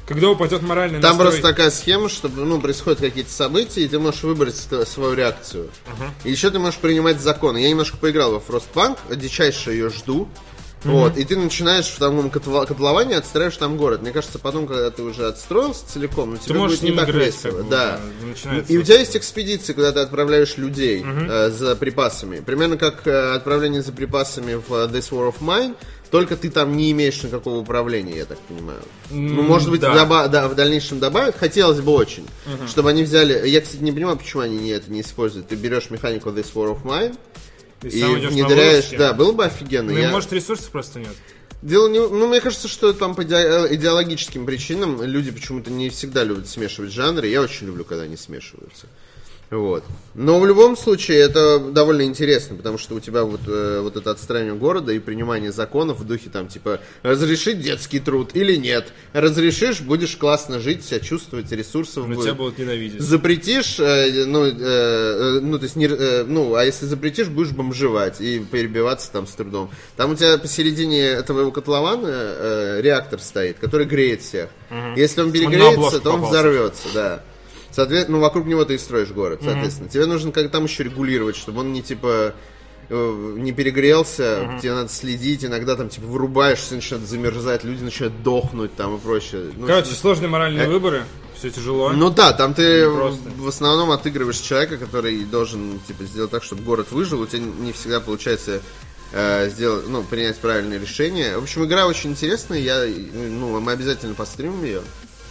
Speaker 1: Когда упадет моральный
Speaker 2: Там
Speaker 1: настрой...
Speaker 2: просто такая схема, что ну, происходят какие-то события, и ты можешь выбрать ст- свою реакцию. И еще ты можешь принимать законы. Я немножко поиграл во Frostpunk, дичайше ее жду. Вот, и ты начинаешь в таком котло- котловании отстраиваешь там город. Мне кажется, потом, когда ты уже отстроился целиком, ну, тебе
Speaker 1: можешь
Speaker 2: будет
Speaker 1: с ним
Speaker 2: не так
Speaker 1: играть,
Speaker 2: весело.
Speaker 1: как бы,
Speaker 2: да.
Speaker 1: да, начинается
Speaker 2: И у тебя есть экспедиции, куда ты отправляешь людей э, за припасами. Примерно как э, отправление за припасами в э, This War of Mine, только ты там не имеешь никакого управления, я так понимаю. Ну,
Speaker 1: М,
Speaker 2: может быть,
Speaker 1: да.
Speaker 2: доба- доба- да, в дальнейшем добавят, хотелось бы очень, чтобы они взяли. Я, кстати, не понимаю, почему они не- это не используют. Ты берешь механику This War of Mine
Speaker 1: Ты
Speaker 2: и,
Speaker 1: сам идешь на
Speaker 2: внедряешь.
Speaker 1: выручке.
Speaker 2: Да, было бы офигенно.
Speaker 1: Ну, и
Speaker 2: Я-
Speaker 1: может, ресурсов просто нет.
Speaker 2: Дело не... Ну, мне кажется, что там по иде- э, идеологическим причинам люди почему-то не всегда любят смешивать жанры. Я очень люблю, когда они смешиваются. Вот. Но в любом случае это довольно интересно, потому что у тебя вот, э, вот это отстранение города и принимание законов в духе там типа разрешить детский труд или нет. Разрешишь, будешь классно жить, себя чувствовать, ресурсов
Speaker 1: Но
Speaker 2: будет.
Speaker 1: тебя будут ненавидеть.
Speaker 2: Запретишь, э, ну, э, э, ну, то есть, не, э, ну, а если запретишь, будешь бомжевать и перебиваться там с трудом. Там у тебя посередине твоего котлована э, реактор стоит, который греет всех. Если он перегреется,
Speaker 1: обложку
Speaker 2: то он
Speaker 1: попался.
Speaker 2: взорвется, да. Соответственно, ну, вокруг него ты и строишь город, соответственно. Тебе нужно как там еще регулировать, чтобы он не типа э, не перегрелся, тебе надо следить, иногда там типа вырубаешь, все начинает замерзать, люди начинают дохнуть там и прочее. Ну,
Speaker 1: Короче, сложные моральные выборы, все тяжело.
Speaker 2: ну да, там ты
Speaker 1: Непросто.
Speaker 2: в основном отыгрываешь человека, который должен типа сделать так, чтобы город выжил. У тебя не всегда получается э, сделать, ну, принять правильное решение. В общем, игра очень интересная. Я, ну, мы обязательно постримим ее.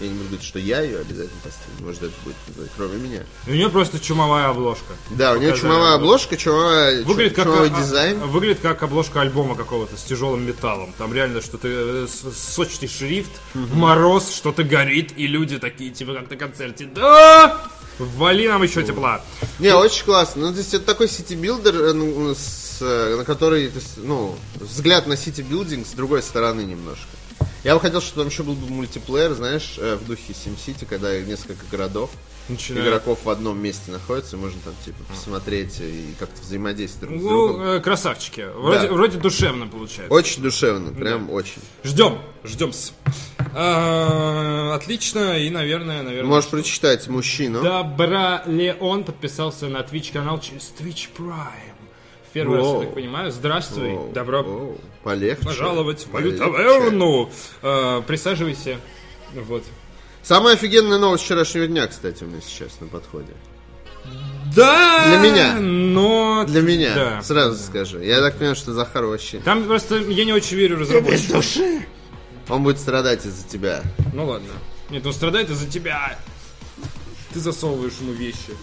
Speaker 2: Я не буду говорить, что я ее обязательно постримлю. Может, это будет ну, кроме меня.
Speaker 1: У нее просто чумовая обложка.
Speaker 2: Да, у нее
Speaker 1: Показали
Speaker 2: чумовая
Speaker 1: обложку.
Speaker 2: обложка, чумовая,
Speaker 1: Выглядит как,
Speaker 2: чумовой
Speaker 1: а,
Speaker 2: дизайн.
Speaker 1: а, выглядит как обложка альбома какого-то с тяжелым металлом. Там реально что-то э, с- сочный шрифт, мороз, что-то горит, и люди такие, типа, как на концерте. Да! Вали нам еще тепла.
Speaker 2: Не, очень классно. Ну, то есть это такой сити-билдер, э, ну, с, э, на который, то есть, ну, взгляд на сити-билдинг с другой стороны немножко. Я бы хотел, чтобы там еще был бы мультиплеер, знаешь, э, в духе SimCity, когда несколько городов,
Speaker 1: Начинаю. А.
Speaker 2: игроков в одном месте находятся, и можно там, типа, посмотреть и как-то взаимодействовать друг с
Speaker 1: Ну,
Speaker 2: другом.
Speaker 1: э, красавчики. Вроде,
Speaker 2: Да.
Speaker 1: вроде душевно получается.
Speaker 2: Очень душевно, прям очень.
Speaker 1: Ждем, ждем. А, Отлично, и, наверное, наверное...
Speaker 2: Можешь прочитать мужчину.
Speaker 1: Добра Леон подписался на Twitch канал через Twitch Prime. В первый раз, я
Speaker 2: Воу.
Speaker 1: так понимаю. Здравствуй.
Speaker 2: Оу,
Speaker 1: Добро
Speaker 2: оу, полегче.
Speaker 1: пожаловать в мою
Speaker 2: полегче.
Speaker 1: таверну. Э, присаживайся. Вот.
Speaker 2: Самая офигенная новость вчерашнего дня, кстати, у меня сейчас на подходе.
Speaker 1: Да!
Speaker 2: Для меня.
Speaker 1: Но...
Speaker 2: Для меня,
Speaker 1: Да.
Speaker 2: сразу скажу. Я так понимаю, что Захар вообще...
Speaker 1: Там просто я не очень верю разработчикам.
Speaker 2: души! Он будет страдать из-за тебя.
Speaker 1: Ну ладно. Нет, он страдает из-за тебя. Ты засовываешь ему вещи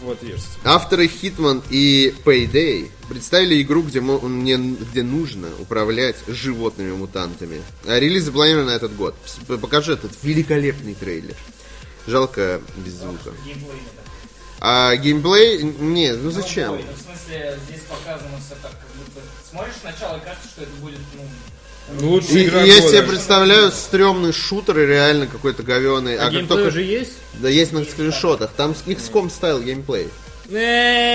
Speaker 1: Вот есть.
Speaker 2: Авторы Hitman и Payday представили игру, где, мо- мне, где нужно управлять животными-мутантами. А Релиз запланирован на этот год. Пс- п- Покажи этот великолепный трейлер. Жалко без звука.
Speaker 3: Геймплей это.
Speaker 2: А геймплей... Не, ну зачем?
Speaker 3: Ой, ну, в смысле, здесь показано все так, как будто... Смотришь сначала, и кажется, что это будет, ну...
Speaker 1: Лучше
Speaker 2: И, и я себе представляю стрёмный шутер и реально какой-то говёный. А, как только...
Speaker 1: уже есть?
Speaker 2: Да есть на скриншотах. Там с- XCOM стайл геймплей.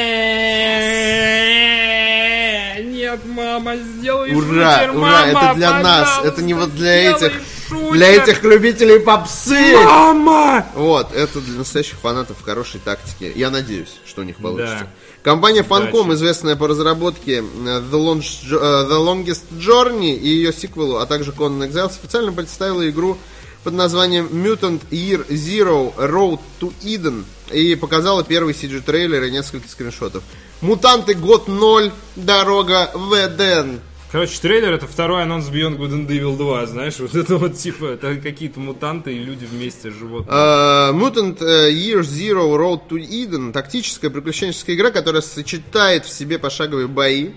Speaker 1: Э, Нет, мама, сделай
Speaker 2: Ура,
Speaker 1: шутер,
Speaker 2: ура,
Speaker 1: мама,
Speaker 2: это для нас,
Speaker 1: пожалуйста,
Speaker 2: это не вот для
Speaker 1: сделай
Speaker 2: этих,
Speaker 1: шутер.
Speaker 2: для этих любителей попсы.
Speaker 1: Мама!
Speaker 2: Вот, это для настоящих фанатов хорошей тактики. Я надеюсь, что у них получится.
Speaker 1: Да.
Speaker 2: Компания Fancom,
Speaker 1: Удачи.
Speaker 2: известная по разработке э, The, Longe- э, The Longest Journey и ее сиквелу, а также Conan Exiles, официально представила игру под названием Mutant Year Zero Road to Eden и показала первый CG-трейлер и несколько скриншотов. Мутанты год ноль, дорога в Эден.
Speaker 1: Короче, трейлер это второй анонс Beyond Good and Evil 2, знаешь, вот это вот типа, это какие-то мутанты и люди вместе живут.
Speaker 2: Э, Mutant э, Year Zero Road to Eden тактическая приключенческая игра, которая сочетает в себе пошаговые бои,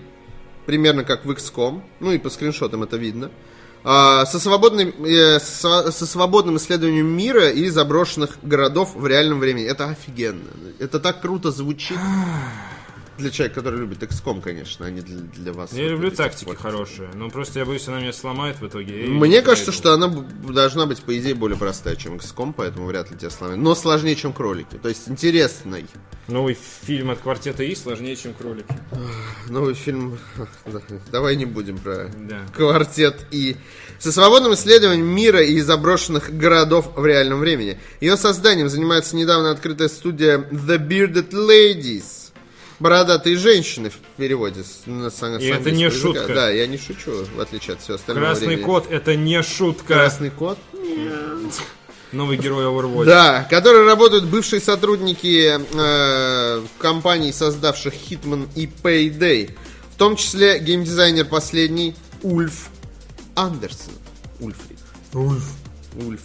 Speaker 2: примерно как в XCOM, ну и по скриншотам это видно, э, со, свободным, э, со, со свободным исследованием мира и заброшенных городов в реальном времени. Это офигенно. Это так круто звучит. Для человека, который любит XCOM, конечно, а не для, для вас.
Speaker 1: Я люблю
Speaker 2: любителей
Speaker 1: тактики
Speaker 2: спорта.
Speaker 1: хорошие, но просто я боюсь, она меня сломает в итоге. и
Speaker 2: Мне
Speaker 1: я
Speaker 2: кажется,
Speaker 1: иду.
Speaker 2: что она б- должна быть, по идее, более простая, чем XCOM, поэтому вряд ли тебя сломают. Но сложнее, чем кролики. То есть интересный
Speaker 1: Новый фильм от квартета И сложнее, чем кролики.
Speaker 2: новый Ну, фильм. Да, Давай не будем про
Speaker 1: Да.
Speaker 2: квартет И. Со свободным исследованием мира и заброшенных городов в реальном времени. Ее созданием занимается недавно открытая студия The Bearded Ladies. Бородатые женщины в переводе. с- на сан- с
Speaker 1: И это
Speaker 2: английского
Speaker 1: не
Speaker 2: языка.
Speaker 1: шутка.
Speaker 2: Да, я не шучу, в отличие от всего остального.
Speaker 1: Красный
Speaker 2: времени.
Speaker 1: кот это не шутка.
Speaker 2: Красный кот.
Speaker 1: Новый герой Overwatch.
Speaker 2: Да, которые работают бывшие сотрудники э, компаний, создавших Hitman и Payday. В том числе геймдизайнер последний Ульф Андерсон. Ульфрик.
Speaker 1: Ульф.
Speaker 2: Ульф.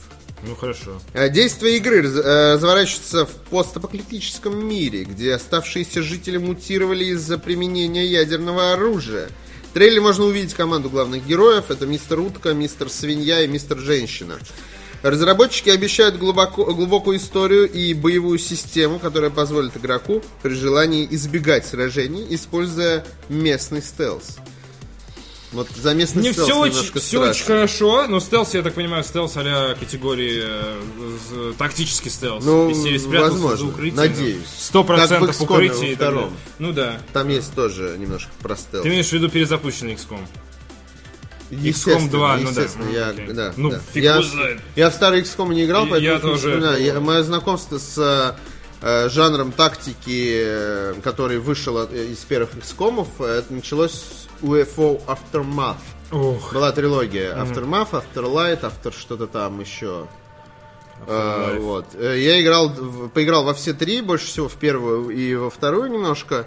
Speaker 1: Ну хорошо.
Speaker 2: Э, Действие игры раз- э, разворачивается в постапокалиптическом мире, где оставшиеся жители мутировали из-за применения ядерного оружия. В трейлере можно увидеть команду главных героев. Это мистер Утка, мистер Свинья и мистер Женщина. Разработчики обещают глубоко- глубокую историю и боевую систему, которая позволит игроку при желании избегать сражений, используя местный стелс. Вот за местный
Speaker 1: Не
Speaker 2: стелс
Speaker 1: все очень,
Speaker 2: немножко
Speaker 1: все
Speaker 2: страшно.
Speaker 1: очень хорошо, но стелс, я так понимаю, стелс а категории э, з- тактический стелс.
Speaker 2: Ну,
Speaker 1: Из серии спрятался
Speaker 2: возможно,
Speaker 1: за укрытием.
Speaker 2: надеюсь.
Speaker 1: Сто
Speaker 2: Как
Speaker 1: процентов
Speaker 2: в XCOM
Speaker 1: укрытий. и так далее.
Speaker 2: во втором.
Speaker 1: Ну да.
Speaker 2: Там есть тоже немножко про стелс.
Speaker 1: Ты имеешь в виду перезапущенный XCOM?
Speaker 2: Естественно,
Speaker 1: XCOM 2, ну да.
Speaker 2: естественно,
Speaker 1: Ну,
Speaker 2: я,
Speaker 1: окей.
Speaker 2: да,
Speaker 1: Ну,
Speaker 2: да.
Speaker 1: фиг
Speaker 2: я,
Speaker 1: его знает.
Speaker 2: я в старый XCOM не играл,
Speaker 1: И-
Speaker 2: поэтому
Speaker 1: я
Speaker 2: не
Speaker 1: тоже.
Speaker 2: вспоминаю. Я- мое знакомство с э, жанром тактики, э, который вышел от- э, из первых XCOM, э, это началось с UFO Aftermath.
Speaker 1: Ох.
Speaker 2: Была трилогия Aftermath, Afterlight, After что-то там еще. Э, вот. Э, Я играл, в- поиграл во все три, больше всего в первую и во вторую немножко.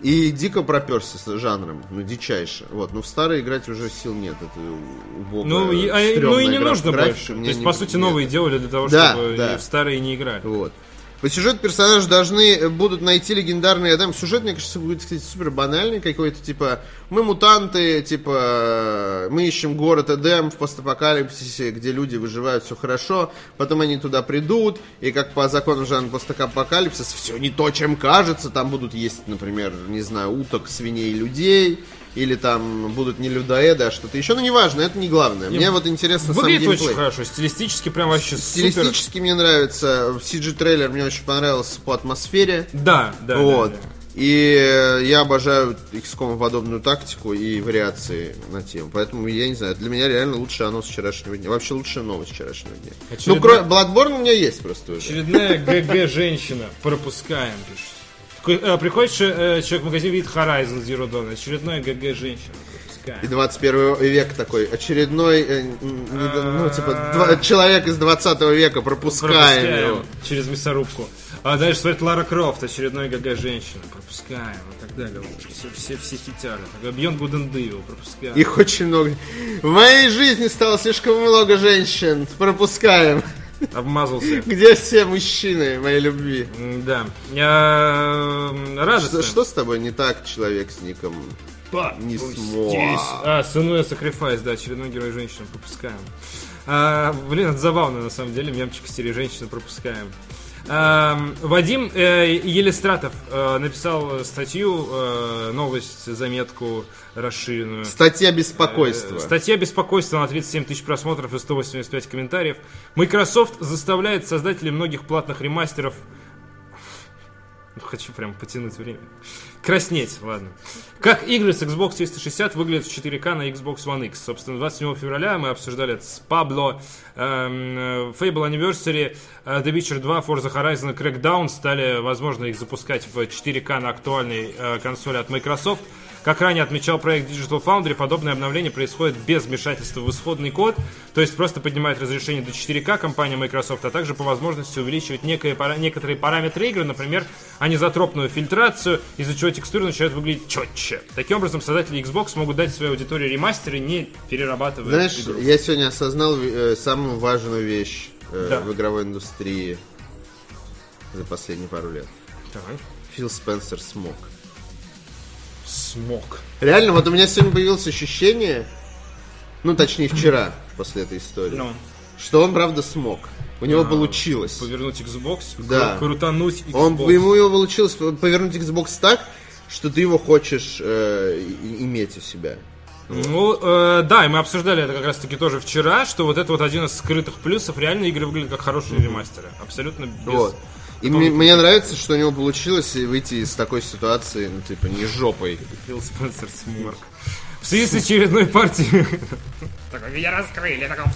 Speaker 2: И дико проперся с жанром, ну дичайше. Вот, но в старые играть уже сил нет, это э, убогая,
Speaker 1: Ну, и, а, и- ну
Speaker 2: стрёмная
Speaker 1: и не
Speaker 2: игра в
Speaker 1: нужно
Speaker 2: графике,
Speaker 1: больше. То
Speaker 2: мне
Speaker 1: есть,
Speaker 2: не-
Speaker 1: по сути,
Speaker 2: нет.
Speaker 1: новые делали для того,
Speaker 2: Да,
Speaker 1: чтобы
Speaker 2: да.
Speaker 1: и в старые не играли.
Speaker 2: Вот. По сюжету персонажи должны э, будут найти легендарный Адам. Сюжет, мне кажется, будет, кстати, супер банальный какой-то, типа, мы мутанты, типа, э, мы ищем город Эдем в постапокалипсисе, где люди выживают, все хорошо, потом они туда придут, и как по закону жанра постапокалипсис, все не то, чем кажется, там будут есть, например, не знаю, уток, свиней, людей, или там будут не людоеды, а что-то еще, но неважно, это не главное. Мне вот интересно сам
Speaker 1: Выглядит очень
Speaker 2: геймплей.
Speaker 1: хорошо, стилистически прям вообще супер.
Speaker 2: Стилистически мне нравится. CG-трейлер мне очень понравился по атмосфере.
Speaker 1: Да, да. да,
Speaker 2: вот.
Speaker 1: да.
Speaker 2: И э, я обожаю XCOM подобную тактику и вариации на тему. Поэтому, я не знаю, для меня реально лучший анонс вчерашнего дня. Вообще лучшая новость вчерашнего дня.
Speaker 1: Очередной-
Speaker 2: Ну, кроме Bloodborne у меня есть просто уже.
Speaker 1: Очередная ГГ женщина. Пропускаем, пишет. Такой, э, Приходит э, человек в магазин, видит Horizon Zero Dawn. Очередная ГГ женщина.
Speaker 2: И
Speaker 1: Пропускаем.
Speaker 2: 21 век такой. Очередной, э, н- н- ну, типа, два- человек из 20 века. Пропускаем его.
Speaker 1: Пропускаем через мясорубку. А дальше смотрит Лара Крофт, очередная ГГ женщина. Пропускаем и так далее. Все, все, все хитяры. Бьон Гудендивил, пропускаем.
Speaker 2: Их очень много. В моей жизни стало слишком много женщин. Пропускаем.
Speaker 1: Обмазался.
Speaker 2: Где все мужчины моей любви?
Speaker 1: М, Да. Эм,
Speaker 2: Что,
Speaker 1: Радостно.
Speaker 2: что с тобой не так, человек с ником?
Speaker 1: Па,
Speaker 2: Не
Speaker 1: пусть
Speaker 2: смог.
Speaker 1: здесь. А, Сынуя Сакрифайс, да, очередной герой женщины пропускаем. А, блин, это забавно, на самом деле, мемчик в стиле женщины пропускаем. Ам, Вадим э, Елистратов э, написал статью, э, новость, заметку расширенную.
Speaker 2: Статья беспокойства.
Speaker 1: Э, Статья беспокойства на 37 тысяч просмотров и 185 комментариев. Microsoft заставляет создателей многих платных ремастеров... Ну, Хочу прям потянуть время. Краснеть, ладно. Как игры с Xbox 360 выглядят в 4К на Xbox One X? Собственно, 27 февраля мы обсуждали это с Пабло. эм, э, Fable Anniversary, э, The Witcher 2, Forza Horizon и Crackdown стали, возможно, их запускать в 4К на актуальной э, консоли от Microsoft. Как ранее отмечал проект Digital Foundry, подобное обновление происходит без вмешательства в исходный код, то есть просто поднимает разрешение до 4К компания Microsoft, а также по возможности увеличивать некое пара- некоторые параметры игры, например, анизотропную фильтрацию, из-за чего текстуры начинают выглядеть четче. Таким образом, создатели Xbox могут дать своей аудитории ремастеры, не перерабатывая
Speaker 2: Знаешь,
Speaker 1: игру.
Speaker 2: я сегодня осознал э, самую важную вещь э,
Speaker 1: Да.
Speaker 2: в игровой индустрии за последние пару лет.
Speaker 1: Так.
Speaker 2: Фил Спенсер смог.
Speaker 1: Смог.
Speaker 2: Реально, вот у меня сегодня появилось ощущение, ну, точнее, вчера, после этой истории,
Speaker 3: Ну.
Speaker 2: что он, правда, смог. У него получилось.
Speaker 1: Повернуть Xbox,
Speaker 2: Да.
Speaker 1: кру- крутануть Xbox.
Speaker 2: Он, ему его получилось повернуть Xbox так, что ты его хочешь э, и- иметь у себя.
Speaker 1: Ну, э, да, и мы обсуждали это как раз-таки тоже вчера, что вот это вот один из скрытых плюсов. Реально игры выглядят как хорошие ремастеры. Абсолютно без...
Speaker 2: Вот. И
Speaker 1: Ну,
Speaker 2: мне, мне нравится, что у него получилось и выйти из такой ситуации, ну, типа, не жопой.
Speaker 1: Фил Спенсер Сморк. В связи с очередной партией...
Speaker 3: Такой, меня раскрыли, такой...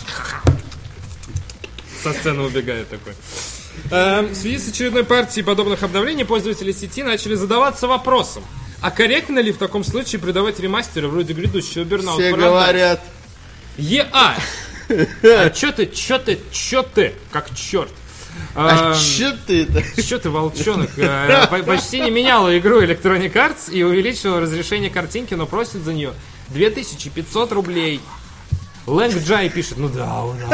Speaker 1: Со сцены убегает такой. Эм, В связи с очередной партией подобных обновлений пользователи сети начали задаваться вопросом. А корректно ли в таком случае придавать ремастеры вроде грядущего Burnout
Speaker 2: Все
Speaker 1: Paradise?
Speaker 2: говорят,
Speaker 1: ЕА! А чё ты, чё ты, чё ты? Как черт.
Speaker 2: а
Speaker 1: Эм,
Speaker 2: че ты это?
Speaker 1: Что ты, волчонок? э, по- Почти не меняла игру Electronic Arts и увеличила разрешение картинки, но просит за нее 2500 рублей. Лэнг Джай пишет, ну да, у нас.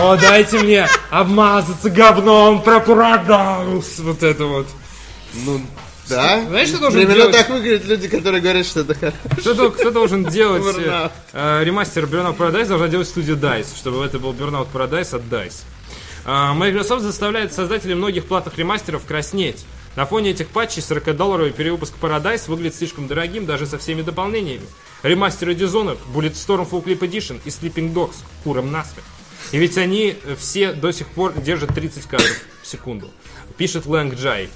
Speaker 1: О, дайте мне обмазаться говном про Парадайс. Вот это вот.
Speaker 2: Ну, да.
Speaker 1: Знаешь, что должен
Speaker 2: Примерно
Speaker 1: делать?
Speaker 2: так выглядят люди, которые говорят, что это хорошо.
Speaker 1: Кто, дол- кто должен делать э,
Speaker 2: Burnout.
Speaker 1: э, ремастер Burnout Paradise, должна делать студия DICE, чтобы это был Burnout Paradise от DICE. А, Microsoft заставляет создателей многих платных ремастеров краснеть. На фоне этих патчей 40-долларовый перевыпуск Paradise выглядит слишком дорогим даже со всеми дополнениями. Ремастеры Dishonored, Bulletstorm Full Clip Edition и Sleeping Dogs куром насмех. И ведь они э, все до сих пор держат 30 кадров в секунду. Пишет Лэнг Джай.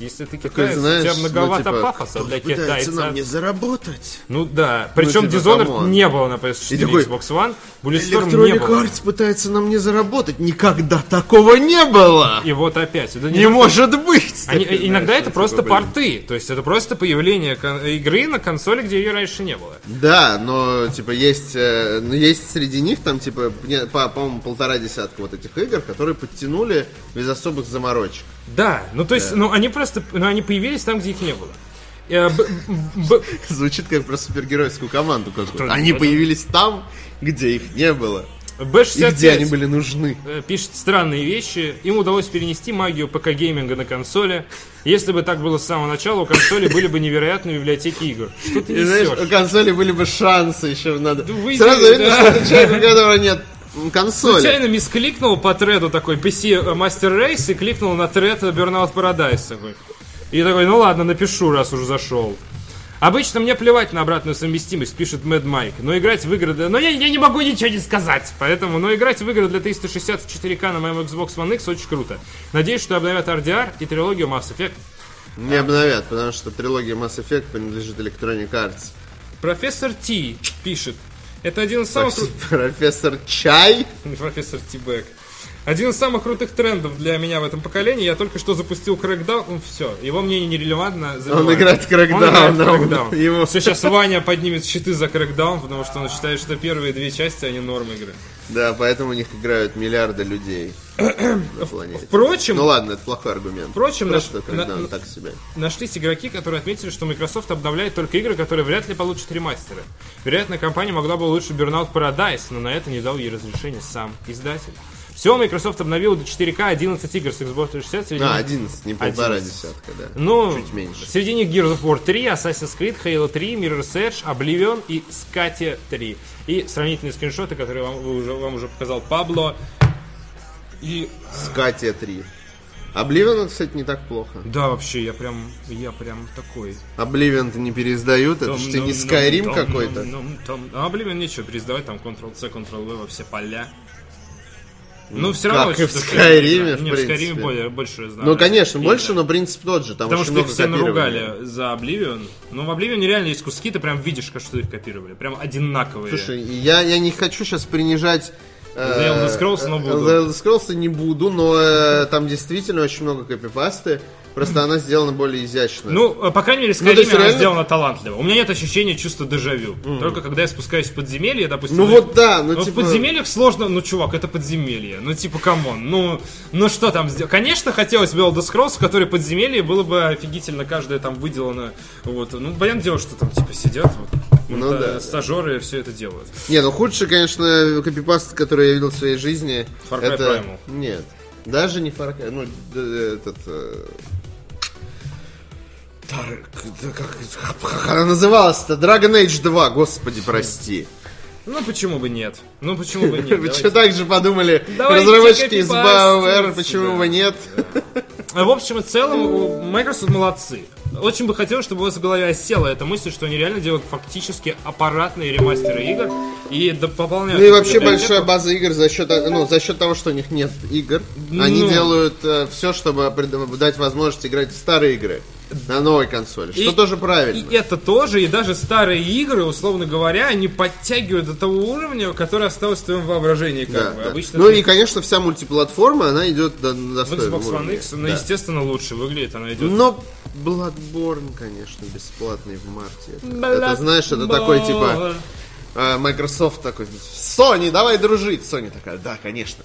Speaker 1: Если ты китаец, у тебя
Speaker 2: знаешь, ну,
Speaker 1: многовато
Speaker 2: типа,
Speaker 1: пафоса для китайца.
Speaker 2: заработать.
Speaker 1: Ну да, причем
Speaker 2: типа,
Speaker 1: Dishonored
Speaker 2: камон.
Speaker 1: не было на PS4 и
Speaker 2: И такой,
Speaker 1: Xbox One, Bulletstorm не
Speaker 2: Electronic
Speaker 1: было.
Speaker 2: Arts пытается нам не заработать. Никогда такого не было.
Speaker 1: И вот опять. Это не
Speaker 2: Не может быть.
Speaker 1: Они- э,
Speaker 2: Ты
Speaker 1: иногда
Speaker 2: знаешь,
Speaker 1: это
Speaker 2: он
Speaker 1: просто
Speaker 2: такой, блин.
Speaker 1: порты, то есть это просто появление кон- игры на консоли, где ее раньше не было.
Speaker 2: Да, но типа есть, э, ну, есть среди них там типа мне, по- по-моему полтора десятка вот этих игр, которые подтянули без особых заморочек.
Speaker 1: Да, ну то есть, ну они просто, ну они появились там, где их не было. Э, б- б-
Speaker 2: Звучит как про супергеройскую команду какую-то.
Speaker 1: Что-то такое,
Speaker 2: Они
Speaker 1: да.
Speaker 2: появились там, где их не было. И
Speaker 1: B65
Speaker 2: где они были нужны.
Speaker 1: э, пишет странные вещи. Им удалось перенести магию ПК-гейминга на консоли. Если бы так было с самого начала, у консоли были бы невероятные библиотеки игр. Что ты
Speaker 2: И Ну, знаешь,
Speaker 1: несешь?
Speaker 2: у консоли были бы шансы еще надо.
Speaker 1: выйди,
Speaker 2: Сразу видно,
Speaker 1: да.
Speaker 2: что это человек, у которого нет м, консоли.
Speaker 1: Случайно мисс кликнул по треду такой PC Master Race и кликнул на тред Burnout Paradise такой. И такой, ну ладно, напишу, раз уже зашел. Обычно мне плевать на обратную совместимость, пишет Мэд Майк. Но играть в игры... для- Но я, я не могу ничего не сказать. Поэтому, но играть в игры для 360 в 4К на моем Xbox One X очень круто. Надеюсь, что обновят RDR и трилогию Mass Effect.
Speaker 2: Не обновят, потому что трилогия Mass Effect принадлежит Electronic Arts.
Speaker 1: Профессор Ти пишет. Это один из
Speaker 2: Ну,
Speaker 1: самых... кру-
Speaker 2: Профессор Чай.
Speaker 1: Профессор Тибек. Один из самых крутых трендов для меня в этом поколении. Я только что запустил Crackdown. Все, его мнение нерелевантно. забиваю.
Speaker 2: Он играет в Crackdown,
Speaker 1: Он играет в
Speaker 2: да, он-
Speaker 1: Crackdown.
Speaker 2: его-
Speaker 1: Все, сейчас Ваня поднимет щиты за Crackdown, потому что он считает, что первые две части, они норм игры.
Speaker 2: Да, поэтому у них играют миллиарды людей на планете.
Speaker 1: Впрочем,
Speaker 2: Ну ладно, это плохой аргумент.
Speaker 1: Впрочем,
Speaker 2: Просто
Speaker 1: на-
Speaker 2: когда
Speaker 1: на-
Speaker 2: он так себе.
Speaker 1: нашлись игроки, которые отметили, что Microsoft обновляет только игры, которые вряд ли получат ремастеры. Вероятно, компания могла бы лучше Burnout Paradise, но на это не дал ей разрешения сам издатель. Всего Microsoft обновила до 4К 11 игр с Xbox 360. среди
Speaker 2: А,
Speaker 1: них-
Speaker 2: 11, не полтора
Speaker 1: 11.
Speaker 2: десятка, да.
Speaker 1: Ну,
Speaker 2: Чуть меньше.
Speaker 1: среди них Gears of War 3, Assassin's Creed, Halo 3, Mirror's Edge, Oblivion и Skate 3. И сравнительные скриншоты, которые вам, вы уже, вам уже показал Пабло. И
Speaker 2: Скатия 3. Обливион, кстати, не так плохо.
Speaker 1: да, вообще, я прям, я прям такой.
Speaker 2: Обливион-то не переиздают, это
Speaker 1: Там,
Speaker 2: что
Speaker 1: ну,
Speaker 2: не
Speaker 1: ну,
Speaker 2: Скайрим
Speaker 1: там,
Speaker 2: какой-то.
Speaker 1: ну, ну, там- А Oblivion нечего пересдавать, там Ctrl-C, Ctrl-V во все поля. Ну, все
Speaker 2: как
Speaker 1: равно...
Speaker 2: и в
Speaker 1: что-то-
Speaker 2: Скайриме, в
Speaker 1: Не,
Speaker 2: принципе.
Speaker 1: Skyrim более, больше знаю.
Speaker 2: Ну, конечно, больше, но принцип тот же. Там
Speaker 1: Потому
Speaker 2: очень
Speaker 1: что их
Speaker 2: много
Speaker 1: все
Speaker 2: копирования.
Speaker 1: наругали за Обливион. Но в Обливионе реально есть куски, ты прям видишь, как что их копировали. Прям одинаковые.
Speaker 2: Слушай, я, я не хочу сейчас принижать... э,
Speaker 1: The Elder Scrolls, но
Speaker 2: э,
Speaker 1: буду.
Speaker 2: The Elder Scrolls я не буду, но э, там действительно очень много копипасты. Просто она сделана более изящно.
Speaker 1: ну, э, по крайней мере,
Speaker 2: Ну, то
Speaker 1: Skyrim
Speaker 2: есть
Speaker 1: она
Speaker 2: реально-
Speaker 1: сделана талантливо. У меня нет ощущения чувства дежавю. Только когда я спускаюсь в подземелье, допустим...
Speaker 2: Ну вот да, ну,
Speaker 1: Ну,
Speaker 2: типа...
Speaker 1: в подземельях сложно, ну, чувак, это подземелье. Ну, типа, камон, ну, ну что там сделать? Конечно, хотелось бы Elder Scrolls, в которой подземелье было бы офигительно, каждое там выделано. Вот, ну, понятное дело, что там, типа, сидят вот,
Speaker 2: Ну
Speaker 1: вот, э,
Speaker 2: да.
Speaker 1: стажеры все это делают.
Speaker 2: Не, ну худший, конечно, копипаст, который я видел в своей жизни.
Speaker 1: Far Cry
Speaker 2: это...
Speaker 1: Primal.
Speaker 2: Нет. Даже не Far Cry, ну, д- э, этот... э, Тарк, да как, как она называлась-то? Dragon Age 2, господи,
Speaker 1: Хм.
Speaker 2: прости.
Speaker 1: Ну, почему бы нет? Ну, почему бы нет?
Speaker 2: Вы
Speaker 1: Давайте.
Speaker 2: что так же подумали?
Speaker 1: Давайте
Speaker 2: Разработчики из
Speaker 1: копипастить.
Speaker 2: BioWare, почему бы нет?
Speaker 1: А В общем и целом, у- Microsoft молодцы. Очень бы хотелось, чтобы у вас в голове осела эта мысль, что они реально делают фактически аппаратные ремастеры игр и доп- пополняют...
Speaker 2: Ну и
Speaker 1: эту
Speaker 2: вообще
Speaker 1: библиотеку.
Speaker 2: большая база игр за счет, а, ну, за счет того, что у них нет игр. Они
Speaker 1: Ну.
Speaker 2: делают все, чтобы пред- дать возможность играть в старые игры на новой консоли. Что
Speaker 1: И-
Speaker 2: тоже правильно.
Speaker 1: И это тоже, и даже старые игры, условно говоря, они подтягивают до того уровня, который осталось в твоем воображении, как
Speaker 2: Да,
Speaker 1: бы.
Speaker 2: да.
Speaker 1: Обычно
Speaker 2: Ну
Speaker 1: это
Speaker 2: и, конечно, вся мультиплатформа, она идет до
Speaker 1: в Xbox One X, она,
Speaker 2: да.
Speaker 1: естественно, лучше выглядит, она идет...
Speaker 2: Но Bloodborne, конечно, бесплатный в марте. Это, это, знаешь, это такой типа э, Microsoft такой. Sony, давай дружить. Sony такая, да, конечно.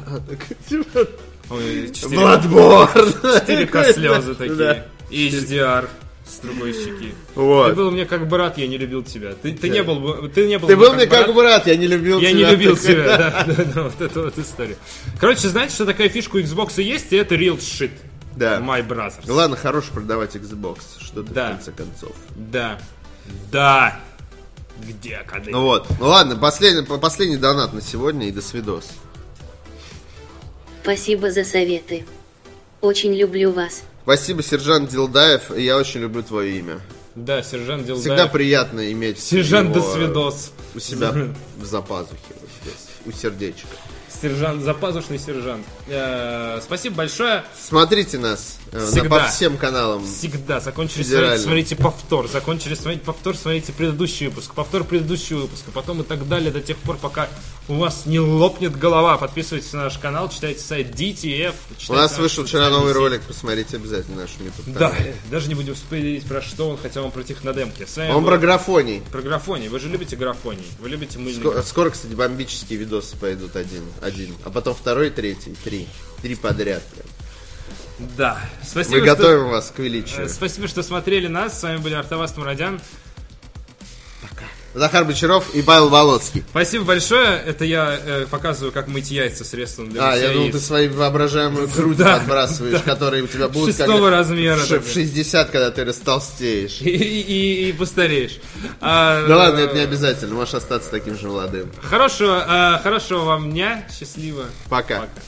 Speaker 1: Ой, четыре-
Speaker 2: Bloodborne.
Speaker 1: 4К слезы
Speaker 2: Да.
Speaker 1: такие. И HDR с другой щеки.
Speaker 2: Вот.
Speaker 1: Ты был мне как брат, я не любил тебя. Ты, ты не был, бы- ты не был.
Speaker 2: Ты
Speaker 1: бы
Speaker 2: был мне как брат, я не любил
Speaker 1: Я
Speaker 2: тебя.
Speaker 1: не любил
Speaker 2: Ты-
Speaker 1: тебя, да, да, да, вот это вот история. Короче, знаете, что такая фишка у Xbox есть, и это real shit.
Speaker 2: Да.
Speaker 1: My brothers.
Speaker 2: Ладно, хорош продавать Xbox, что ты
Speaker 1: Да.
Speaker 2: в конце концов.
Speaker 1: Да. Да. Где кады?
Speaker 2: Ну вот. Ну ладно, последний, по- последний донат на сегодня и до свидос.
Speaker 4: Спасибо за советы. Очень люблю вас.
Speaker 2: Спасибо, сержант Дилдаев, и я очень люблю твое имя.
Speaker 1: Да, сержант Дилдаев.
Speaker 2: Всегда приятно иметь
Speaker 1: Сержант
Speaker 2: его, э,
Speaker 1: Досвидос.
Speaker 2: у себя в запазухе, вот здесь, у сердечка.
Speaker 1: Сержант, запазушный сержант. Э, Спасибо большое.
Speaker 2: Смотрите нас э, на,
Speaker 1: Всегда.
Speaker 2: по всем каналам.
Speaker 1: Всегда закончили
Speaker 2: Федерально.
Speaker 1: смотреть, смотрите повтор, закончили смотреть повтор, смотрите предыдущий выпуск, повтор предыдущего выпуска, потом и так далее до тех пор, пока у вас не лопнет голова. Подписывайтесь на наш канал, читайте сайт DTF.
Speaker 2: У
Speaker 1: читайте
Speaker 2: нас
Speaker 1: наши
Speaker 2: вышел вчера
Speaker 1: социальные
Speaker 2: новый
Speaker 1: сети.
Speaker 2: ролик, посмотрите обязательно наш YouTube
Speaker 1: Да, даже не будем спойлерить про что он, хотя он про технодемки. С вами
Speaker 2: Он
Speaker 1: был-
Speaker 2: про графоний.
Speaker 1: про графоний. Вы же любите графоний. Вы любите мыльник.
Speaker 2: Ско- Скоро, кстати, бомбические видосы пойдут один, один, а потом второй, третий, три, три подряд. прям.
Speaker 1: Да. Спасибо,
Speaker 2: Мы
Speaker 1: что-
Speaker 2: готовим вас к
Speaker 1: э,
Speaker 2: величию.
Speaker 1: Спасибо, что смотрели нас. С вами были Артавас Мурадян.
Speaker 2: Захар Бочаров и Павел Волоцкий.
Speaker 1: Спасибо большое. Это я э, показываю, как мыть яйца средством для
Speaker 2: А,
Speaker 1: мытья
Speaker 2: я думал,
Speaker 1: яиц.
Speaker 2: ты свои воображаемую грудь
Speaker 1: Да,
Speaker 2: подбрасываешь, которые у тебя будут
Speaker 1: Шестого
Speaker 2: когда-
Speaker 1: размера,
Speaker 2: в ш- в
Speaker 1: например.
Speaker 2: 60, когда ты растолстеешь.
Speaker 1: и, и- и постареешь. А,
Speaker 2: Да ладно,
Speaker 1: э,
Speaker 2: это не обязательно, можешь остаться таким же молодым.
Speaker 1: Хорошего, э, хорошего вам а, дня, счастливо.
Speaker 2: Пока.
Speaker 1: Пока.